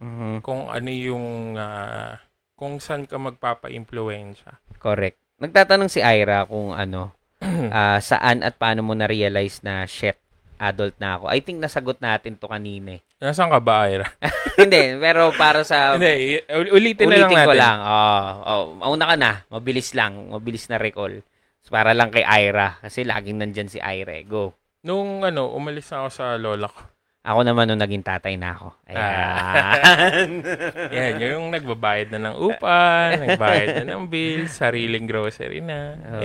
[SPEAKER 1] Mhm.
[SPEAKER 2] kung ano yung ah, kung saan ka magpapa-impluwensya.
[SPEAKER 1] Correct. Nagtatanong si Ira kung ano, ah, saan at paano mo na-realize na shit, adult na ako. I think nasagot natin to kanina. eh.
[SPEAKER 2] Nasaan ka ba, Ira?
[SPEAKER 1] Hindi, pero para sa
[SPEAKER 2] Hindi, ul- ulitin, na lang
[SPEAKER 1] Um, ulitin ko
[SPEAKER 2] natin.
[SPEAKER 1] lang. Oh, oh, mauna ka na. Mabilis lang. Mabilis na recall. Para lang kay Ira. Kasi laging nandyan si Ira. eh. Go.
[SPEAKER 2] Nung ano, umalis na ako sa lola ko.
[SPEAKER 1] Ako naman nung naging tatay na ako.
[SPEAKER 2] Ah.
[SPEAKER 1] Ayan.
[SPEAKER 2] Yan, yung nagbabayad na ng upa, nagbayad na ng bill, sariling grocery na.
[SPEAKER 1] Oo,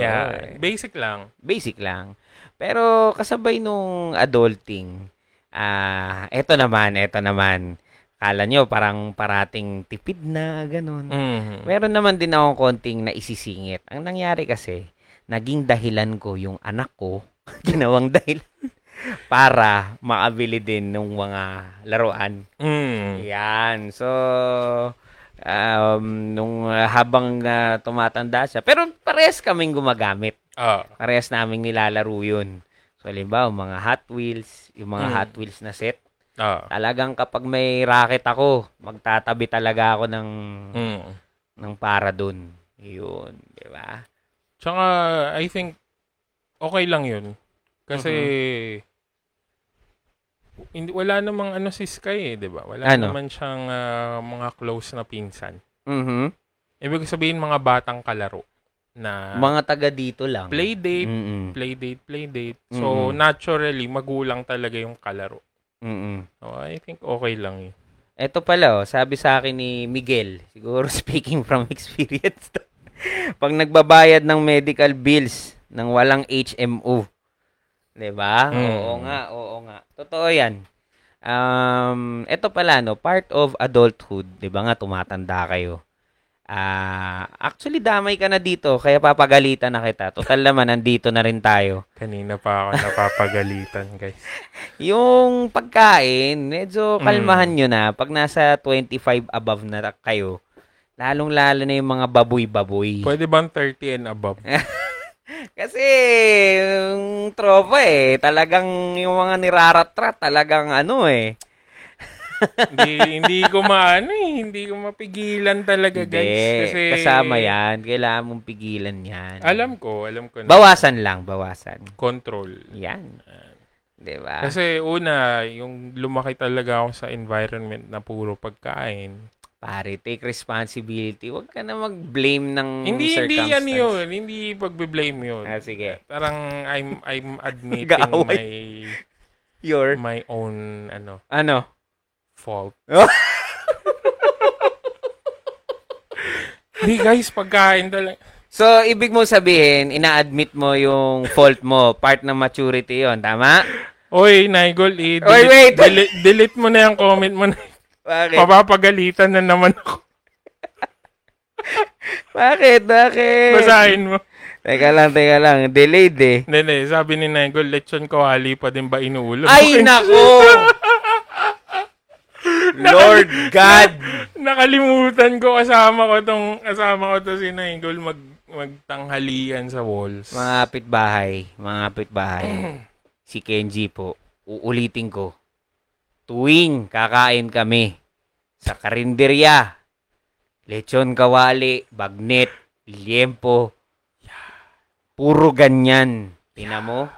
[SPEAKER 1] eh.
[SPEAKER 2] yeah, basic lang.
[SPEAKER 1] Basic lang. Pero kasabay nung adulting, ah, eto naman, eto naman. Kala nyo parang parating tipid na, ganun.
[SPEAKER 2] Mhm.
[SPEAKER 1] Meron naman din akong konting naisisingit. Ang nangyari kasi, naging dahilan ko yung anak ko, ginawang dahilan para makabili din ng mga laruan.
[SPEAKER 2] Mm.
[SPEAKER 1] Yan. So, um, nung uh, habang na tumatanda siya, pero parehas kaming gumagamit.
[SPEAKER 2] Ah.
[SPEAKER 1] Parehas naming nilalaro yun. So, halimbawa, mga Hot Wheels, yung mga
[SPEAKER 2] Mm.
[SPEAKER 1] Hot Wheels na set,
[SPEAKER 2] Ah.
[SPEAKER 1] talagang kapag may racket ako, magtatabi talaga ako ng,
[SPEAKER 2] Mm.
[SPEAKER 1] ng para dun. Yun, di ba?
[SPEAKER 2] Tsaka, I think, okay lang yun. Kasi, hindi, wala namang ano si Sky eh, di ba? Wala
[SPEAKER 1] Mm-hmm. Ano?
[SPEAKER 2] naman siyang ah, mga close na pinsan. Mm-hmm.
[SPEAKER 1] Mhm.
[SPEAKER 2] Ibig sabihin, mga batang kalaro na
[SPEAKER 1] Mga taga dito lang.
[SPEAKER 2] playdate,
[SPEAKER 1] Mm-mm.
[SPEAKER 2] playdate, playdate. So,
[SPEAKER 1] Mm.
[SPEAKER 2] naturally, magulang talaga yung kalaro.
[SPEAKER 1] Mm-mm.
[SPEAKER 2] So, Oh, I think okay lang yun.
[SPEAKER 1] Eto pala, oh, sabi sa akin ni Miguel, siguro speaking from experience. to. Pag nagbabayad ng medical bills ng walang HMO. 'Di ba?
[SPEAKER 2] Mm.
[SPEAKER 1] Oo nga, oo nga. Totoo 'yan. Um, eto pala no, part of adulthood, 'di ba nga tumatanda kayo. Ah, actually damay ka na dito, kaya papagalitan na kita. Total naman nandito na rin tayo.
[SPEAKER 2] Kanina pa ako napapagalitan, guys.
[SPEAKER 1] Yung pagkain,
[SPEAKER 2] Mm.
[SPEAKER 1] medyo kalmahan nyo na. Pag nasa 25 above na kayo, lalong-lalo na yung mga baboy-baboy.
[SPEAKER 2] Pwede bang 30 and above?
[SPEAKER 1] Kasi yung tropa eh, talagang yung mga niraratrat, talagang ano eh.
[SPEAKER 2] hindi, hindi ko maano eh. Hindi ko mapigilan talaga, guys.
[SPEAKER 1] Hindi,
[SPEAKER 2] Kasi,
[SPEAKER 1] kasama yan. Kailangan mong pigilan yan.
[SPEAKER 2] Alam ko, alam ko na.
[SPEAKER 1] Bawasan lang, bawasan.
[SPEAKER 2] Control.
[SPEAKER 1] Yan. Diba?
[SPEAKER 2] Kasi una, yung lumaki talaga ako sa environment na puro pagkain.
[SPEAKER 1] Pare, take responsibility. Huwag ka na mag-blame ng
[SPEAKER 2] hindi, hindi
[SPEAKER 1] Hmm, circumstance.
[SPEAKER 2] yan yun. Hindi pagbe-blame yun.
[SPEAKER 1] Ah, sige.
[SPEAKER 2] Parang I'm, I'm admitting
[SPEAKER 1] Nag-aaway.
[SPEAKER 2] my,
[SPEAKER 1] Your,
[SPEAKER 2] my own, ano,
[SPEAKER 1] ano?
[SPEAKER 2] fault.
[SPEAKER 1] Oh.
[SPEAKER 2] Hindi guys, pagkain talaga.
[SPEAKER 1] So, ibig mo sabihin, ina-admit mo yung fault mo. Part ng maturity yon tama?
[SPEAKER 2] Oy, Nigel, eh, delete,
[SPEAKER 1] Oy, wait.
[SPEAKER 2] Delete, delete mo na yung comment mo na.
[SPEAKER 1] Bakit?
[SPEAKER 2] Papapagalitan na naman ako.
[SPEAKER 1] Bakit? Bakit?
[SPEAKER 2] Basahin mo.
[SPEAKER 1] Teka lang, teka lang. Delayed eh.
[SPEAKER 2] Hindi, hindi. Sabi ni Nigel, lechon kawali pa din ba inuulo?
[SPEAKER 1] Ay, nako! Lord God!
[SPEAKER 2] Nakalimutan ko kasama ko tong kasama ko to si Nigel mag magtanghalian sa walls.
[SPEAKER 1] Mga kapitbahay, mga kapitbahay, si Kenji po, uulitin ko, tuwing kakain kami sa karinderya, lechon kawali, bagnet, liempo, puro ganyan. Tina mo?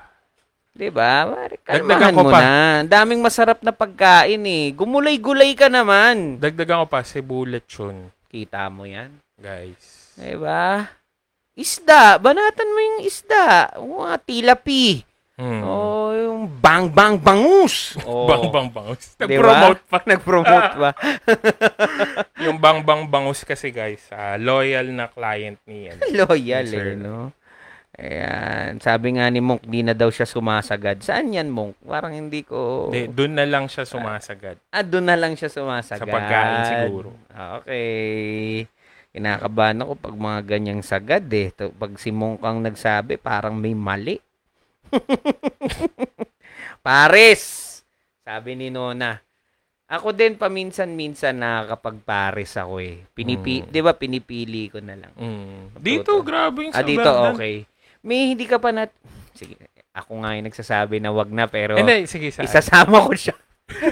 [SPEAKER 1] Di ba? Mare, Kalmahan
[SPEAKER 2] Dagdagan ko
[SPEAKER 1] mo
[SPEAKER 2] pa.
[SPEAKER 1] na. Ang daming masarap na pagkain eh. Gumulay-gulay ka naman.
[SPEAKER 2] Dagdagan ko pa Cebu lechon,
[SPEAKER 1] Kita mo yan.
[SPEAKER 2] guys.
[SPEAKER 1] Diba? Isda. Banatan mo yung isda. Yung Mga tilapi.
[SPEAKER 2] Hmm.
[SPEAKER 1] O yung bang bang bangus. O,
[SPEAKER 2] Bang bang bangus.
[SPEAKER 1] Diba?
[SPEAKER 2] Nag-promote pa.
[SPEAKER 1] Oh. Nag-promote ba?
[SPEAKER 2] Yung bang bang bangus kasi guys, ah, loyal na client ni ano.
[SPEAKER 1] Loyal
[SPEAKER 2] Yes,
[SPEAKER 1] eh,
[SPEAKER 2] sir.
[SPEAKER 1] no? Ayan. Sabi nga ni Monk, di na daw siya sumasagad. Saan yan, Monk? Parang hindi ko...
[SPEAKER 2] Hindi, Doon na lang siya sumasagad.
[SPEAKER 1] Ah, doon na lang siya sumasagad.
[SPEAKER 2] Sa pagkain siguro.
[SPEAKER 1] Ah, Okay. Kinakabahan ako pag mga ganyang sagad eh. To- Pag si Monk ang nagsabi, parang may mali. Paris! Sabi ni Nona. Ako din paminsan-minsan nakakapag-Paris ako eh. Pinipi,
[SPEAKER 2] Mm.
[SPEAKER 1] 'Di ba pinipili ko na lang.
[SPEAKER 2] Hmm. Dito, grabe yung
[SPEAKER 1] Ah,
[SPEAKER 2] sa
[SPEAKER 1] dito
[SPEAKER 2] Vernon.
[SPEAKER 1] okay. May hindi ka pa nat... Sige, ako nga yung nagsasabi na wag na pero...
[SPEAKER 2] Hindi, sige sa.
[SPEAKER 1] Isasama ko siya.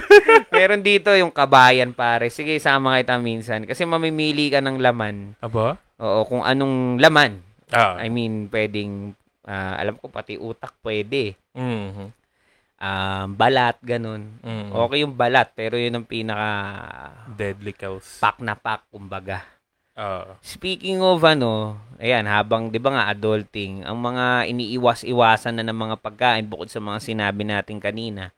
[SPEAKER 1] Meron dito yung kabayan pare. Sige, sama kita minsan. Kasi mamimili ka ng laman.
[SPEAKER 2] Aba?
[SPEAKER 1] Oo, kung anong laman.
[SPEAKER 2] Ah.
[SPEAKER 1] I mean, pwedeng Ah, alam ko pati utak pwede.
[SPEAKER 2] Mhm.
[SPEAKER 1] Um, balat, ganun.
[SPEAKER 2] Mhm.
[SPEAKER 1] Okay yung balat, pero yun ang pinaka
[SPEAKER 2] Deadly kills.
[SPEAKER 1] pak na pak, kumbaga.
[SPEAKER 2] Ah.
[SPEAKER 1] Speaking of ano, ayan, habang 'di ba nga adulting, ang mga iniiwas-iwasan na ng mga pagkain bukod sa mga sinabi natin kanina.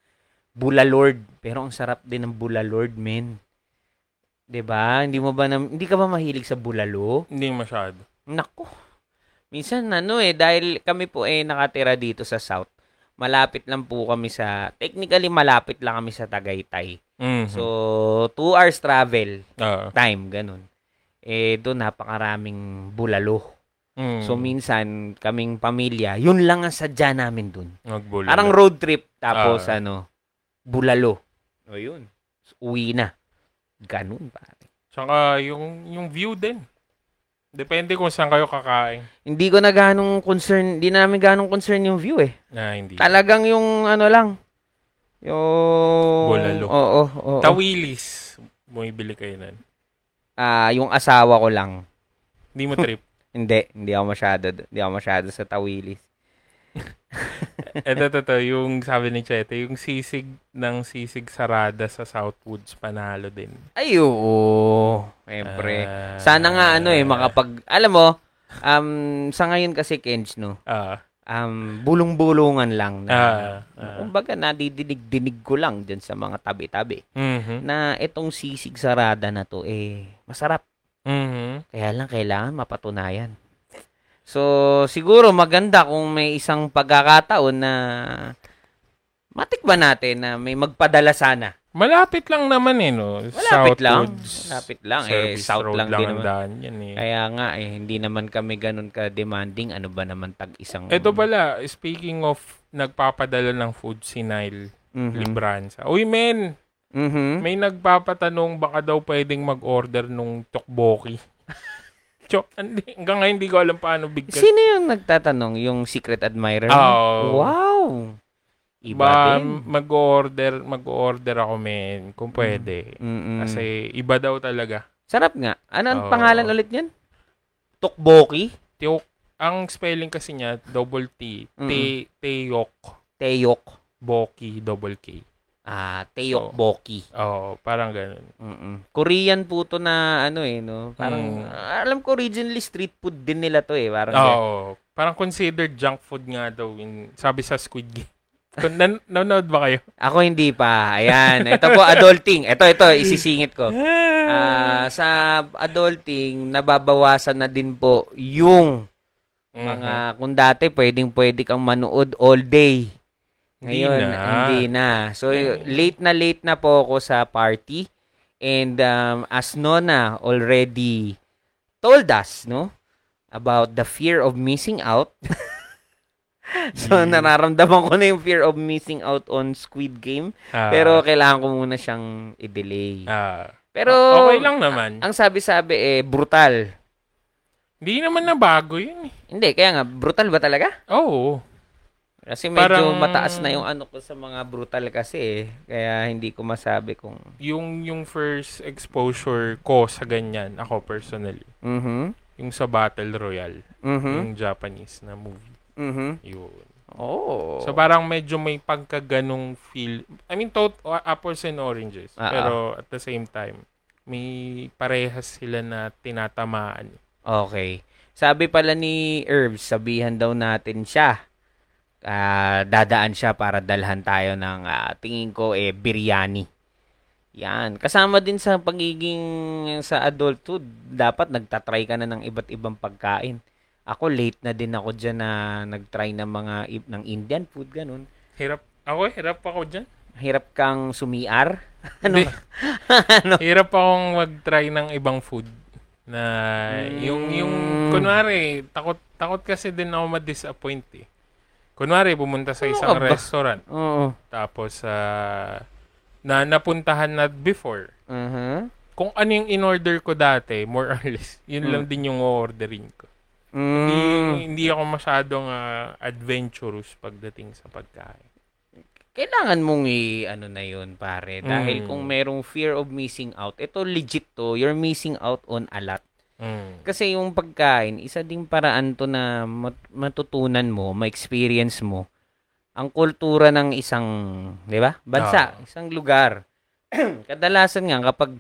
[SPEAKER 1] Bulalord, pero ang sarap din ng bulalord, men. 'Di ba? Hindi mo ba nam- hindi ka ba mahilig sa bulalo?
[SPEAKER 2] hindi masyado.
[SPEAKER 1] Nako. Minsan ano eh, dahil kami po eh nakatira dito sa South, malapit lang po kami sa, technically malapit lang kami sa Tagaytay.
[SPEAKER 2] Mhm.
[SPEAKER 1] So, two hours travel
[SPEAKER 2] Ah.
[SPEAKER 1] time, ganun. Eh, doon napakaraming bulalo.
[SPEAKER 2] Mm.
[SPEAKER 1] So, minsan, kaming pamilya, yun lang ang sadya namin doon.
[SPEAKER 2] Nagbulalo.
[SPEAKER 1] Parang road trip, tapos
[SPEAKER 2] Ah. Oh,
[SPEAKER 1] ano, bulalo. O yun. Uwi na. Ganun, pare.
[SPEAKER 2] Tsaka yung, yung view din. Depende kung saan kayo kakain.
[SPEAKER 1] Hindi ko na ganong concern, hindi namin ganong concern yung view eh.
[SPEAKER 2] Ah, hindi.
[SPEAKER 1] Talagang yung ano lang. Yung...
[SPEAKER 2] Bulalo.
[SPEAKER 1] Oo, oo, oo.
[SPEAKER 2] Tawilis. Bumibili kayo nun.
[SPEAKER 1] Ah, yung asawa ko lang.
[SPEAKER 2] Hindi mo trip.
[SPEAKER 1] Hindi, hindi ako masyado, hindi ako masyado sa tawilis.
[SPEAKER 2] Eto, totoo. Yung sabi ni Chete, yung sisig ng sisig sarada sa Southwoods, panalo din.
[SPEAKER 1] Ay, oo. Siyempre.
[SPEAKER 2] Ah.
[SPEAKER 1] Sana nga ano eh makapag alam mo um sa ngayon kasi Kenj no.
[SPEAKER 2] Ah,
[SPEAKER 1] Um bulong-bulungan lang na.
[SPEAKER 2] ah,
[SPEAKER 1] na
[SPEAKER 2] ah.
[SPEAKER 1] Kumbaga nadidinig-dinig ko lang dyan sa mga tabi-tabi
[SPEAKER 2] Mhm.
[SPEAKER 1] na itong sisig sarada na to eh masarap.
[SPEAKER 2] Mhm.
[SPEAKER 1] Kaya lang kailangan mapatunayan. So siguro maganda kung may isang pagkakataon na matikman natin na may magpadala sana.
[SPEAKER 2] Malapit lang naman eh, no?
[SPEAKER 1] Malapit lang.
[SPEAKER 2] Southwoods.
[SPEAKER 1] Malapit lang. Eh,
[SPEAKER 2] Service
[SPEAKER 1] south
[SPEAKER 2] road
[SPEAKER 1] lang, din
[SPEAKER 2] ang
[SPEAKER 1] naman.
[SPEAKER 2] daan yan eh.
[SPEAKER 1] Kaya nga eh, hindi naman kami ganun ka-demanding. Ano ba naman tag isang...
[SPEAKER 2] Ito pala, speaking of nagpapadala ng food si Nile
[SPEAKER 1] Mhm.
[SPEAKER 2] Libranza. Uy, men!
[SPEAKER 1] Mhm.
[SPEAKER 2] May nagpapatanong baka daw pwedeng mag-order nung tokboki. Chok, hindi, hanggang ngayon hindi ko alam paano bigkas.
[SPEAKER 1] Sino yung nagtatanong? Yung secret admirer? mo?
[SPEAKER 2] Oo.
[SPEAKER 1] Wow! Iba
[SPEAKER 2] Oh. ba,
[SPEAKER 1] din. Mm.
[SPEAKER 2] mag-order, mag-order ako men kung pwede.
[SPEAKER 1] Mm-mm.
[SPEAKER 2] Kasi
[SPEAKER 1] Mm.
[SPEAKER 2] Oh. iba daw talaga.
[SPEAKER 1] Sarap nga. Ano ang
[SPEAKER 2] Oo.
[SPEAKER 1] pangalan ulit niyan? Tokboki?
[SPEAKER 2] Tiyok, ang spelling kasi niya double T, T,
[SPEAKER 1] Mm-mm.
[SPEAKER 2] Teyok,
[SPEAKER 1] Teyok.
[SPEAKER 2] Boki, double K.
[SPEAKER 1] Ah, Teyok
[SPEAKER 2] Oo.
[SPEAKER 1] Boki.
[SPEAKER 2] Oo, parang ganun.
[SPEAKER 1] Mm-mm. Korean po to na ano eh, no? Parang,
[SPEAKER 2] Mm.
[SPEAKER 1] ah, alam ko originally street food din nila to eh. Parang,
[SPEAKER 2] Oh. Oo, parang considered junk food nga daw in, sabi sa Squid Game. Kung nan- nanonood ba kayo?
[SPEAKER 1] ako hindi pa. Ayan. Ito po, adulting. Ito, ito, isisingit ko. Ah, sa adulting, nababawasan na din po yung
[SPEAKER 2] Mhm.
[SPEAKER 1] mga, kung dati pwedeng pwede kang manood all day.
[SPEAKER 2] Hindi
[SPEAKER 1] Ngayon,
[SPEAKER 2] na. Mm-hmm.
[SPEAKER 1] hindi na. So, late na late na po ako sa party. And um, as Nona already told us, no? About the fear of missing out. so,
[SPEAKER 2] Yeah.
[SPEAKER 1] nararamdaman ko na yung fear of missing out on Squid Game.
[SPEAKER 2] Ah.
[SPEAKER 1] Pero kailangan ko muna siyang i-delay.
[SPEAKER 2] Ah.
[SPEAKER 1] Pero
[SPEAKER 2] okay lang naman.
[SPEAKER 1] ang sabi-sabi eh brutal.
[SPEAKER 2] Hindi naman na bago yun eh.
[SPEAKER 1] Hindi, kaya nga brutal ba talaga?
[SPEAKER 2] Oo.
[SPEAKER 1] Kasi medyo
[SPEAKER 2] Parang-
[SPEAKER 1] mataas na yung ano ko sa mga brutal kasi eh. Kaya hindi ko masabi kung
[SPEAKER 2] Yung, yung first exposure ko sa ganyan, ako personally,
[SPEAKER 1] Mhm.
[SPEAKER 2] yung sa Battle Royale,
[SPEAKER 1] Mhm.
[SPEAKER 2] yung Japanese na movie.
[SPEAKER 1] Mhm.
[SPEAKER 2] Yun.
[SPEAKER 1] Oh.
[SPEAKER 2] So parang medyo may pagkaganong feel. I mean, tot o- apples and oranges.
[SPEAKER 1] Ah,
[SPEAKER 2] pero at the same time, may parehas sila na tinatamaan.
[SPEAKER 1] okay. Sabi pala ni Herbs, sabihan daw natin siya. Ah, dadaan siya para dalhan tayo ng ah, tingin ko eh biryani. Yan. Kasama din sa pagiging sa adulthood, dapat nagtatry ka na ng iba't ibang pagkain. Ako late na din ako diyan na nagtry ng mga i- ng Indian food ganun.
[SPEAKER 2] Hirap. Ako, hirap ako dyan.
[SPEAKER 1] Hirap kang sumiar.
[SPEAKER 2] Ano?
[SPEAKER 1] Ano?
[SPEAKER 2] Hirap akong mag-try ng ibang food na yung yung
[SPEAKER 1] Mm.
[SPEAKER 2] kunwari takot takot kasi din ako ma-disappoint eh. Kunwari pumunta sa
[SPEAKER 1] Ano
[SPEAKER 2] isang
[SPEAKER 1] ka ba?
[SPEAKER 2] restaurant
[SPEAKER 1] Oo.
[SPEAKER 2] tapos ah, na napuntahan na before.
[SPEAKER 1] Uh-huh.
[SPEAKER 2] Kung ano yung in-order ko dati, more or less, yun lang din yung ordering ko. Hindi,
[SPEAKER 1] Mm.
[SPEAKER 2] hindi ako masyadong ah, adventurous pagdating sa pagkain.
[SPEAKER 1] Kailangan mong i ano na 'yun, pare. Dahil
[SPEAKER 2] Mm.
[SPEAKER 1] kung merong fear of missing out, ito legit to. You're missing out on a lot.
[SPEAKER 2] Mm.
[SPEAKER 1] Kasi yung pagkain, isa ding paraan to na mat- matutunan mo, ma-experience mo ang kultura ng isang, 'di ba? Bansa, isang lugar. Kadalasan nga kapag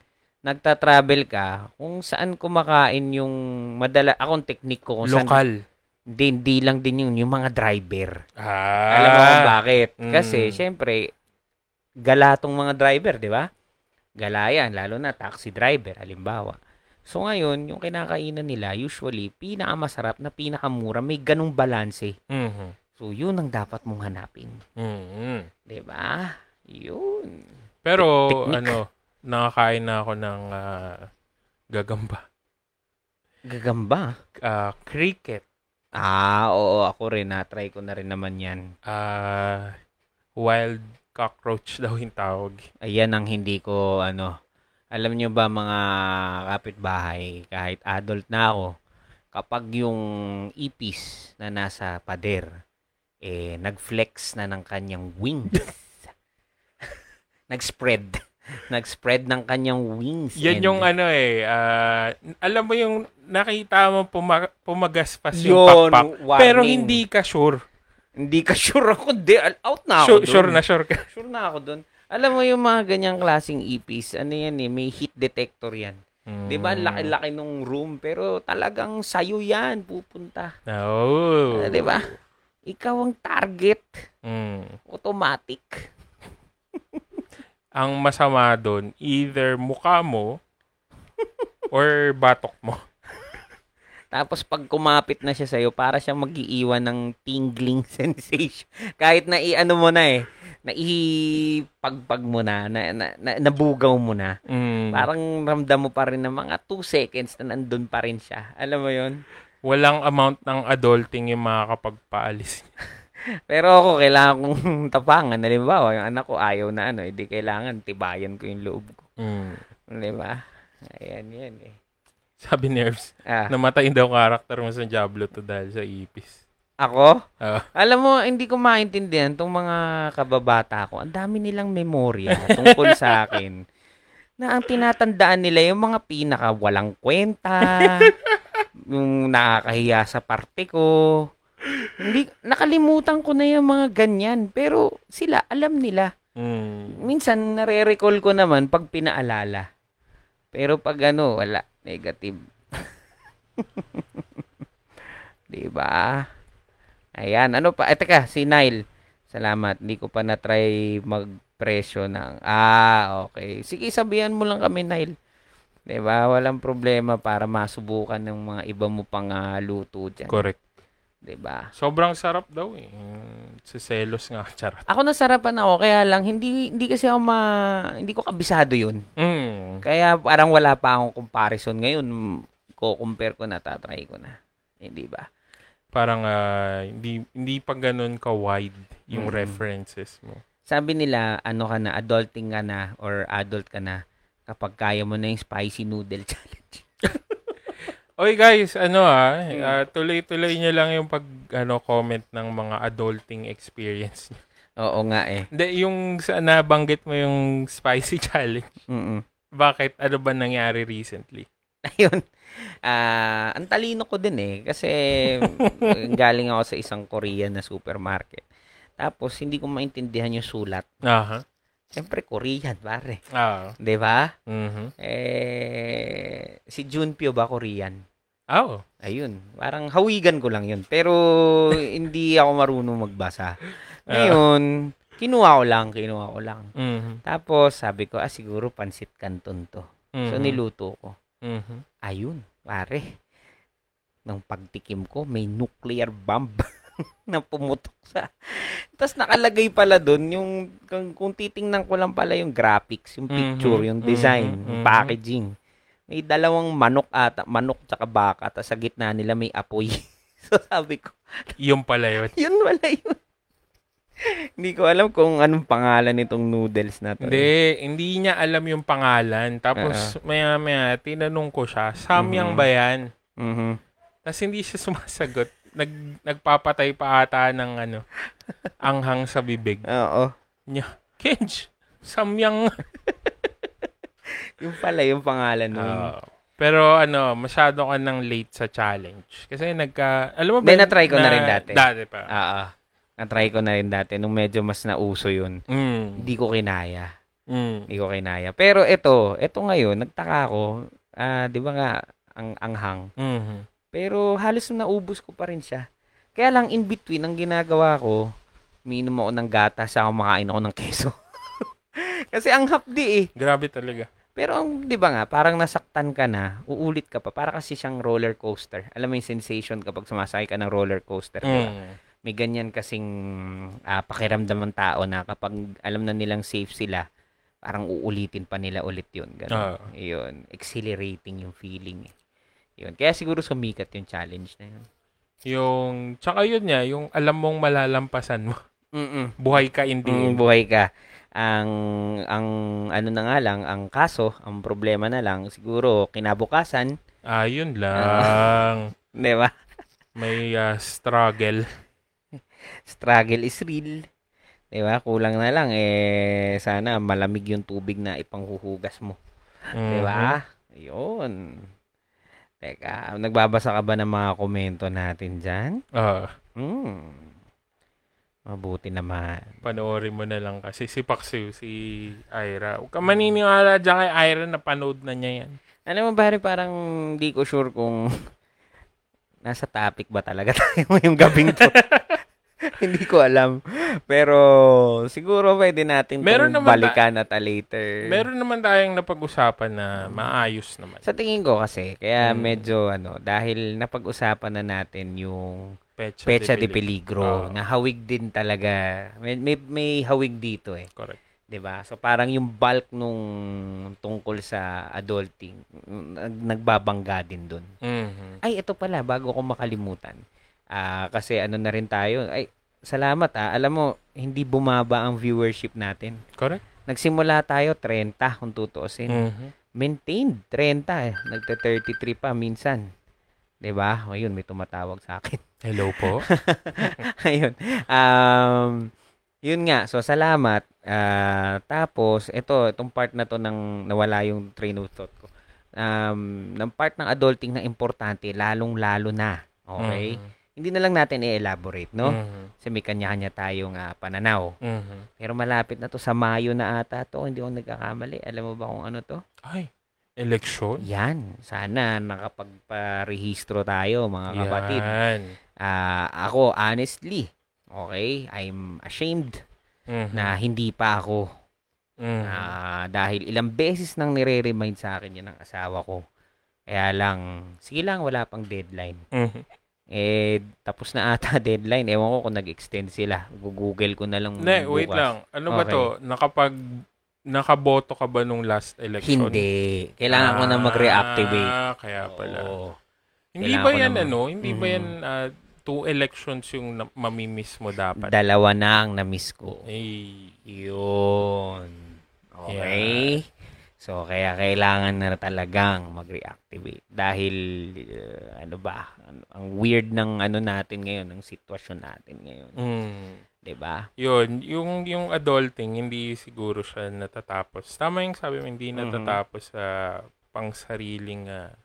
[SPEAKER 1] nagta-travel ka, kung saan kumakain yung madala akong technique ko kung saan
[SPEAKER 2] Lokal.
[SPEAKER 1] hindi, hindi lang din yun, yung mga driver.
[SPEAKER 2] Ah.
[SPEAKER 1] Alam mo kung bakit?
[SPEAKER 2] Mm.
[SPEAKER 1] Kasi syempre gala tong mga driver, 'di ba? Gala yan, lalo na taxi driver halimbawa. So ngayon, yung kinakainan nila usually pinakamasarap na pinakamura, may ganung balanse.
[SPEAKER 2] Mhm.
[SPEAKER 1] So yun ang dapat mong hanapin,
[SPEAKER 2] Mhm.
[SPEAKER 1] 'di ba? Yun.
[SPEAKER 2] Pero
[SPEAKER 1] Technique.
[SPEAKER 2] ano, nakakain na ako ng ah, gagamba.
[SPEAKER 1] Gagamba.
[SPEAKER 2] Ah, cricket.
[SPEAKER 1] Ah, oo, ako rin na try ko na rin naman 'yan.
[SPEAKER 2] Ah, wild cockroach daw yung tawag.
[SPEAKER 1] Ayan ang hindi ko ano. Alam nyo ba mga kapitbahay, kahit adult na ako, kapag yung ipis na nasa pader, eh, nag-flex na ng kanyang wings. nag-spread. Nag-spread ng kanyang wings.
[SPEAKER 2] Yan
[SPEAKER 1] and-
[SPEAKER 2] yung ano eh, ah, alam mo yung nakita mo puma- pumagaspas yung
[SPEAKER 1] Yun,
[SPEAKER 2] pakpak.
[SPEAKER 1] warning.
[SPEAKER 2] Pero hindi ka sure.
[SPEAKER 1] Hindi ka sure ako. Di, out na ako. Ah,
[SPEAKER 2] Sure,
[SPEAKER 1] dun.
[SPEAKER 2] sure na sure ka.
[SPEAKER 1] Sure na ako dun. Alam mo yung mga ganyang klaseng ipis, ano yan eh, may heat detector yan. Di ba? Ang Laki-laki nung room. Pero talagang sa'yo yan pupunta.
[SPEAKER 2] Mm. Oo.
[SPEAKER 1] Ah, Di ba? Ikaw ang target.
[SPEAKER 2] Mm.
[SPEAKER 1] Automatic.
[SPEAKER 2] Ang masama doon, either mukha mo or batok mo.
[SPEAKER 1] Tapos pag kumapit na siya sa'yo, para siya mag-iiwan ng tingling sensation. Kahit na i-ano mo na eh, na ipagpag mo na, na, na, na nabugaw mo na.
[SPEAKER 2] Mm.
[SPEAKER 1] Parang ramdam mo pa rin na mga 2 seconds na nandun pa rin siya. Alam mo yon
[SPEAKER 2] Walang amount ng adulting yung makakapagpaalis.
[SPEAKER 1] Pero ako, kailangan kong tapangan. Halimbawa, yung anak ko ayaw na ano, hindi kailangan tibayan ko yung loob ko.
[SPEAKER 2] Mm.
[SPEAKER 1] Di ba? Ayan, yan eh.
[SPEAKER 2] Sabi ni Herbs,
[SPEAKER 1] Ah,
[SPEAKER 2] namatay daw karakter mo sa Diablo to dahil sa ipis.
[SPEAKER 1] ako?
[SPEAKER 2] Ah.
[SPEAKER 1] Alam mo, hindi ko maintindihan tong mga kababata ko. Ang dami nilang memorya tungkol sa akin. Na ang tinatandaan nila yung mga pinaka walang kwenta, yung nakakahiya sa parte ko. Hindi, nakalimutan ko na yung mga ganyan. Pero sila, alam nila.
[SPEAKER 2] Mm.
[SPEAKER 1] minsan nare-recall ko naman pag pinaalala. Pero pag ano, wala. Negative. 'Di ba? Ayan, ano pa? Eh, teka, si Nile. Salamat. Hindi ko pa na-try magpresyo ng... Ah, okay. Sige, sabihan mo lang kami, Nile. 'Di ba? Walang problema para masubukan ng mga iba mo pang ah, luto dyan.
[SPEAKER 2] Correct.
[SPEAKER 1] 'Di ba?
[SPEAKER 2] Sobrang sarap daw eh. Mm, Si Selos nga, charot.
[SPEAKER 1] Ako nasarapan ako, kaya lang, hindi, hindi kasi ako ma... Hindi ko kabisado yun.
[SPEAKER 2] Mm.
[SPEAKER 1] Kaya parang wala pa akong comparison ngayon. Ko-compare ko na, tatry ko na. Hindi ba?
[SPEAKER 2] Parang ah, hindi, hindi pa ganun ka-wide yung
[SPEAKER 1] Mm.
[SPEAKER 2] references mo.
[SPEAKER 1] Sabi nila, ano ka na, adulting ka na or adult ka na kapag kaya mo na yung spicy noodle challenge.
[SPEAKER 2] Oy guys, ano ah,
[SPEAKER 1] Mm.
[SPEAKER 2] ah, tuloy-tuloy niyo lang yung pag ano comment ng mga adulting experience. niyo.
[SPEAKER 1] Oo nga eh.
[SPEAKER 2] Hindi yung sa nabanggit mo yung spicy challenge.
[SPEAKER 1] Mm-mm.
[SPEAKER 2] Bakit ano ba nangyari recently?
[SPEAKER 1] Ayun. Ah, ang talino ko din eh kasi galing ako sa isang Korean na supermarket. Tapos hindi ko maintindihan yung sulat.
[SPEAKER 2] Aha.
[SPEAKER 1] Siyempre Korean, pare.
[SPEAKER 2] Ah.
[SPEAKER 1] 'Di ba?
[SPEAKER 2] Mhm.
[SPEAKER 1] Eh si Junpyo ba Korean?
[SPEAKER 2] Oh.
[SPEAKER 1] Ayun, parang hawigan ko lang yun. Pero hindi ako marunong magbasa. Ngayon, kinuha ko lang, kinuha ko lang.
[SPEAKER 2] Mhm.
[SPEAKER 1] Tapos sabi ko, ah siguro pansit canton to. So
[SPEAKER 2] Mhm.
[SPEAKER 1] niluto ko.
[SPEAKER 2] Mhm.
[SPEAKER 1] Ayun, pare. Nung pagtikim ko, may nuclear bomb na pumutok sa... Tapos nakalagay pala doon yung... Kung, kung titingnan ko lang pala yung graphics, yung picture,
[SPEAKER 2] Mhm,
[SPEAKER 1] yung design,
[SPEAKER 2] mhm,
[SPEAKER 1] yung
[SPEAKER 2] mhm.
[SPEAKER 1] packaging. May dalawang manok ata, manok tsaka baka, tapos sa gitna nila may apoy. so sabi ko,
[SPEAKER 2] Yung pala yun.
[SPEAKER 1] yun wala yun. Hindi ko alam kung anong pangalan nitong noodles na to. eh.
[SPEAKER 2] Hindi, hindi niya alam yung pangalan. Tapos maya-maya, tinanong ko siya, Samyang
[SPEAKER 1] Mhm.
[SPEAKER 2] ba yan?
[SPEAKER 1] Mhm.
[SPEAKER 2] Tapos hindi siya sumasagot. Nag, nagpapatay pa ata ng ano, anghang sa bibig.
[SPEAKER 1] Oo.
[SPEAKER 2] Kenj, Samyang.
[SPEAKER 1] Ano Yung pala yung pangalan nun.
[SPEAKER 2] Ah, Pero ano, masyado ka nang late sa challenge. Kasi nagka... Alam mo
[SPEAKER 1] Hindi, na-try ko na rin dati.
[SPEAKER 2] Dati pa.
[SPEAKER 1] Oo. Ah, Na-try ko na rin dati nung medyo mas nauso yun.
[SPEAKER 2] Mm.
[SPEAKER 1] Ah. Hindi ko kinaya.
[SPEAKER 2] Mm.
[SPEAKER 1] Hindi ko kinaya. Pero ito, ito ngayon, nagtaka ako. Ah, di ba nga, ang anghang.
[SPEAKER 2] Mhm.
[SPEAKER 1] Pero halos naubos ko pa rin siya. Kaya lang in between, ang ginagawa ko, minom ako ng gata, saka kumakain ako ng keso. Kasi ang hapdi eh.
[SPEAKER 2] Grabe talaga.
[SPEAKER 1] Pero ang, di ba nga, parang nasaktan ka na, uulit ka pa. Para kasi siyang roller coaster. Alam mo yung sensation kapag sumasakay ka ng roller coaster. di ba?
[SPEAKER 2] Mm.
[SPEAKER 1] May ganyan kasing ah, pakiramdam ng tao na kapag alam na nilang safe sila, parang uulitin pa nila ulit yun. Ganun.
[SPEAKER 2] Ah.
[SPEAKER 1] Yun. Exhilarating yung feeling. eh. Yun. Kaya siguro sumikat yung challenge na yun.
[SPEAKER 2] Yung, tsaka yun niya, yung alam mong malalampasan mo.
[SPEAKER 1] Mm-mm.
[SPEAKER 2] Buhay ka in the
[SPEAKER 1] Mm,
[SPEAKER 2] end.
[SPEAKER 1] buhay ka. Ang ang ano na nga lang, ang kaso, ang problema na lang siguro kinabukasan,
[SPEAKER 2] Ah, yun lang.
[SPEAKER 1] 'di ba?
[SPEAKER 2] May ah, struggle.
[SPEAKER 1] Struggle is real. 'Di ba? Kulang na lang eh sana malamig yung tubig na ipanghuhugas mo,
[SPEAKER 2] Mm.
[SPEAKER 1] 'di ba?
[SPEAKER 2] Mm-hmm.
[SPEAKER 1] 'Yun. Teka, nagbabasa ka ba ng mga komento natin diyan?
[SPEAKER 2] Mhm. Ah,
[SPEAKER 1] Hmm. Mabuti naman.
[SPEAKER 2] panoorin mo na lang kasi si Paksiw, si Ira. Huwag ka maniniwala dyan kay Ira na panood na niya yan.
[SPEAKER 1] Alam mo ba, parang di ko sure kung nasa topic ba talaga tayo ngayong gabing to. Hindi ko alam. Pero siguro pwede natin
[SPEAKER 2] Meron
[SPEAKER 1] itong
[SPEAKER 2] naman ba-
[SPEAKER 1] balikan at a later.
[SPEAKER 2] Meron naman tayong napag-usapan na maayos naman.
[SPEAKER 1] Sa tingin ko kasi, kaya
[SPEAKER 2] Mm.
[SPEAKER 1] medyo ano, dahil napag-usapan na natin yung
[SPEAKER 2] Pecha,
[SPEAKER 1] Pecha de
[SPEAKER 2] Pili.
[SPEAKER 1] Peligro,
[SPEAKER 2] Ah.
[SPEAKER 1] na hawig din talaga. May, may, may hawig dito eh.
[SPEAKER 2] Correct.
[SPEAKER 1] 'di ba? So parang yung bulk nung tungkol sa adulting nag- nagbabangga din doon.
[SPEAKER 2] Mhm.
[SPEAKER 1] Ay, ito pala, bago ko makalimutan. Ah, kasi ano na rin tayo. Ay, salamat ah. Alam mo, hindi bumaba ang viewership natin.
[SPEAKER 2] Correct?
[SPEAKER 1] Nagsimula tayo 30 kung tutuusin.
[SPEAKER 2] Mhm.
[SPEAKER 1] Maintained 30 eh. Nagte 33 pa minsan. 'Di ba? O yun, may tumatawag sa akin.
[SPEAKER 2] Hello po.
[SPEAKER 1] Ayun. Um, yun nga, so salamat. Ah, tapos, ito, itong part na to ng nawala yung train of thought ko. Um, ng part ng adulting na importante, lalong-lalo na. Okay?
[SPEAKER 2] Mhm.
[SPEAKER 1] Hindi na lang natin i-elaborate, no?
[SPEAKER 2] Mhm.
[SPEAKER 1] Kasi may kanya-kanya tayong ah, pananaw.
[SPEAKER 2] Mhm.
[SPEAKER 1] Pero malapit na to, sa Mayo na ata to, hindi ako nagkakamali. Alam mo ba kung ano to?
[SPEAKER 2] Ay, election?
[SPEAKER 1] Yan, sana nakapagparehistro tayo, mga kapatid.
[SPEAKER 2] Yan.
[SPEAKER 1] Ah, ako, honestly, okay, I'm ashamed
[SPEAKER 2] Mhm.
[SPEAKER 1] na hindi pa ako.
[SPEAKER 2] Mhm.
[SPEAKER 1] Ah, dahil ilang beses nang nire-remind sa akin yan ng asawa ko. Kaya lang, sige lang, wala pang deadline.
[SPEAKER 2] Mhm.
[SPEAKER 1] Eh, tapos na ata deadline. Ewan ko kung nag-extend sila. Google ko na lang
[SPEAKER 2] Ne, wait
[SPEAKER 1] bukas.
[SPEAKER 2] lang. Ano ba
[SPEAKER 1] Okay.
[SPEAKER 2] to? Nakapag nakaboto ka ba nung last election?
[SPEAKER 1] Hindi. Kailangan ko na mag-reactivate.
[SPEAKER 2] Ah, kaya pala.
[SPEAKER 1] Oo.
[SPEAKER 2] Hindi
[SPEAKER 1] Kailangan
[SPEAKER 2] ba
[SPEAKER 1] ko
[SPEAKER 2] yan
[SPEAKER 1] naman.
[SPEAKER 2] ano? Hindi ba
[SPEAKER 1] Mhm.
[SPEAKER 2] yan ah, two elections yung na- mamimiss mo dapat?
[SPEAKER 1] Dalawa na ang na-miss ko.
[SPEAKER 2] Ay.
[SPEAKER 1] Yun. Okay? So, kaya kailangan na talagang mag-reactivate. Dahil, uh, ano ba, ano- ang weird ng ano natin ngayon, ng sitwasyon natin ngayon.
[SPEAKER 2] Mm.
[SPEAKER 1] 'Di ba?
[SPEAKER 2] Yun, yung, yung adulting, hindi siguro siya natatapos. Tama yung sabi mo, hindi
[SPEAKER 1] Mhm.
[SPEAKER 2] natatapos sa pangsariling ah,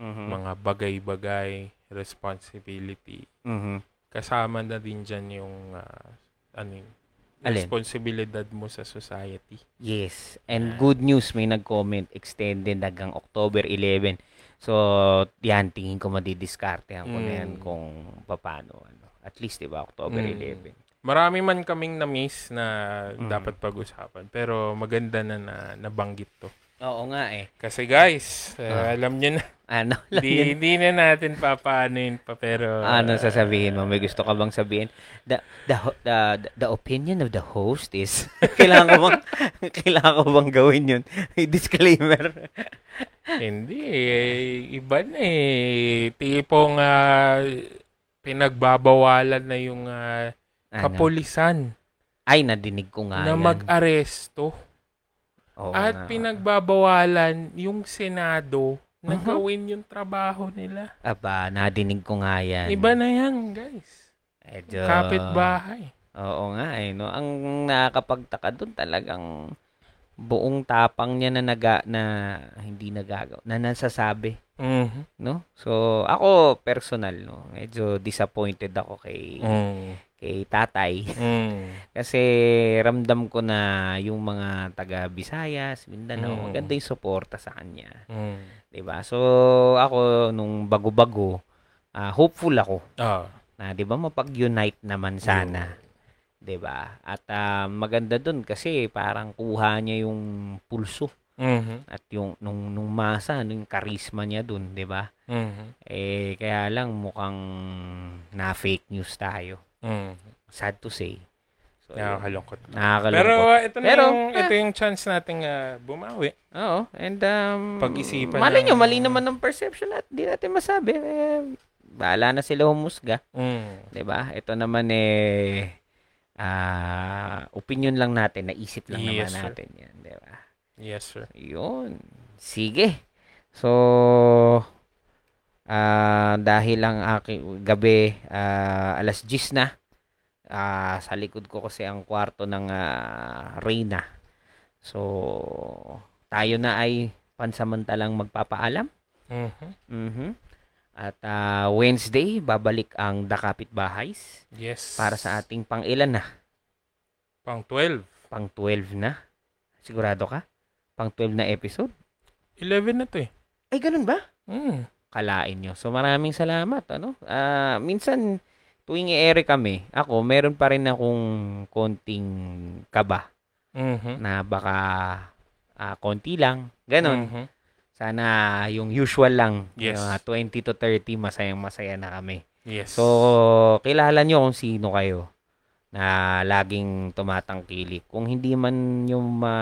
[SPEAKER 1] Mhm.
[SPEAKER 2] mga bagay-bagay, responsibility.
[SPEAKER 1] Mhm.
[SPEAKER 2] Kasama na din dyan yung ah, ano yun,
[SPEAKER 1] Alin?
[SPEAKER 2] responsibilidad mo sa society.
[SPEAKER 1] Yes. And good news, may nag-comment, extended hanggang October 11. So, yan, tingin ko madidiskartehan ko na yan
[SPEAKER 2] Mm.
[SPEAKER 1] kung paano. Ano. At least, di ba, October
[SPEAKER 2] Mm.
[SPEAKER 1] 11.
[SPEAKER 2] Marami man kaming na-miss na
[SPEAKER 1] Mhm.
[SPEAKER 2] dapat pag-usapan. Pero maganda na, na nabanggit to.
[SPEAKER 1] Oo nga eh.
[SPEAKER 2] Kasi guys, eh,
[SPEAKER 1] Ah.
[SPEAKER 2] alam nyo na,
[SPEAKER 1] Ano lang yun.
[SPEAKER 2] di, di na natin papaano yun pa. Pero,
[SPEAKER 1] Ano sasabihin mo? May gusto ka bang sabihin? The the ho- the, the opinion of the host is kailangan ko bang kailangan ko bang gawin 'yun? May Disclaimer.
[SPEAKER 2] Hindi, eh, iba na eh. Tipong ah, pinagbabawalan na yung ah,
[SPEAKER 1] Ano?
[SPEAKER 2] kapulisan
[SPEAKER 1] Ay nadinig ko nga.
[SPEAKER 2] na
[SPEAKER 1] yan.
[SPEAKER 2] mag-aresto.
[SPEAKER 1] Oo nga.
[SPEAKER 2] At pinagbabawalan yung Senado na
[SPEAKER 1] Uh-huh.
[SPEAKER 2] gawin yung trabaho nila.
[SPEAKER 1] Aba, nadinig ko nga 'yan.
[SPEAKER 2] Iba na yan, guys.
[SPEAKER 1] Medyo,
[SPEAKER 2] Kapit bahay.
[SPEAKER 1] Oo nga eh, no. Ang nakakapagtaka doon talagang buong tapang niya na naga na hindi nagagawa na nasasabi
[SPEAKER 2] Mm.
[SPEAKER 1] no so ako personal no medyo disappointed ako kay
[SPEAKER 2] Mm.
[SPEAKER 1] kay tatay
[SPEAKER 2] Mm.
[SPEAKER 1] kasi ramdam ko na yung mga taga Visayas Mindanao
[SPEAKER 2] Mm.
[SPEAKER 1] maganda yung suporta sa kanya
[SPEAKER 2] Mm.
[SPEAKER 1] 'di ba so ako nung bago-bago ah, hopeful ako
[SPEAKER 2] Ah.
[SPEAKER 1] na 'di ba mapag-unite naman sana 'di ba at ah, maganda dun kasi parang kuha niya yung pulso
[SPEAKER 2] Mm.
[SPEAKER 1] at yung nung nung masa nung karisma niya dun 'di ba
[SPEAKER 2] Mm.
[SPEAKER 1] eh kaya lang mukhang na fake news tayo
[SPEAKER 2] Mm.
[SPEAKER 1] sad to say so, yun.
[SPEAKER 2] Nakakalungkot.
[SPEAKER 1] Nakakalungkot.
[SPEAKER 2] Pero ito na
[SPEAKER 1] Pero,
[SPEAKER 2] yung,
[SPEAKER 1] eh.
[SPEAKER 2] ito yung chance nating ah, bumawi.
[SPEAKER 1] oo and um
[SPEAKER 2] Pag-isipan
[SPEAKER 1] malay
[SPEAKER 2] ng-
[SPEAKER 1] nyo mali naman ang perception at di natin masabi eh, bahala na sila humusga
[SPEAKER 2] Mm.
[SPEAKER 1] 'di ba? Ito naman eh ah opinion lang natin, naisip lang naman
[SPEAKER 2] Yes, sir.
[SPEAKER 1] natin 'yan, 'di ba?
[SPEAKER 2] Yes, sir.
[SPEAKER 1] 'Yun. Sige. So ah dahil ang aking gabi ah, alas 10 na ah, sa likod ko kasi ang kwarto ng ah, Reyna. So tayo na ay pansamantalang magpapaalam.
[SPEAKER 2] Mhm.
[SPEAKER 1] Mhm. At ah, Wednesday babalik ang Dakapit Bahays
[SPEAKER 2] Yes.
[SPEAKER 1] para sa ating pang-ilan na?
[SPEAKER 2] Pang 12.
[SPEAKER 1] Pang-12 na? Sigurado ka? Pang-12 na episode?
[SPEAKER 2] 11 na to eh.
[SPEAKER 1] Ay, ganun ba?
[SPEAKER 2] Mm.
[SPEAKER 1] Kalain nyo. So, maraming salamat. Ano? Ah, minsan, tuwing i-ere kami, ako, meron pa rin akong konting kaba
[SPEAKER 2] Mhm.
[SPEAKER 1] na baka ah, konti lang. Ganon.
[SPEAKER 2] Mhm.
[SPEAKER 1] Sana yung usual lang.
[SPEAKER 2] Yes.
[SPEAKER 1] Yung, ah, 20 to 30, masayang-masaya na kami.
[SPEAKER 2] Yes.
[SPEAKER 1] So, kilala nyo kung sino kayo na laging tumatangkilik. Kung hindi man yung ma,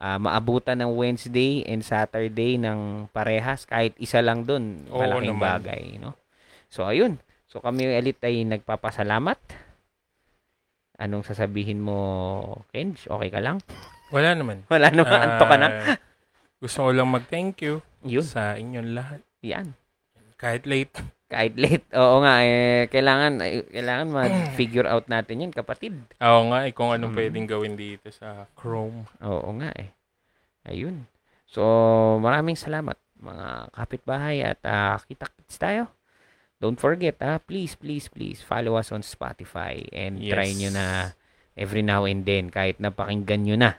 [SPEAKER 1] ah, maabutan ng Wednesday and Saturday ng parehas, kahit isa lang dun,
[SPEAKER 2] Oo
[SPEAKER 1] malaking
[SPEAKER 2] naman.
[SPEAKER 1] bagay. No? So, ayun. So, kami yung elite ay nagpapasalamat. Anong sasabihin mo, Kenj? Okay ka lang?
[SPEAKER 2] Wala naman.
[SPEAKER 1] Wala naman,
[SPEAKER 2] Ah,
[SPEAKER 1] anto ka na.
[SPEAKER 2] gusto ko lang mag-thank you
[SPEAKER 1] Yun,
[SPEAKER 2] sa inyong lahat.
[SPEAKER 1] yan.
[SPEAKER 2] Kahit late.
[SPEAKER 1] Kahit late. Oo nga, eh, kailangan, eh, kailangan mag-figure out natin yun, kapatid.
[SPEAKER 2] Oo nga eh, kung anong
[SPEAKER 1] Mm.
[SPEAKER 2] pwedeng gawin dito sa Chrome.
[SPEAKER 1] Oo nga eh. Ayun. So, maraming salamat mga kapitbahay at ah, kita-kits tayo. Don't forget, ah, please, please, please follow us on Spotify and
[SPEAKER 2] Yes.
[SPEAKER 1] try nyo na every now and then kahit napakinggan nyo na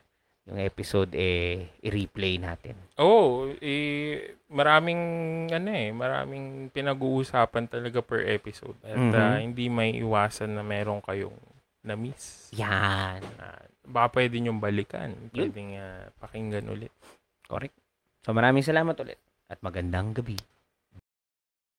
[SPEAKER 1] yung episode eh i-replay natin.
[SPEAKER 2] Oo, oh, eh, maraming ano eh, maraming pinag-uusapan talaga per episode. At
[SPEAKER 1] Mhm.
[SPEAKER 2] ah, hindi may iwasan na meron kayong na-miss.
[SPEAKER 1] Yan.
[SPEAKER 2] Ah, baka pwede niyong balikan.
[SPEAKER 1] Yun.
[SPEAKER 2] Pwede nga pakinggan ulit.
[SPEAKER 1] So, maraming salamat ulit at magandang gabi.